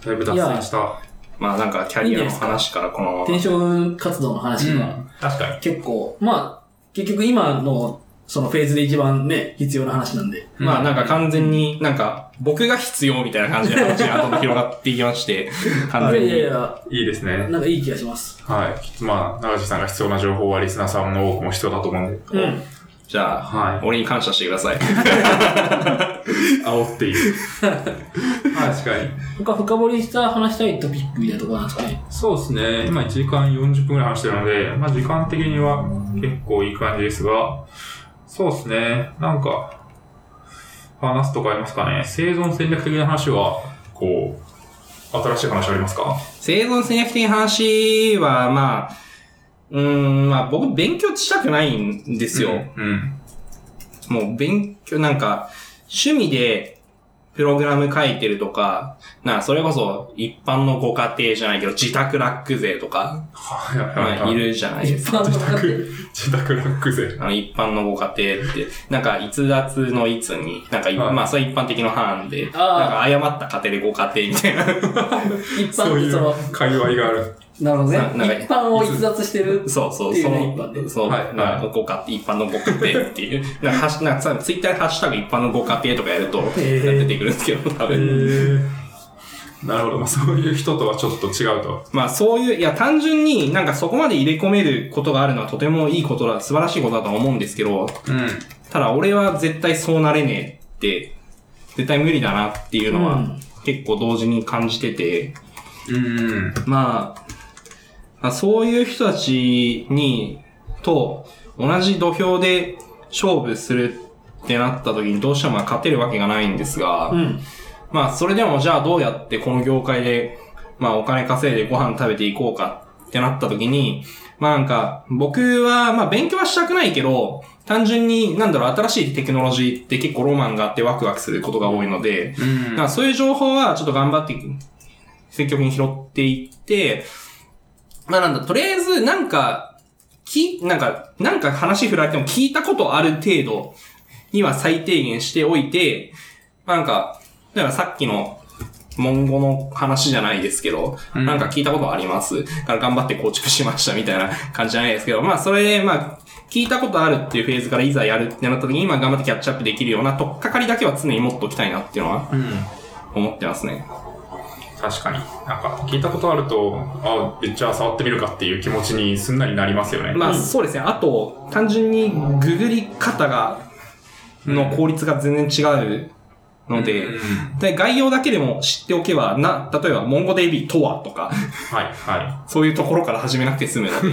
だいぶ脱線した。まあなんかキャリアの話からこの、転職活動の話うはん、確かに。結構、まあ、結局今のそのフェーズで一番ね、必要な話なんで。まあなんか完全になんか僕が必要みたいな感じで話がどんどん広がっていきま して、完いや全いやいに。や、いいですね。なんかいい気がします。はい。まあ、長地さんが必要な情報はリスナーさんの多くも必要だと思うんで、うん。じゃあ、はい俺に感謝してください。 煽って いる。はい、確かに。他深掘りした話したいトピックみたいなところなんですかね。そうですね。今1時間40分ぐらい話してるので、まあ時間的には結構いい感じですが、そうですね。なんか、話すとかありますかね。生存戦略的な話は、こう、新しい話ありますか生存戦略的な話はまあ、うーん、まあ僕勉強したくないんですよ。うん。もう勉強、なんか、趣味で、プログラム書いてるとか、なそれこそ一般のご家庭じゃないけど、自宅ラック税とか、はいはいまはあ、い。いるじゃないです自か。宅、自宅ラック税。あの一般のご家庭って、なんか逸脱のいつに、なんかい、はいまあそれ一般的な範囲で、なんああか誤った家庭でご家庭みたいな。 一そ般うっいてうその、界隈がある。なるほどねそうなんか。一般を逸脱してる。そうそう、っていそうねの、そう、はいはいなんかご家庭、一般のご家庭っていう。なんかハッシュ、なんかさ、ツイッターでハッシュタグ一般のご家庭とかやると、へえ出てくるんですけど、多へ分。ーなるほど。まあそういう人とはちょっと違うと。まあそういう、いや単純になんかそこまで入れ込めることがあるのはとてもいいことだ、素晴らしいことだとは思うんですけど、うん。ただ俺は絶対そうなれねえって、絶対無理だなっていうのうはん結構同時に感じてて、うん。まあ、まあ、そういう人たちに、と同じ土俵で勝負するってなった時にどうしてもまあ勝てるわけがないんですが、うん。まあそれでもじゃあどうやってこの業界で、まあお金稼いでご飯食べていこうかってなった時に、まあなんか僕はまあ勉強はしたくないけど、単純になんだろう新しいテクノロジーって結構ロマンがあってワクワクすることが多いので、うん。まあそういう情報はちょっと頑張って、積極的に拾っていって、まあなんだ、とりあえずなんか、き、なんか、なんか話振られても聞いたことある程度には最低限しておいて、まあなんか、だからさっきの、文語の話じゃないですけど、んなんか聞いたことあります。だから頑張って構築しましたみたいな感じじゃないですけど、まあそれで、まあ、聞いたことあるっていうフェーズからいざやるってなった時に、今頑張ってキャッチアップできるような、とっかかりだけは常に持っときたいなっていうのはうん思ってますね。確かに。なんか、聞いたことあると、あ、じゃあ触ってみるかっていう気持ちにすんなりなりますよね。まあそうですね。あと、単純にググり方が、の効率が全然違うので、うんで概要だけでも知っておけば、な、例えば、モンゴ DB とはとか、はい、はそういうところから始めなくて済むので、 い。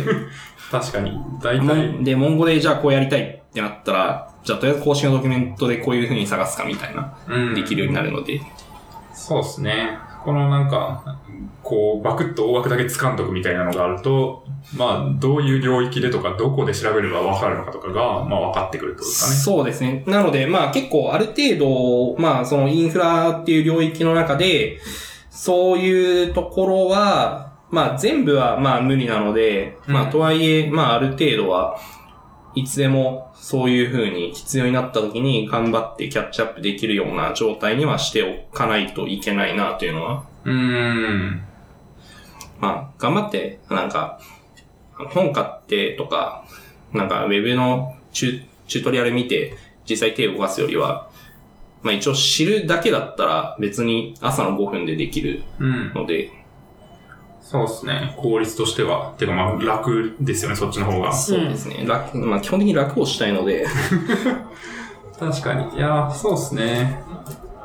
確かに。大モ体ン、で、モンゴでじゃあこうやりたいってなったら、じゃあとりあえず公式のドキュメントでこういう風に探すかみたいな、うんできるようになるので、そうですね。このなんか、こう、バクッと大枠だけ掴んどくみたいなのがあると、まあ、どういう領域でとか、どこで調べればわかるのかとかが、まあ、分かってくるってことですかね。そうですね。なので、まあ結構ある程度、まあそのインフラっていう領域の中で、そういうところは、まあ全部はまあ無理なので、うんまあとはいえ、まあある程度は、いつでもそういう風に必要になった時に頑張ってキャッチアップできるような状態にはしておかないといけないなというのは、うーん。まあ頑張って、なんか、本買ってとか、なんかウェブのチュチュートリアル見て実際手を動かすよりは、まあ一応知るだけだったら別に朝の5分でできるうん。ので、そうですね。効率としては。てか、まあ、楽ですよね、そっちの方が。そうですね。楽、まあ基本的に楽をしたいので、 確かに。いやー、そうですね。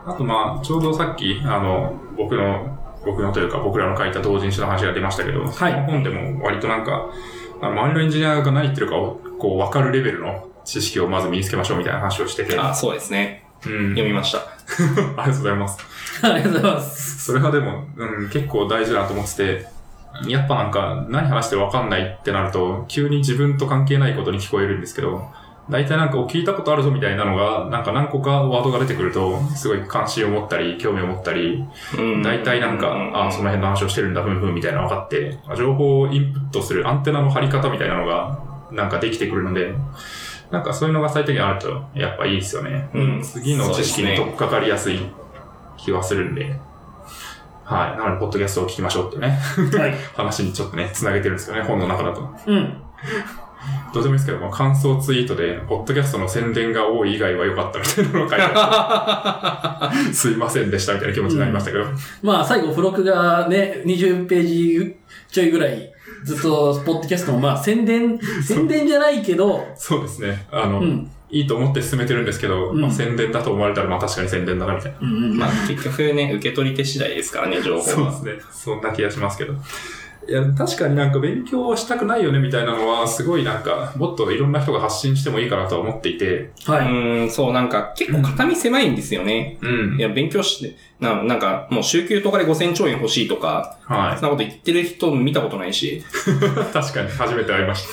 あとまあ、ちょうどさっき、あの、僕の、僕のというか、僕らの書いた同人誌の話が出ましたけど、その本でも割となんか、あの周りのエンジニアが何言ってるかを、こう、わかるレベルの知識をまず身につけましょうみたいな話をしてて、うん。ああそうですね。り 読みました。がとうございます。ありがとうございます。それはでも、うん、結構大事だなと思ってて、やっぱなんか、何話してわかんないってなると、急に自分と関係ないことに聞こえるんですけど、大体なんかお聞いたことあるぞみたいなのが、なんか何個かワードが出てくると、すごい関心を持ったり、興味を持ったり、うん大体なんか、あその辺の話をしてるんだ、ふんふんみたいなの分かって、情報をインプットするアンテナの張り方みたいなのが、なんかできてくるので、なんかそういうのが最低限あると、やっぱいいですよね。うん次の知識に取っかかりやすい気はするんで、はい。なので、ポッドキャストを聞きましょうってね、はい。 話にちょっとね、繋げてるんですけどね、本の中だと。うん。どうでもいいですけど、まあ、感想ツイートで、ポッドキャストの宣伝が多い以外は良かったみたいなのを書いてあってすいませんでしたみたいな気持ちになりましたけど。まあ、最後、付録がね、20ページちょいぐらい、ずっと、ポッドキャストも、まあ、宣伝、宣伝じゃないけど、そうですね。あの、うん。いいと思って進めてるんですけど、うんまあ、宣伝だと思われたら、まあ確かに宣伝だなみたいな。うんうん。まあ結局ね、受け取り手次第ですからね、情報そうは。ですね。そんな気がしますけど。いや、確かになんか勉強はしたくないよねみたいなのは、すごいなんか、もっといろんな人が発信してもいいかなとは思っていて、はい。うん、そう、なんか結構肩身狭いんですよね。うんい。や、勉強して、ななんか、もう週休とかで5000兆円欲しいとか、はそんなこと言ってる人見たことない し。い。確かに、初めて会いまし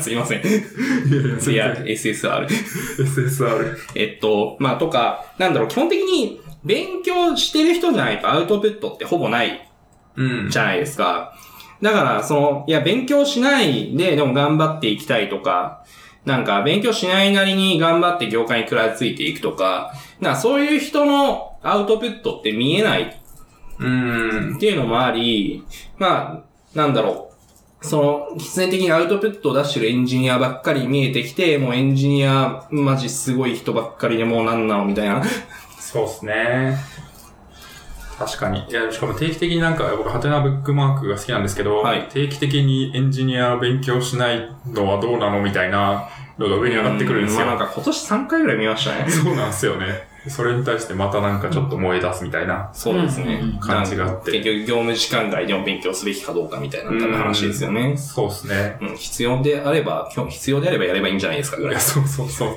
すいません。いた。や、全然 SSR。 SSR。えっと、まあ、とか、なんだろう、基本的に、勉強してる人じゃないとアウトプットってほぼないうん。じゃないですか。だから、その、いや、勉強しないで、でも頑張っていきたいとか、なんか、勉強しないなりに頑張って業界に食らいついていくとか、なんかそういう人のアウトプットって見えないうんっ。ていうのもあり、まあ、なんだろう。その、必然的にアウトプットを出してるエンジニアばっかり見えてきて、もうエンジニア、マジすごい人ばっかりでもうなんなのみたいな。そうっすね。確かに。いや、しかも定期的になんか、僕、ハテナブックマークが好きなんですけど、はい定期的にエンジニアを勉強しないのはどうなのみたいなのが上に上がってくるんですよ。まあなんか今年3回ぐらい見ましたね。そうなんですよね。それに対してまたなんかちょっと燃え出すみたいな。そうですね。うん感じがあって結局業務時間外でも勉強すべきかどうかみたいな多分話ですよね。そうっすね。うん、必要であれば、今日必要であればやればいいんじゃないですかぐいらいや、。そうそうそう。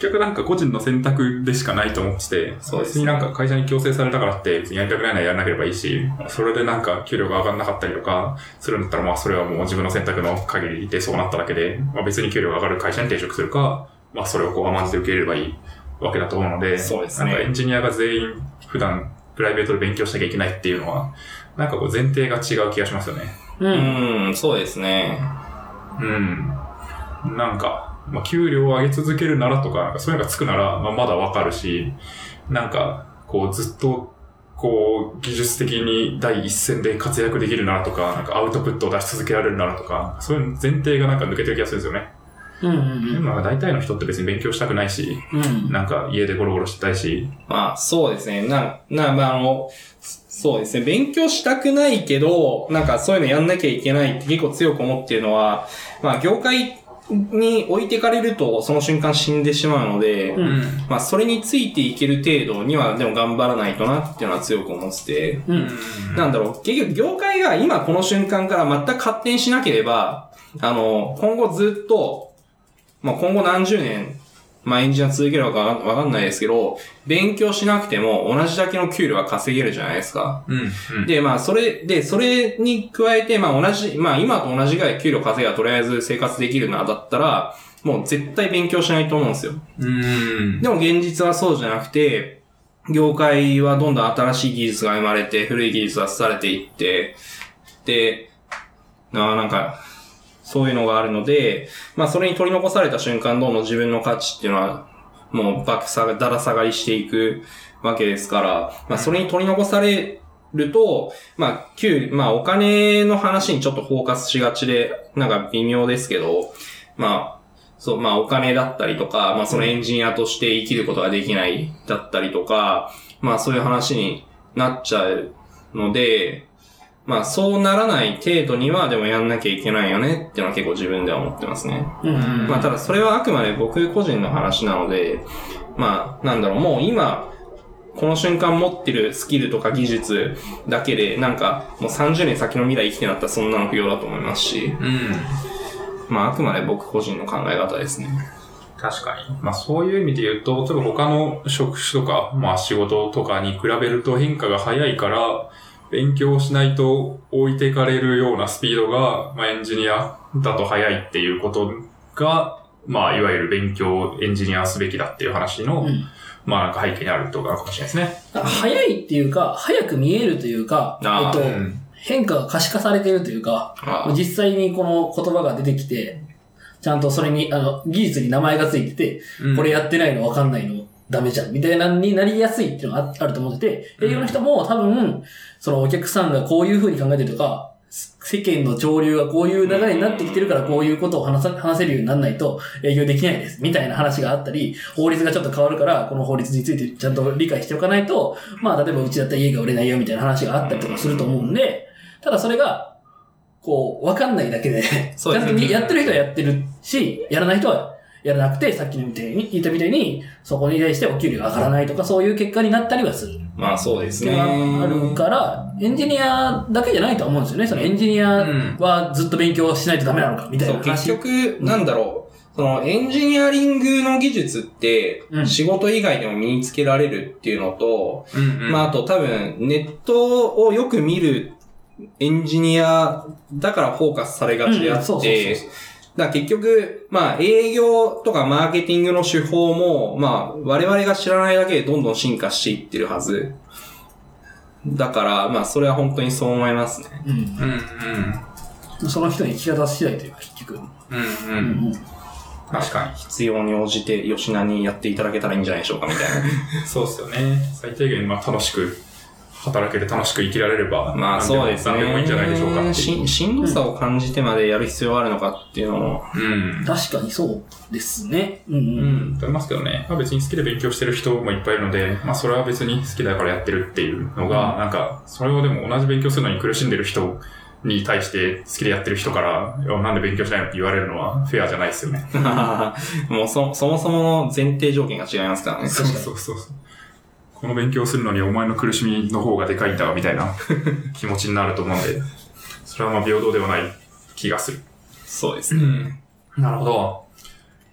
結局なんか個人の選択でしかないと思ってて、そうですね別になんか会社に強制されたからって、別にやりたくないならやらなければいいし、それでなんか給料が上がらなかったりとかするんだったら、まあそれはもう自分の選択の限りでそうなっただけで、まあ別に給料が上がる会社に転職するか、まあそれをこう甘んじて受け入れればいいわけだと思うので、そうですねなんかエンジニアが全員普段プライベートで勉強しなきゃいけないっていうのは、なんかこう前提が違う気がしますよね。う。うんん、そうですね。うん。なんか、まあ、給料を上げ続けるならとか、なんかそういうのがつくなら、まあ、まだわかるし、なんか、こう、ずっと、こう、技術的に第一線で活躍できるならとか、なんかアウトプットを出し続けられるならとか、そういう前提がなんか抜けてる気がするんですよね。うん。うん。でもなんか大体の人って別に勉強したくないし、うん。なんか家でゴロゴロしてたいし、まあ、そうですね。な、な、まあ、あの、そうですね。勉強したくないけど、なんかそういうのやんなきゃいけないって結構強く思ってるのは、まあ、業界に置いてかれると、その瞬間死んでしまうので、うんまあ、それについていける程度には、でも頑張らないとなっていうのは強く思ってて、うん。なんだろう、結局業界が今この瞬間から全く発展しなければ、あの、今後ずっと、まあ、今後何十年、まあ、エンジニア続けるのかわかんわかんないですけど、勉強しなくても同じだけの給料は稼げるじゃないですか。うん。うん。で、まあ、それ、で、それに加えて、まあ、同じ、まあ、今と同じぐらい給料稼げばとりあえず生活できるな、だったら、もう絶対勉強しないと思うんですよ。うん。でも現実はそうじゃなくて、業界はどんどん新しい技術が生まれて、古い技術は廃れていって、で、ななんか、そういうのがあるので、まあそれに取り残された瞬間、どんどん自分の価値っていうのは、もう爆下が、だら下がりしていくわけですから、まあそれに取り残されると、まあ、給、まあお金の話にちょっとフォーカスしがちで、なんか微妙ですけど、まあ、そう、まあお金だったりとか、まあそのエンジニアとして生きることができないだったりとか、まあそういう話になっちゃうので、まあそうならない程度にはでもやんなきゃいけないよねっていうのは結構自分では思ってますね。うん。まあただそれはあくまで僕個人の話なので、まあなんだろう、もう今、この瞬間持ってるスキルとか技術だけで、なんかもう30年先の未来生きてなったらそんなの不要だと思いますし、うん。まああくまで僕個人の考え方ですね。確かに。まあそういう意味で言うと、例えば他の職種とか、まあ仕事とかに比べると変化が早いから、勉強しないと置いていかれるようなスピードが、まあエンジニアだと早いっていうことが、まあいわゆる勉強、エンジニアすべきだっていう話の、うんまあなんか背景にあるとかかもしれないですね。早いっていうか、早く見えるというか、えあっーと、変化が可視化されてるというか、あ実際にこの言葉が出てきて、ちゃんとそれに、あの、技術に名前がついてて、うんこれやってないの分かんないのダメじゃん、みたいなのになりやすいっていうのがああると思ってて、営業の人も多分、そのお客さんがこういう風に考えてるとか、す世間の潮流がこういう流れになってきてるからこういうことを話さ話せるようにならないと営業できないです、みたいな話があったり、法律がちょっと変わるから、この法律についてちゃんと理解しておかないと、まあ、例えばうちだったら家が売れないよ、みたいな話があったりとかすると思うんで、ただそれが、こう、わかんないだけで、ちそうでゃすんねとみ やってる人はやってるし、やらない人はやらなくて、さっきのみたいに言ったみたいに、そこに対してお給料が上がらないとか、そういう結果になったりはする。まあそうですっていうね。のがあるから、エンジニアだけじゃないとは思うんですよね。そのエンジニアはずっと勉強しないとダメなのか、みたいそなう、結話。局、なんだろう。その、エンジニアリングの技術ってう、ん仕事以外でも身につけられるっていうのと、うんうんまあ、あと多分、ネットをよく見るエンジニアだからフォーカスされがちであうんそうそうっそうてそ、だから結局、まあ営業とかマーケティングの手法も、まあ我々が知らないだけでどんどん進化していってるはず。だから、まあそれは本当にそう思いますね。うん。うん、その人の生き方次第というか、結局。うん、う、うんうん。ん。確かに。必要に応じて吉田にやっていただけたらいいんじゃないでしょうかみたいそうっすよね。最低限、まあ、楽しく、働けて楽しく生きられれば、な。まあそうですね。何でもいいんじゃないでしょうかっていう。ししんどさを感じてまでやる必要があるのかっていうの も、うん。確かにそうですね。うんうん。うん、と思いますけどね。まあ、別に好きで勉強してる人もいっぱいいるので、まあそれは別に好きだからやってるっていうのが、なんか、それをでも同じ勉強するのに苦しんでる人に対して好きでやってる人から、いやなんで勉強しないのって言われるのはフェアじゃないですよね。もうそそもそもの前提条件が違いますからね。そうそうそうそう。この勉強するのにお前の苦しみの方がでかいんだ、みたいな気持ちになると思うんで、それはまあ平等ではない気がする。そうですうね。ん。なるほど。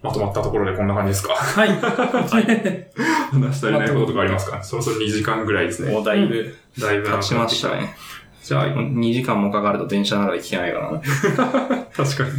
まとまったところでこんな感じですか。はい。話したりないこととかありますかそろそろ2時間ぐらいですね。もうだいぶだいぶ経ちましたね。じゃあ、 2時間もかかると電車の中で聞けないからな。確かに。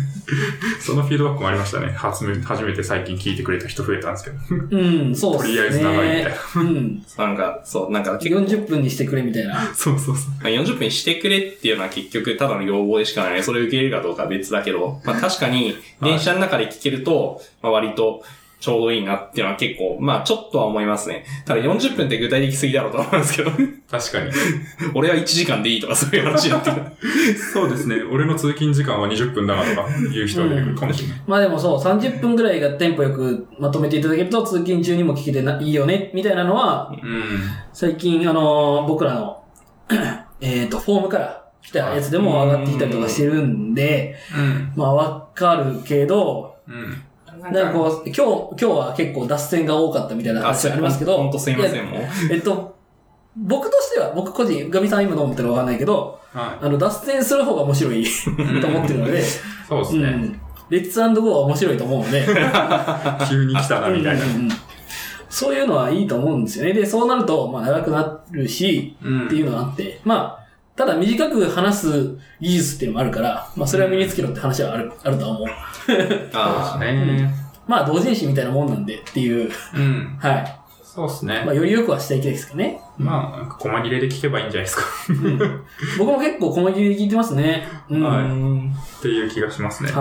そのフィードバックもありましたね。初め初めて最近聞いてくれた人増えたんですけど。うん、そうですね。とりあえず長いみたいなうん。なんか、そう、なんか結局、 40分にしてくれみたいな。そうそうそう。まあ40分にしてくれっていうのは結局ただの要望でしかないね。それを受け入れるかどうかは別だけど、まあ確かに電車の中で聞けると、まあ割とちょうどいいなっていうのは結構、まあちょっとは思いますね。ただ40分って具体的すぎだろうと思うんですけど、確かに。俺は1時間でいいとかそういう話になってくる。そうですね。俺の通勤時間は20分だなとか言う人が出てくるかもしれない。まあでもそう、30分ぐらいがテンポよくまとめていただけると、通勤中にも聞けてないいよね、みたいなのは、うん。最近、あのー僕らの、 えっと、フォームから来たやつでも上がってきたりとかしてるんで、うん。まあわかるけど、うん。なんかこう、今日、今日は結構脱線が多かったみたいな話ありますけど、本当すいませやん、もう。えっと、僕としては、僕個人、ガミさん今どう思ってるかわかんないけど、はあの、脱線する方が面白い と思ってるので、い。そうですうね。ん。レッツゴーは面白いと思うので、急に来たな、みたいな。うんうんうんそういうのはいいと思うんですよね。で、そうなると、まあ長くなるし、うんっていうのがあって、まあ、ただ短く話す技術っていうのもあるから、まあそれは身につけろって話はある、あるとは思う。ああ、ねまあ同人誌みたいなもんなんでっていう、うん。はい。そうですまあね。より良くはしていきたいですけどね。まあ、なんか細切れで聞けばいいんじゃないですか。 僕も結構細切れで聞いてますね。うん。はいはっていう気がしますね。い。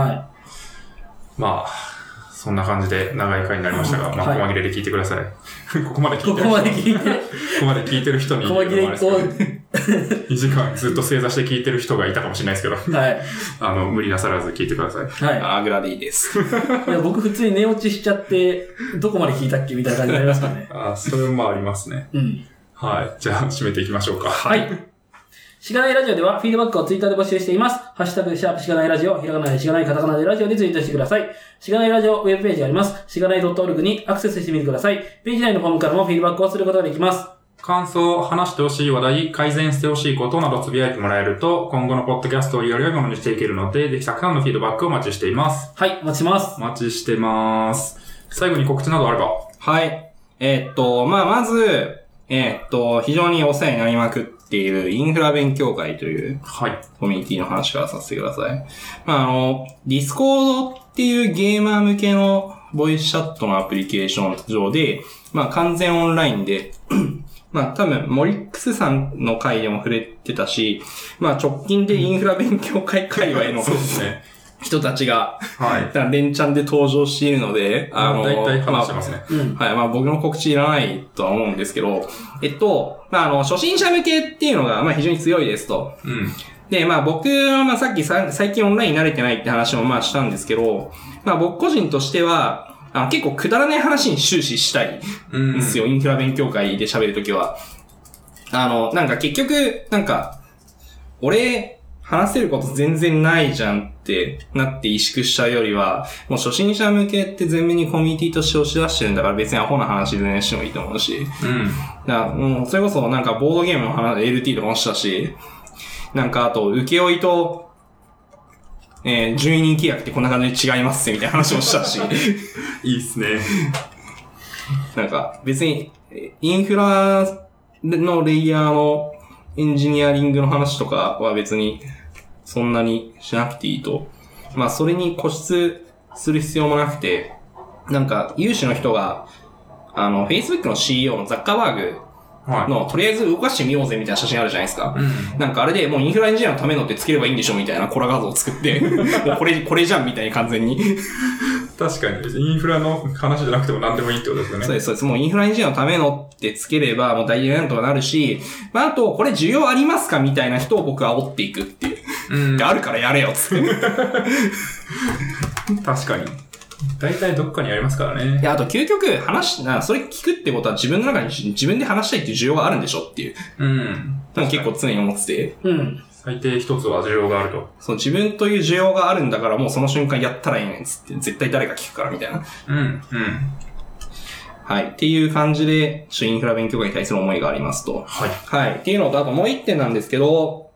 まあ、そんな感じで長い回になりましたが、まあ、はい細切れで聞いてください。 ここまで聞こいてこる人まで聞いて、ここまで聞いてる人に、細切れあれですけど2時 間ずっと正座して聞いてる人がいたかもしれないですけど、はい。あの、無理なさらず聞いてください。はあぐらでいいです。い。いや僕普通に寝落ちしちゃって、どこまで聞いたっけみたいな感じになりますからね。あそれもありますね。うん。はい。じゃあ、締めていきましょうか。はい。しがないラジオではフィードバックをツイッターで募集しています。ハッシュタグ、シャープしがないラジオ、ひらがなでしがない、カタカナでラジオでツイートしてください。しがないラジオウェブページがあります。しがない .org にアクセスしてみてください。ページ内のフォームからもフィードバックをすることができます。感想、話してほしい話題、改善してほしいことなどつぶやいてもらえると、今後のポッドキャストをより良いものにしていけるので、ぜひたくさんのフィードバックをお待ちしています。はい、お待ちします。お待ちしてます。最後に告知などあれば。はい。えーっと、まあ、まず、えーっと、非常にお世話になりまくっているインフラ勉強会というはい。コミュニティの話からさせてください。まあ、あの、ディスコードっていうゲーマー向けのボイスチャットのアプリケーション上で、まあ、完全オンラインで、 まあ、多分、モリックスさんの回でも触れてたし、まあ、直近でインフラ勉強会界隈の そうですね。人たちが、はい。だから連チャンで登場しているので、あの、大体話してますね。うん。はい。まあ僕の告知いらないとは思うんですけど、えっと、まああの、初心者向けっていうのが、まあ非常に強いですと。うん。で、まあ僕は、まあさっきさ最近オンライン慣れてないって話もまあしたんですけど、まあ僕個人としては、あの結構くだらない話に終始したいうんんですよ。インフラ勉強会で喋るときは。あの、なんか結局、なんか、俺、話せること全然ないじゃんってなって萎縮しちゃうよりは、もう初心者向けって全面にコミュニティとして押し出してるんだから別にアホな話全然してもいいと思うし。うん。な、うん、それこそなんかボードゲームの話、LT とかもしたし、なんかあと、請負と、えー、順位人契約ってこんな感じで違いますねみたいな話もしたし、 いいっすね。なんか別に、えインフラのレイヤーのエンジニアリングの話とかは別に、そんなにしなくていいとまあ、それに固執する必要もなくて、なんか、有志の人が、あの、Facebook の CEO のザッカーバーグはの、とりあえず動かしてみようぜみたいな写真あるじゃないですかい。う。ん。なんかあれでもうインフラエンジニアのためのってつければいいんでしょみたいなコラ画像を作って、もうこれ、これじゃんみたいに完全に。 確かに、インフラの話じゃなくても何でもいいってことですよね。そうです、そうです。もうインフラエンジニアのためのってつければ、もう大事なんとかなるし、まああと、これ需要ありますかみたいな人を僕は煽っていくっていう。うんで。あるからやれよっつ って。確かに。大体どっかにありますからいね。や、あと究極話し、なそれ聞くってことは自分の中にじ自分で話したいっていう需要があるんでしょっていう。うん。もう結構常に思ってて。うん。最低一つは需要があると。そう、自分という需要があるんだからもうその瞬間やったらいいねんつって。絶対誰か聞くからみたいな。うん。うん。はい。っていう感じで、ちょっとインフラ勉強会に対する思いがありますと。はい。はい。っていうのと、あともう一点なんですけど、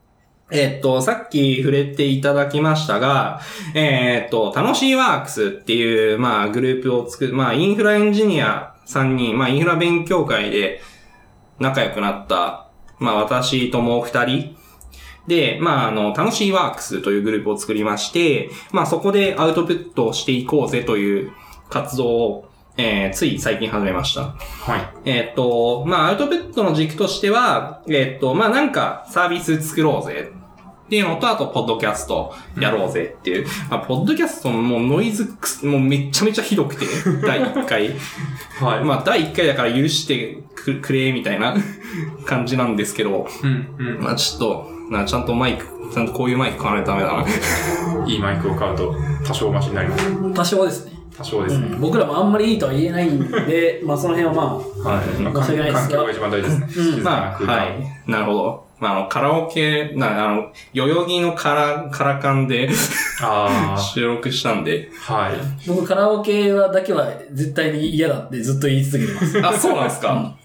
えっと、さっき触れていただきましたが、えっと、楽しいワークスっていう、まあ、グループを作る、まあ、インフラエンジニアさんに、まあ、インフラ勉強会で仲良くなった、まあ、私ともう二人で、まあ、あの、楽しいワークスというグループを作りまして、まあ、そこでアウトプットをしていこうぜという活動を、えー、つい最近始めました。はい。えっ、と、まあ、アウトプットの軸としては、えっ、と、まあ、なんかサービス作ろうぜ。っていうのと、あと、ポッドキャストやろうぜっていう。まあ、ポッドキャストももうノイズくす、もうめちゃめちゃひどくて、第1回。はい。まあ、第1回だから許してくくれ、みたいな感じなんですけど、うん。まあ、ちょっと、まあちゃんとマイク、ちゃんとこういうマイク買わないとダメだな。うん。いいマイクを買うと、多少マシになります。多少ですね。多少でうすね。ん、僕らもあんまりいいとは言えないんで、 まあその辺はまはい。まあ申し訳ないですが環境が一番大事ですね。静かなまあ、空間はい。なるほど。まあ、あの、カラオケ、な、あの、代々木のカラ、カラカンで あ収録したんで。あ。はい。あ、僕カラオケはだけは絶対に嫌だってずっと言い続けてます。あ、そうなんですか。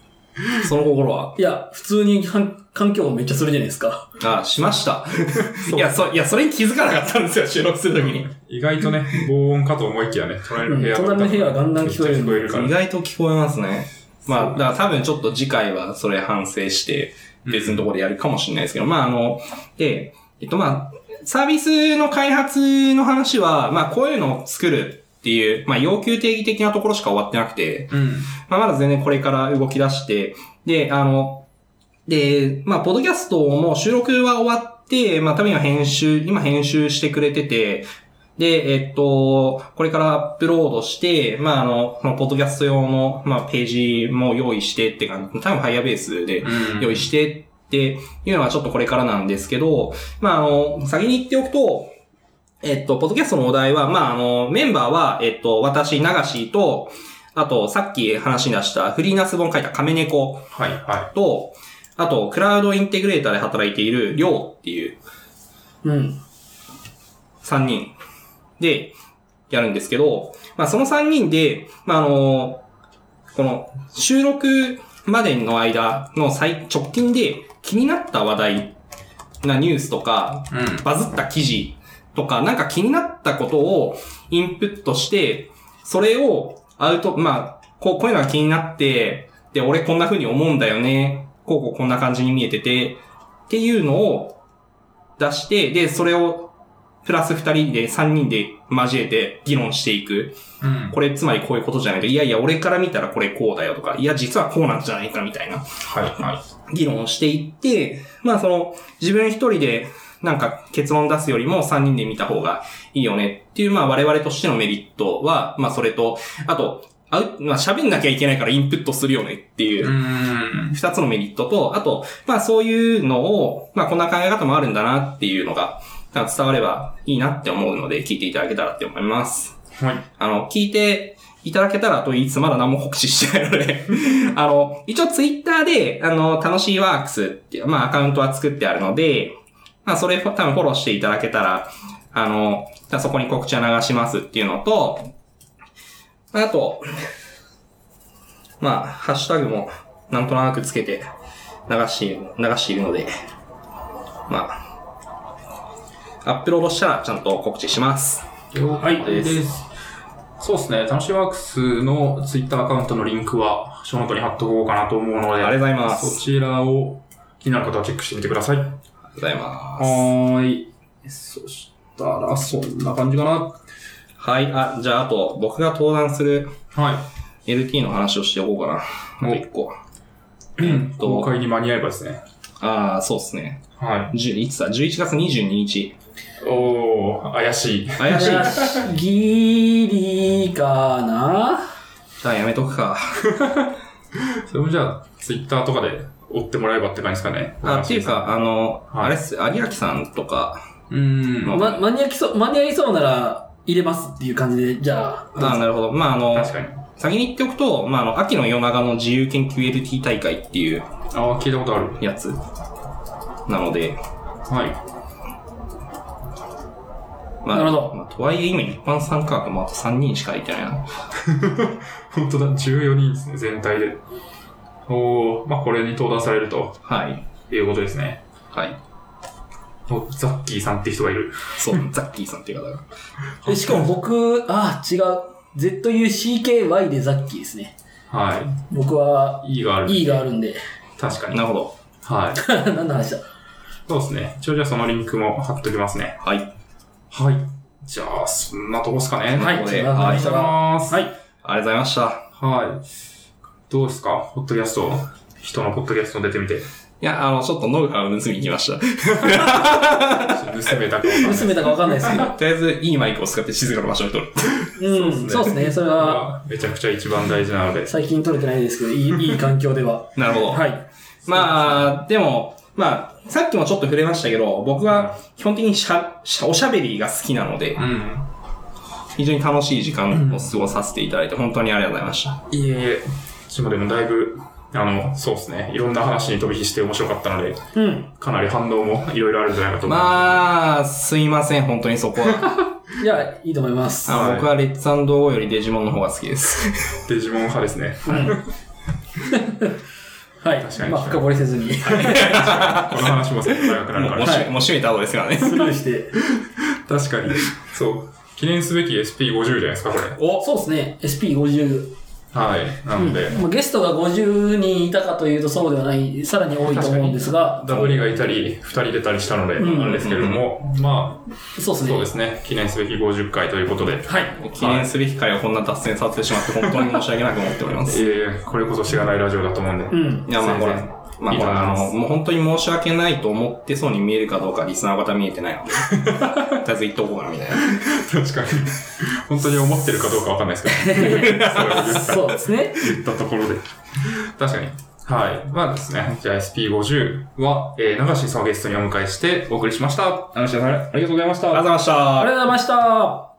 その心はいや、普通に環環境もめっちゃするじゃないですか。あ、しました。 いや、そ、いや、それに気づかなかったんですよ、収録するときに。意外とね、防音かと思いきやね、隣の部屋うん隣の部屋がガンガン聞こえるめっちゃ聞こえるから意。外と聞こえますね。まあ、だから多分ちょっと次回はそれ反省して、別のところでやるかもしれないですけど、まあ、あの、で、えっとまあ、サービスの開発の話は、まあ、こういうのを作るっていう、まあ、要求定義的なところしか終わってなくて、うん。まあ、まだ全然これから動き出して、で、あの、で、まあ、ポッドキャストも収録は終わって、まあ、多分今編集、今編集してくれてて、で、えっと、これからアップロードして、まあ、あの、そのポッドキャスト用の、まあ、ページも用意してって感じ、多分 Firebase でうん用意してっていうのはちょっとこれからなんですけど、まあ、あの、先に言っておくと、えっと、ポッドキャストのお題は、まあ、あの、メンバーは、えっと、私、流しと、あと、さっき話に出したフリーナス本書いた亀猫はい、はと、あと、クラウドインテグレーターで働いているりょうっていううん。 3人でやるんですけど、まあ、その3人で、まあ、あの、この収録までの間の最直近で気になった話題なニュースとか、い。うん。バズった記事とか、なんか気になったことをインプットして、それをアウト、まあ、こう、こういうのが気になって、で、俺こんな風に思うんだよね。こうこうこんな感じに見えてて、っていうのを出して、で、それをプラス二人で、三人で交えて議論していく。うん。これつまりこういうことじゃないと、いやいや、俺から見たらこれこうだよとか、いや、実はこうなんじゃないかみたいな。はい、は議論をしていって、まあその、自分一人でなんか結論出すよりも3人で見た方がいいよねっていう、まあ我々としてのメリットは、まあそれと、あと、あうまあ喋んなきゃいけないからインプットするよねっていい。ううー。ん。二つのメリットと、あと、まあそういうのを、まあこんな考え方もあるんだなっていうのが、なんか伝わればいいなって思うので、聞いていただけたらって思います。はい。あの、聞いていただけたらと言いつつ、まだ何も告知してないので、あの、一応ツイッターで、あの、楽しいワークスっていう、まあアカウントは作ってあるので、まあそれ多分フォローしていただけたら、あの、そこに告知は流しますっていうのと、あと、まあ、ハッシュタグもなんとなくつけて流して、流しているので、まあ、アップロードしたらちゃんと告知します。はい、でですす。そうですね。楽しいワークスのツイッターアカウントのリンクは、ショーノートに貼っとこうかなと思うのあで、りがとうございます。そちらを気になる方はチェックしてみてください。はありがとうございます。ーい。そしたら、そんな感じかな。はい。あ、じゃあ、あと、僕が登壇するはい。 LT の話をしておこうかな。もう一個。えっ公と、開に間に合えばですね。ああ、そうですね。はじゅいつだ ?11 月22日。い。おー、怪しい。怪しい。ギリかなじゃあ、やめとくか。それもじゃあ、ツイッターとかで追ってもらえばって感じですかね。あ、っていうか、あの、はいあれっす、有明さんとか、うーん。ま、間に合いそう、間に合いそうなら入れますっていう感じで、じゃあ。あなるほど。まあ、あの、確かに。先に言っておくと、まあ、あの、秋の夜長の自由研究 LT 大会っていうああ、聞いたことある。やつなので、はい。まあ、なるほどまあ、とはいえ今一般参加枠もあと3人しかいてないな。本当だ、14人ですね、全体で。おー、まあこれに登壇されるとはい。いうことですね。はい。おザッキーさんって人がいる。そう、ザッキーさんっていう方が。えしかも僕、あ、違う。ZUCKY でザッキーですね。は僕は、い。E がある。 E があるんで。 確かに。なるほど。はい。何の 話だそうですね。一応じゃあそのリンクも貼っときますね。はい。はい。じゃあ、そんなとこですかね。ははいい。ここで、そんなはあい。ありりががととうございます。はい。うございました。はい。どうですかポッドキャスト。人のポッドキャスト出てみて。いや、あの、ちょっとノウハウを盗みに来ました。盗めたかわかんない。盗めたかわかんないですけど。とりあえず、いいマイクを使って静かな場所に撮る。うん、そうですね。それは、めちゃくちゃ一番大事なので。最近撮れてないですけど、い い、いい環境では。なるほど。はい。まあ、でも、まあ、さっきもちょっと触れましたけど、僕は基本的にしゃ、しゃおしゃべりが好きなのでう、ん。非常に楽しい時間を過ごさせていただいて、本当にありがとうございました。いえいえ、私もでもだいぶ、あの、そうですね、いろんな話に飛び火して面白かったので、うん。かなり反応もいろいろあるんじゃないかと思いままあ、すいません、本当にそこ は。いや、いいと思います。あはいの僕はレッツゴーよりデジモンの方が好きです。す。デジモン派ですね。はい確か。にまあ、深掘りせずに、スこの話も絶対長くなもるうかもうら。しもう閉めた後ですからね。 ルーして。確かに。そう。記念すべき SP50 じゃないですか、これ。 おそうですね。SP50。はい。なので、まあ、ゲストが50人いたかというとそうではない、さらに多いと思うんですが、ダブリがいたり、2人出たりしたので、んなんですけれども、まあ、そうですね。そうですね、記念すべき50回ということで。はい。記念すべき回をこんな脱線させてしまって、本当に申し訳なく思っておりまいえす。いえ、これこそしがないラジオだと思うんで。うん。いや、まあ、ほらすいま、せんまあ、いいほと思いら、あますの、もう本当に申し訳ないと思ってそうに見えるかどうか、リスナーの方は見えてない ので、とりあえず言っとこうかな、みたいな。確かに。本当に思ってるかどうかわかんないですけど。それを言ったらそうですね。言ったところで。確かに。はい。まあですね。じゃあ SP50 は、えー、流しさんをゲストにお迎えしてお送りしました。あの人ありがとうございました。ありがとうございました。ありがとうございました。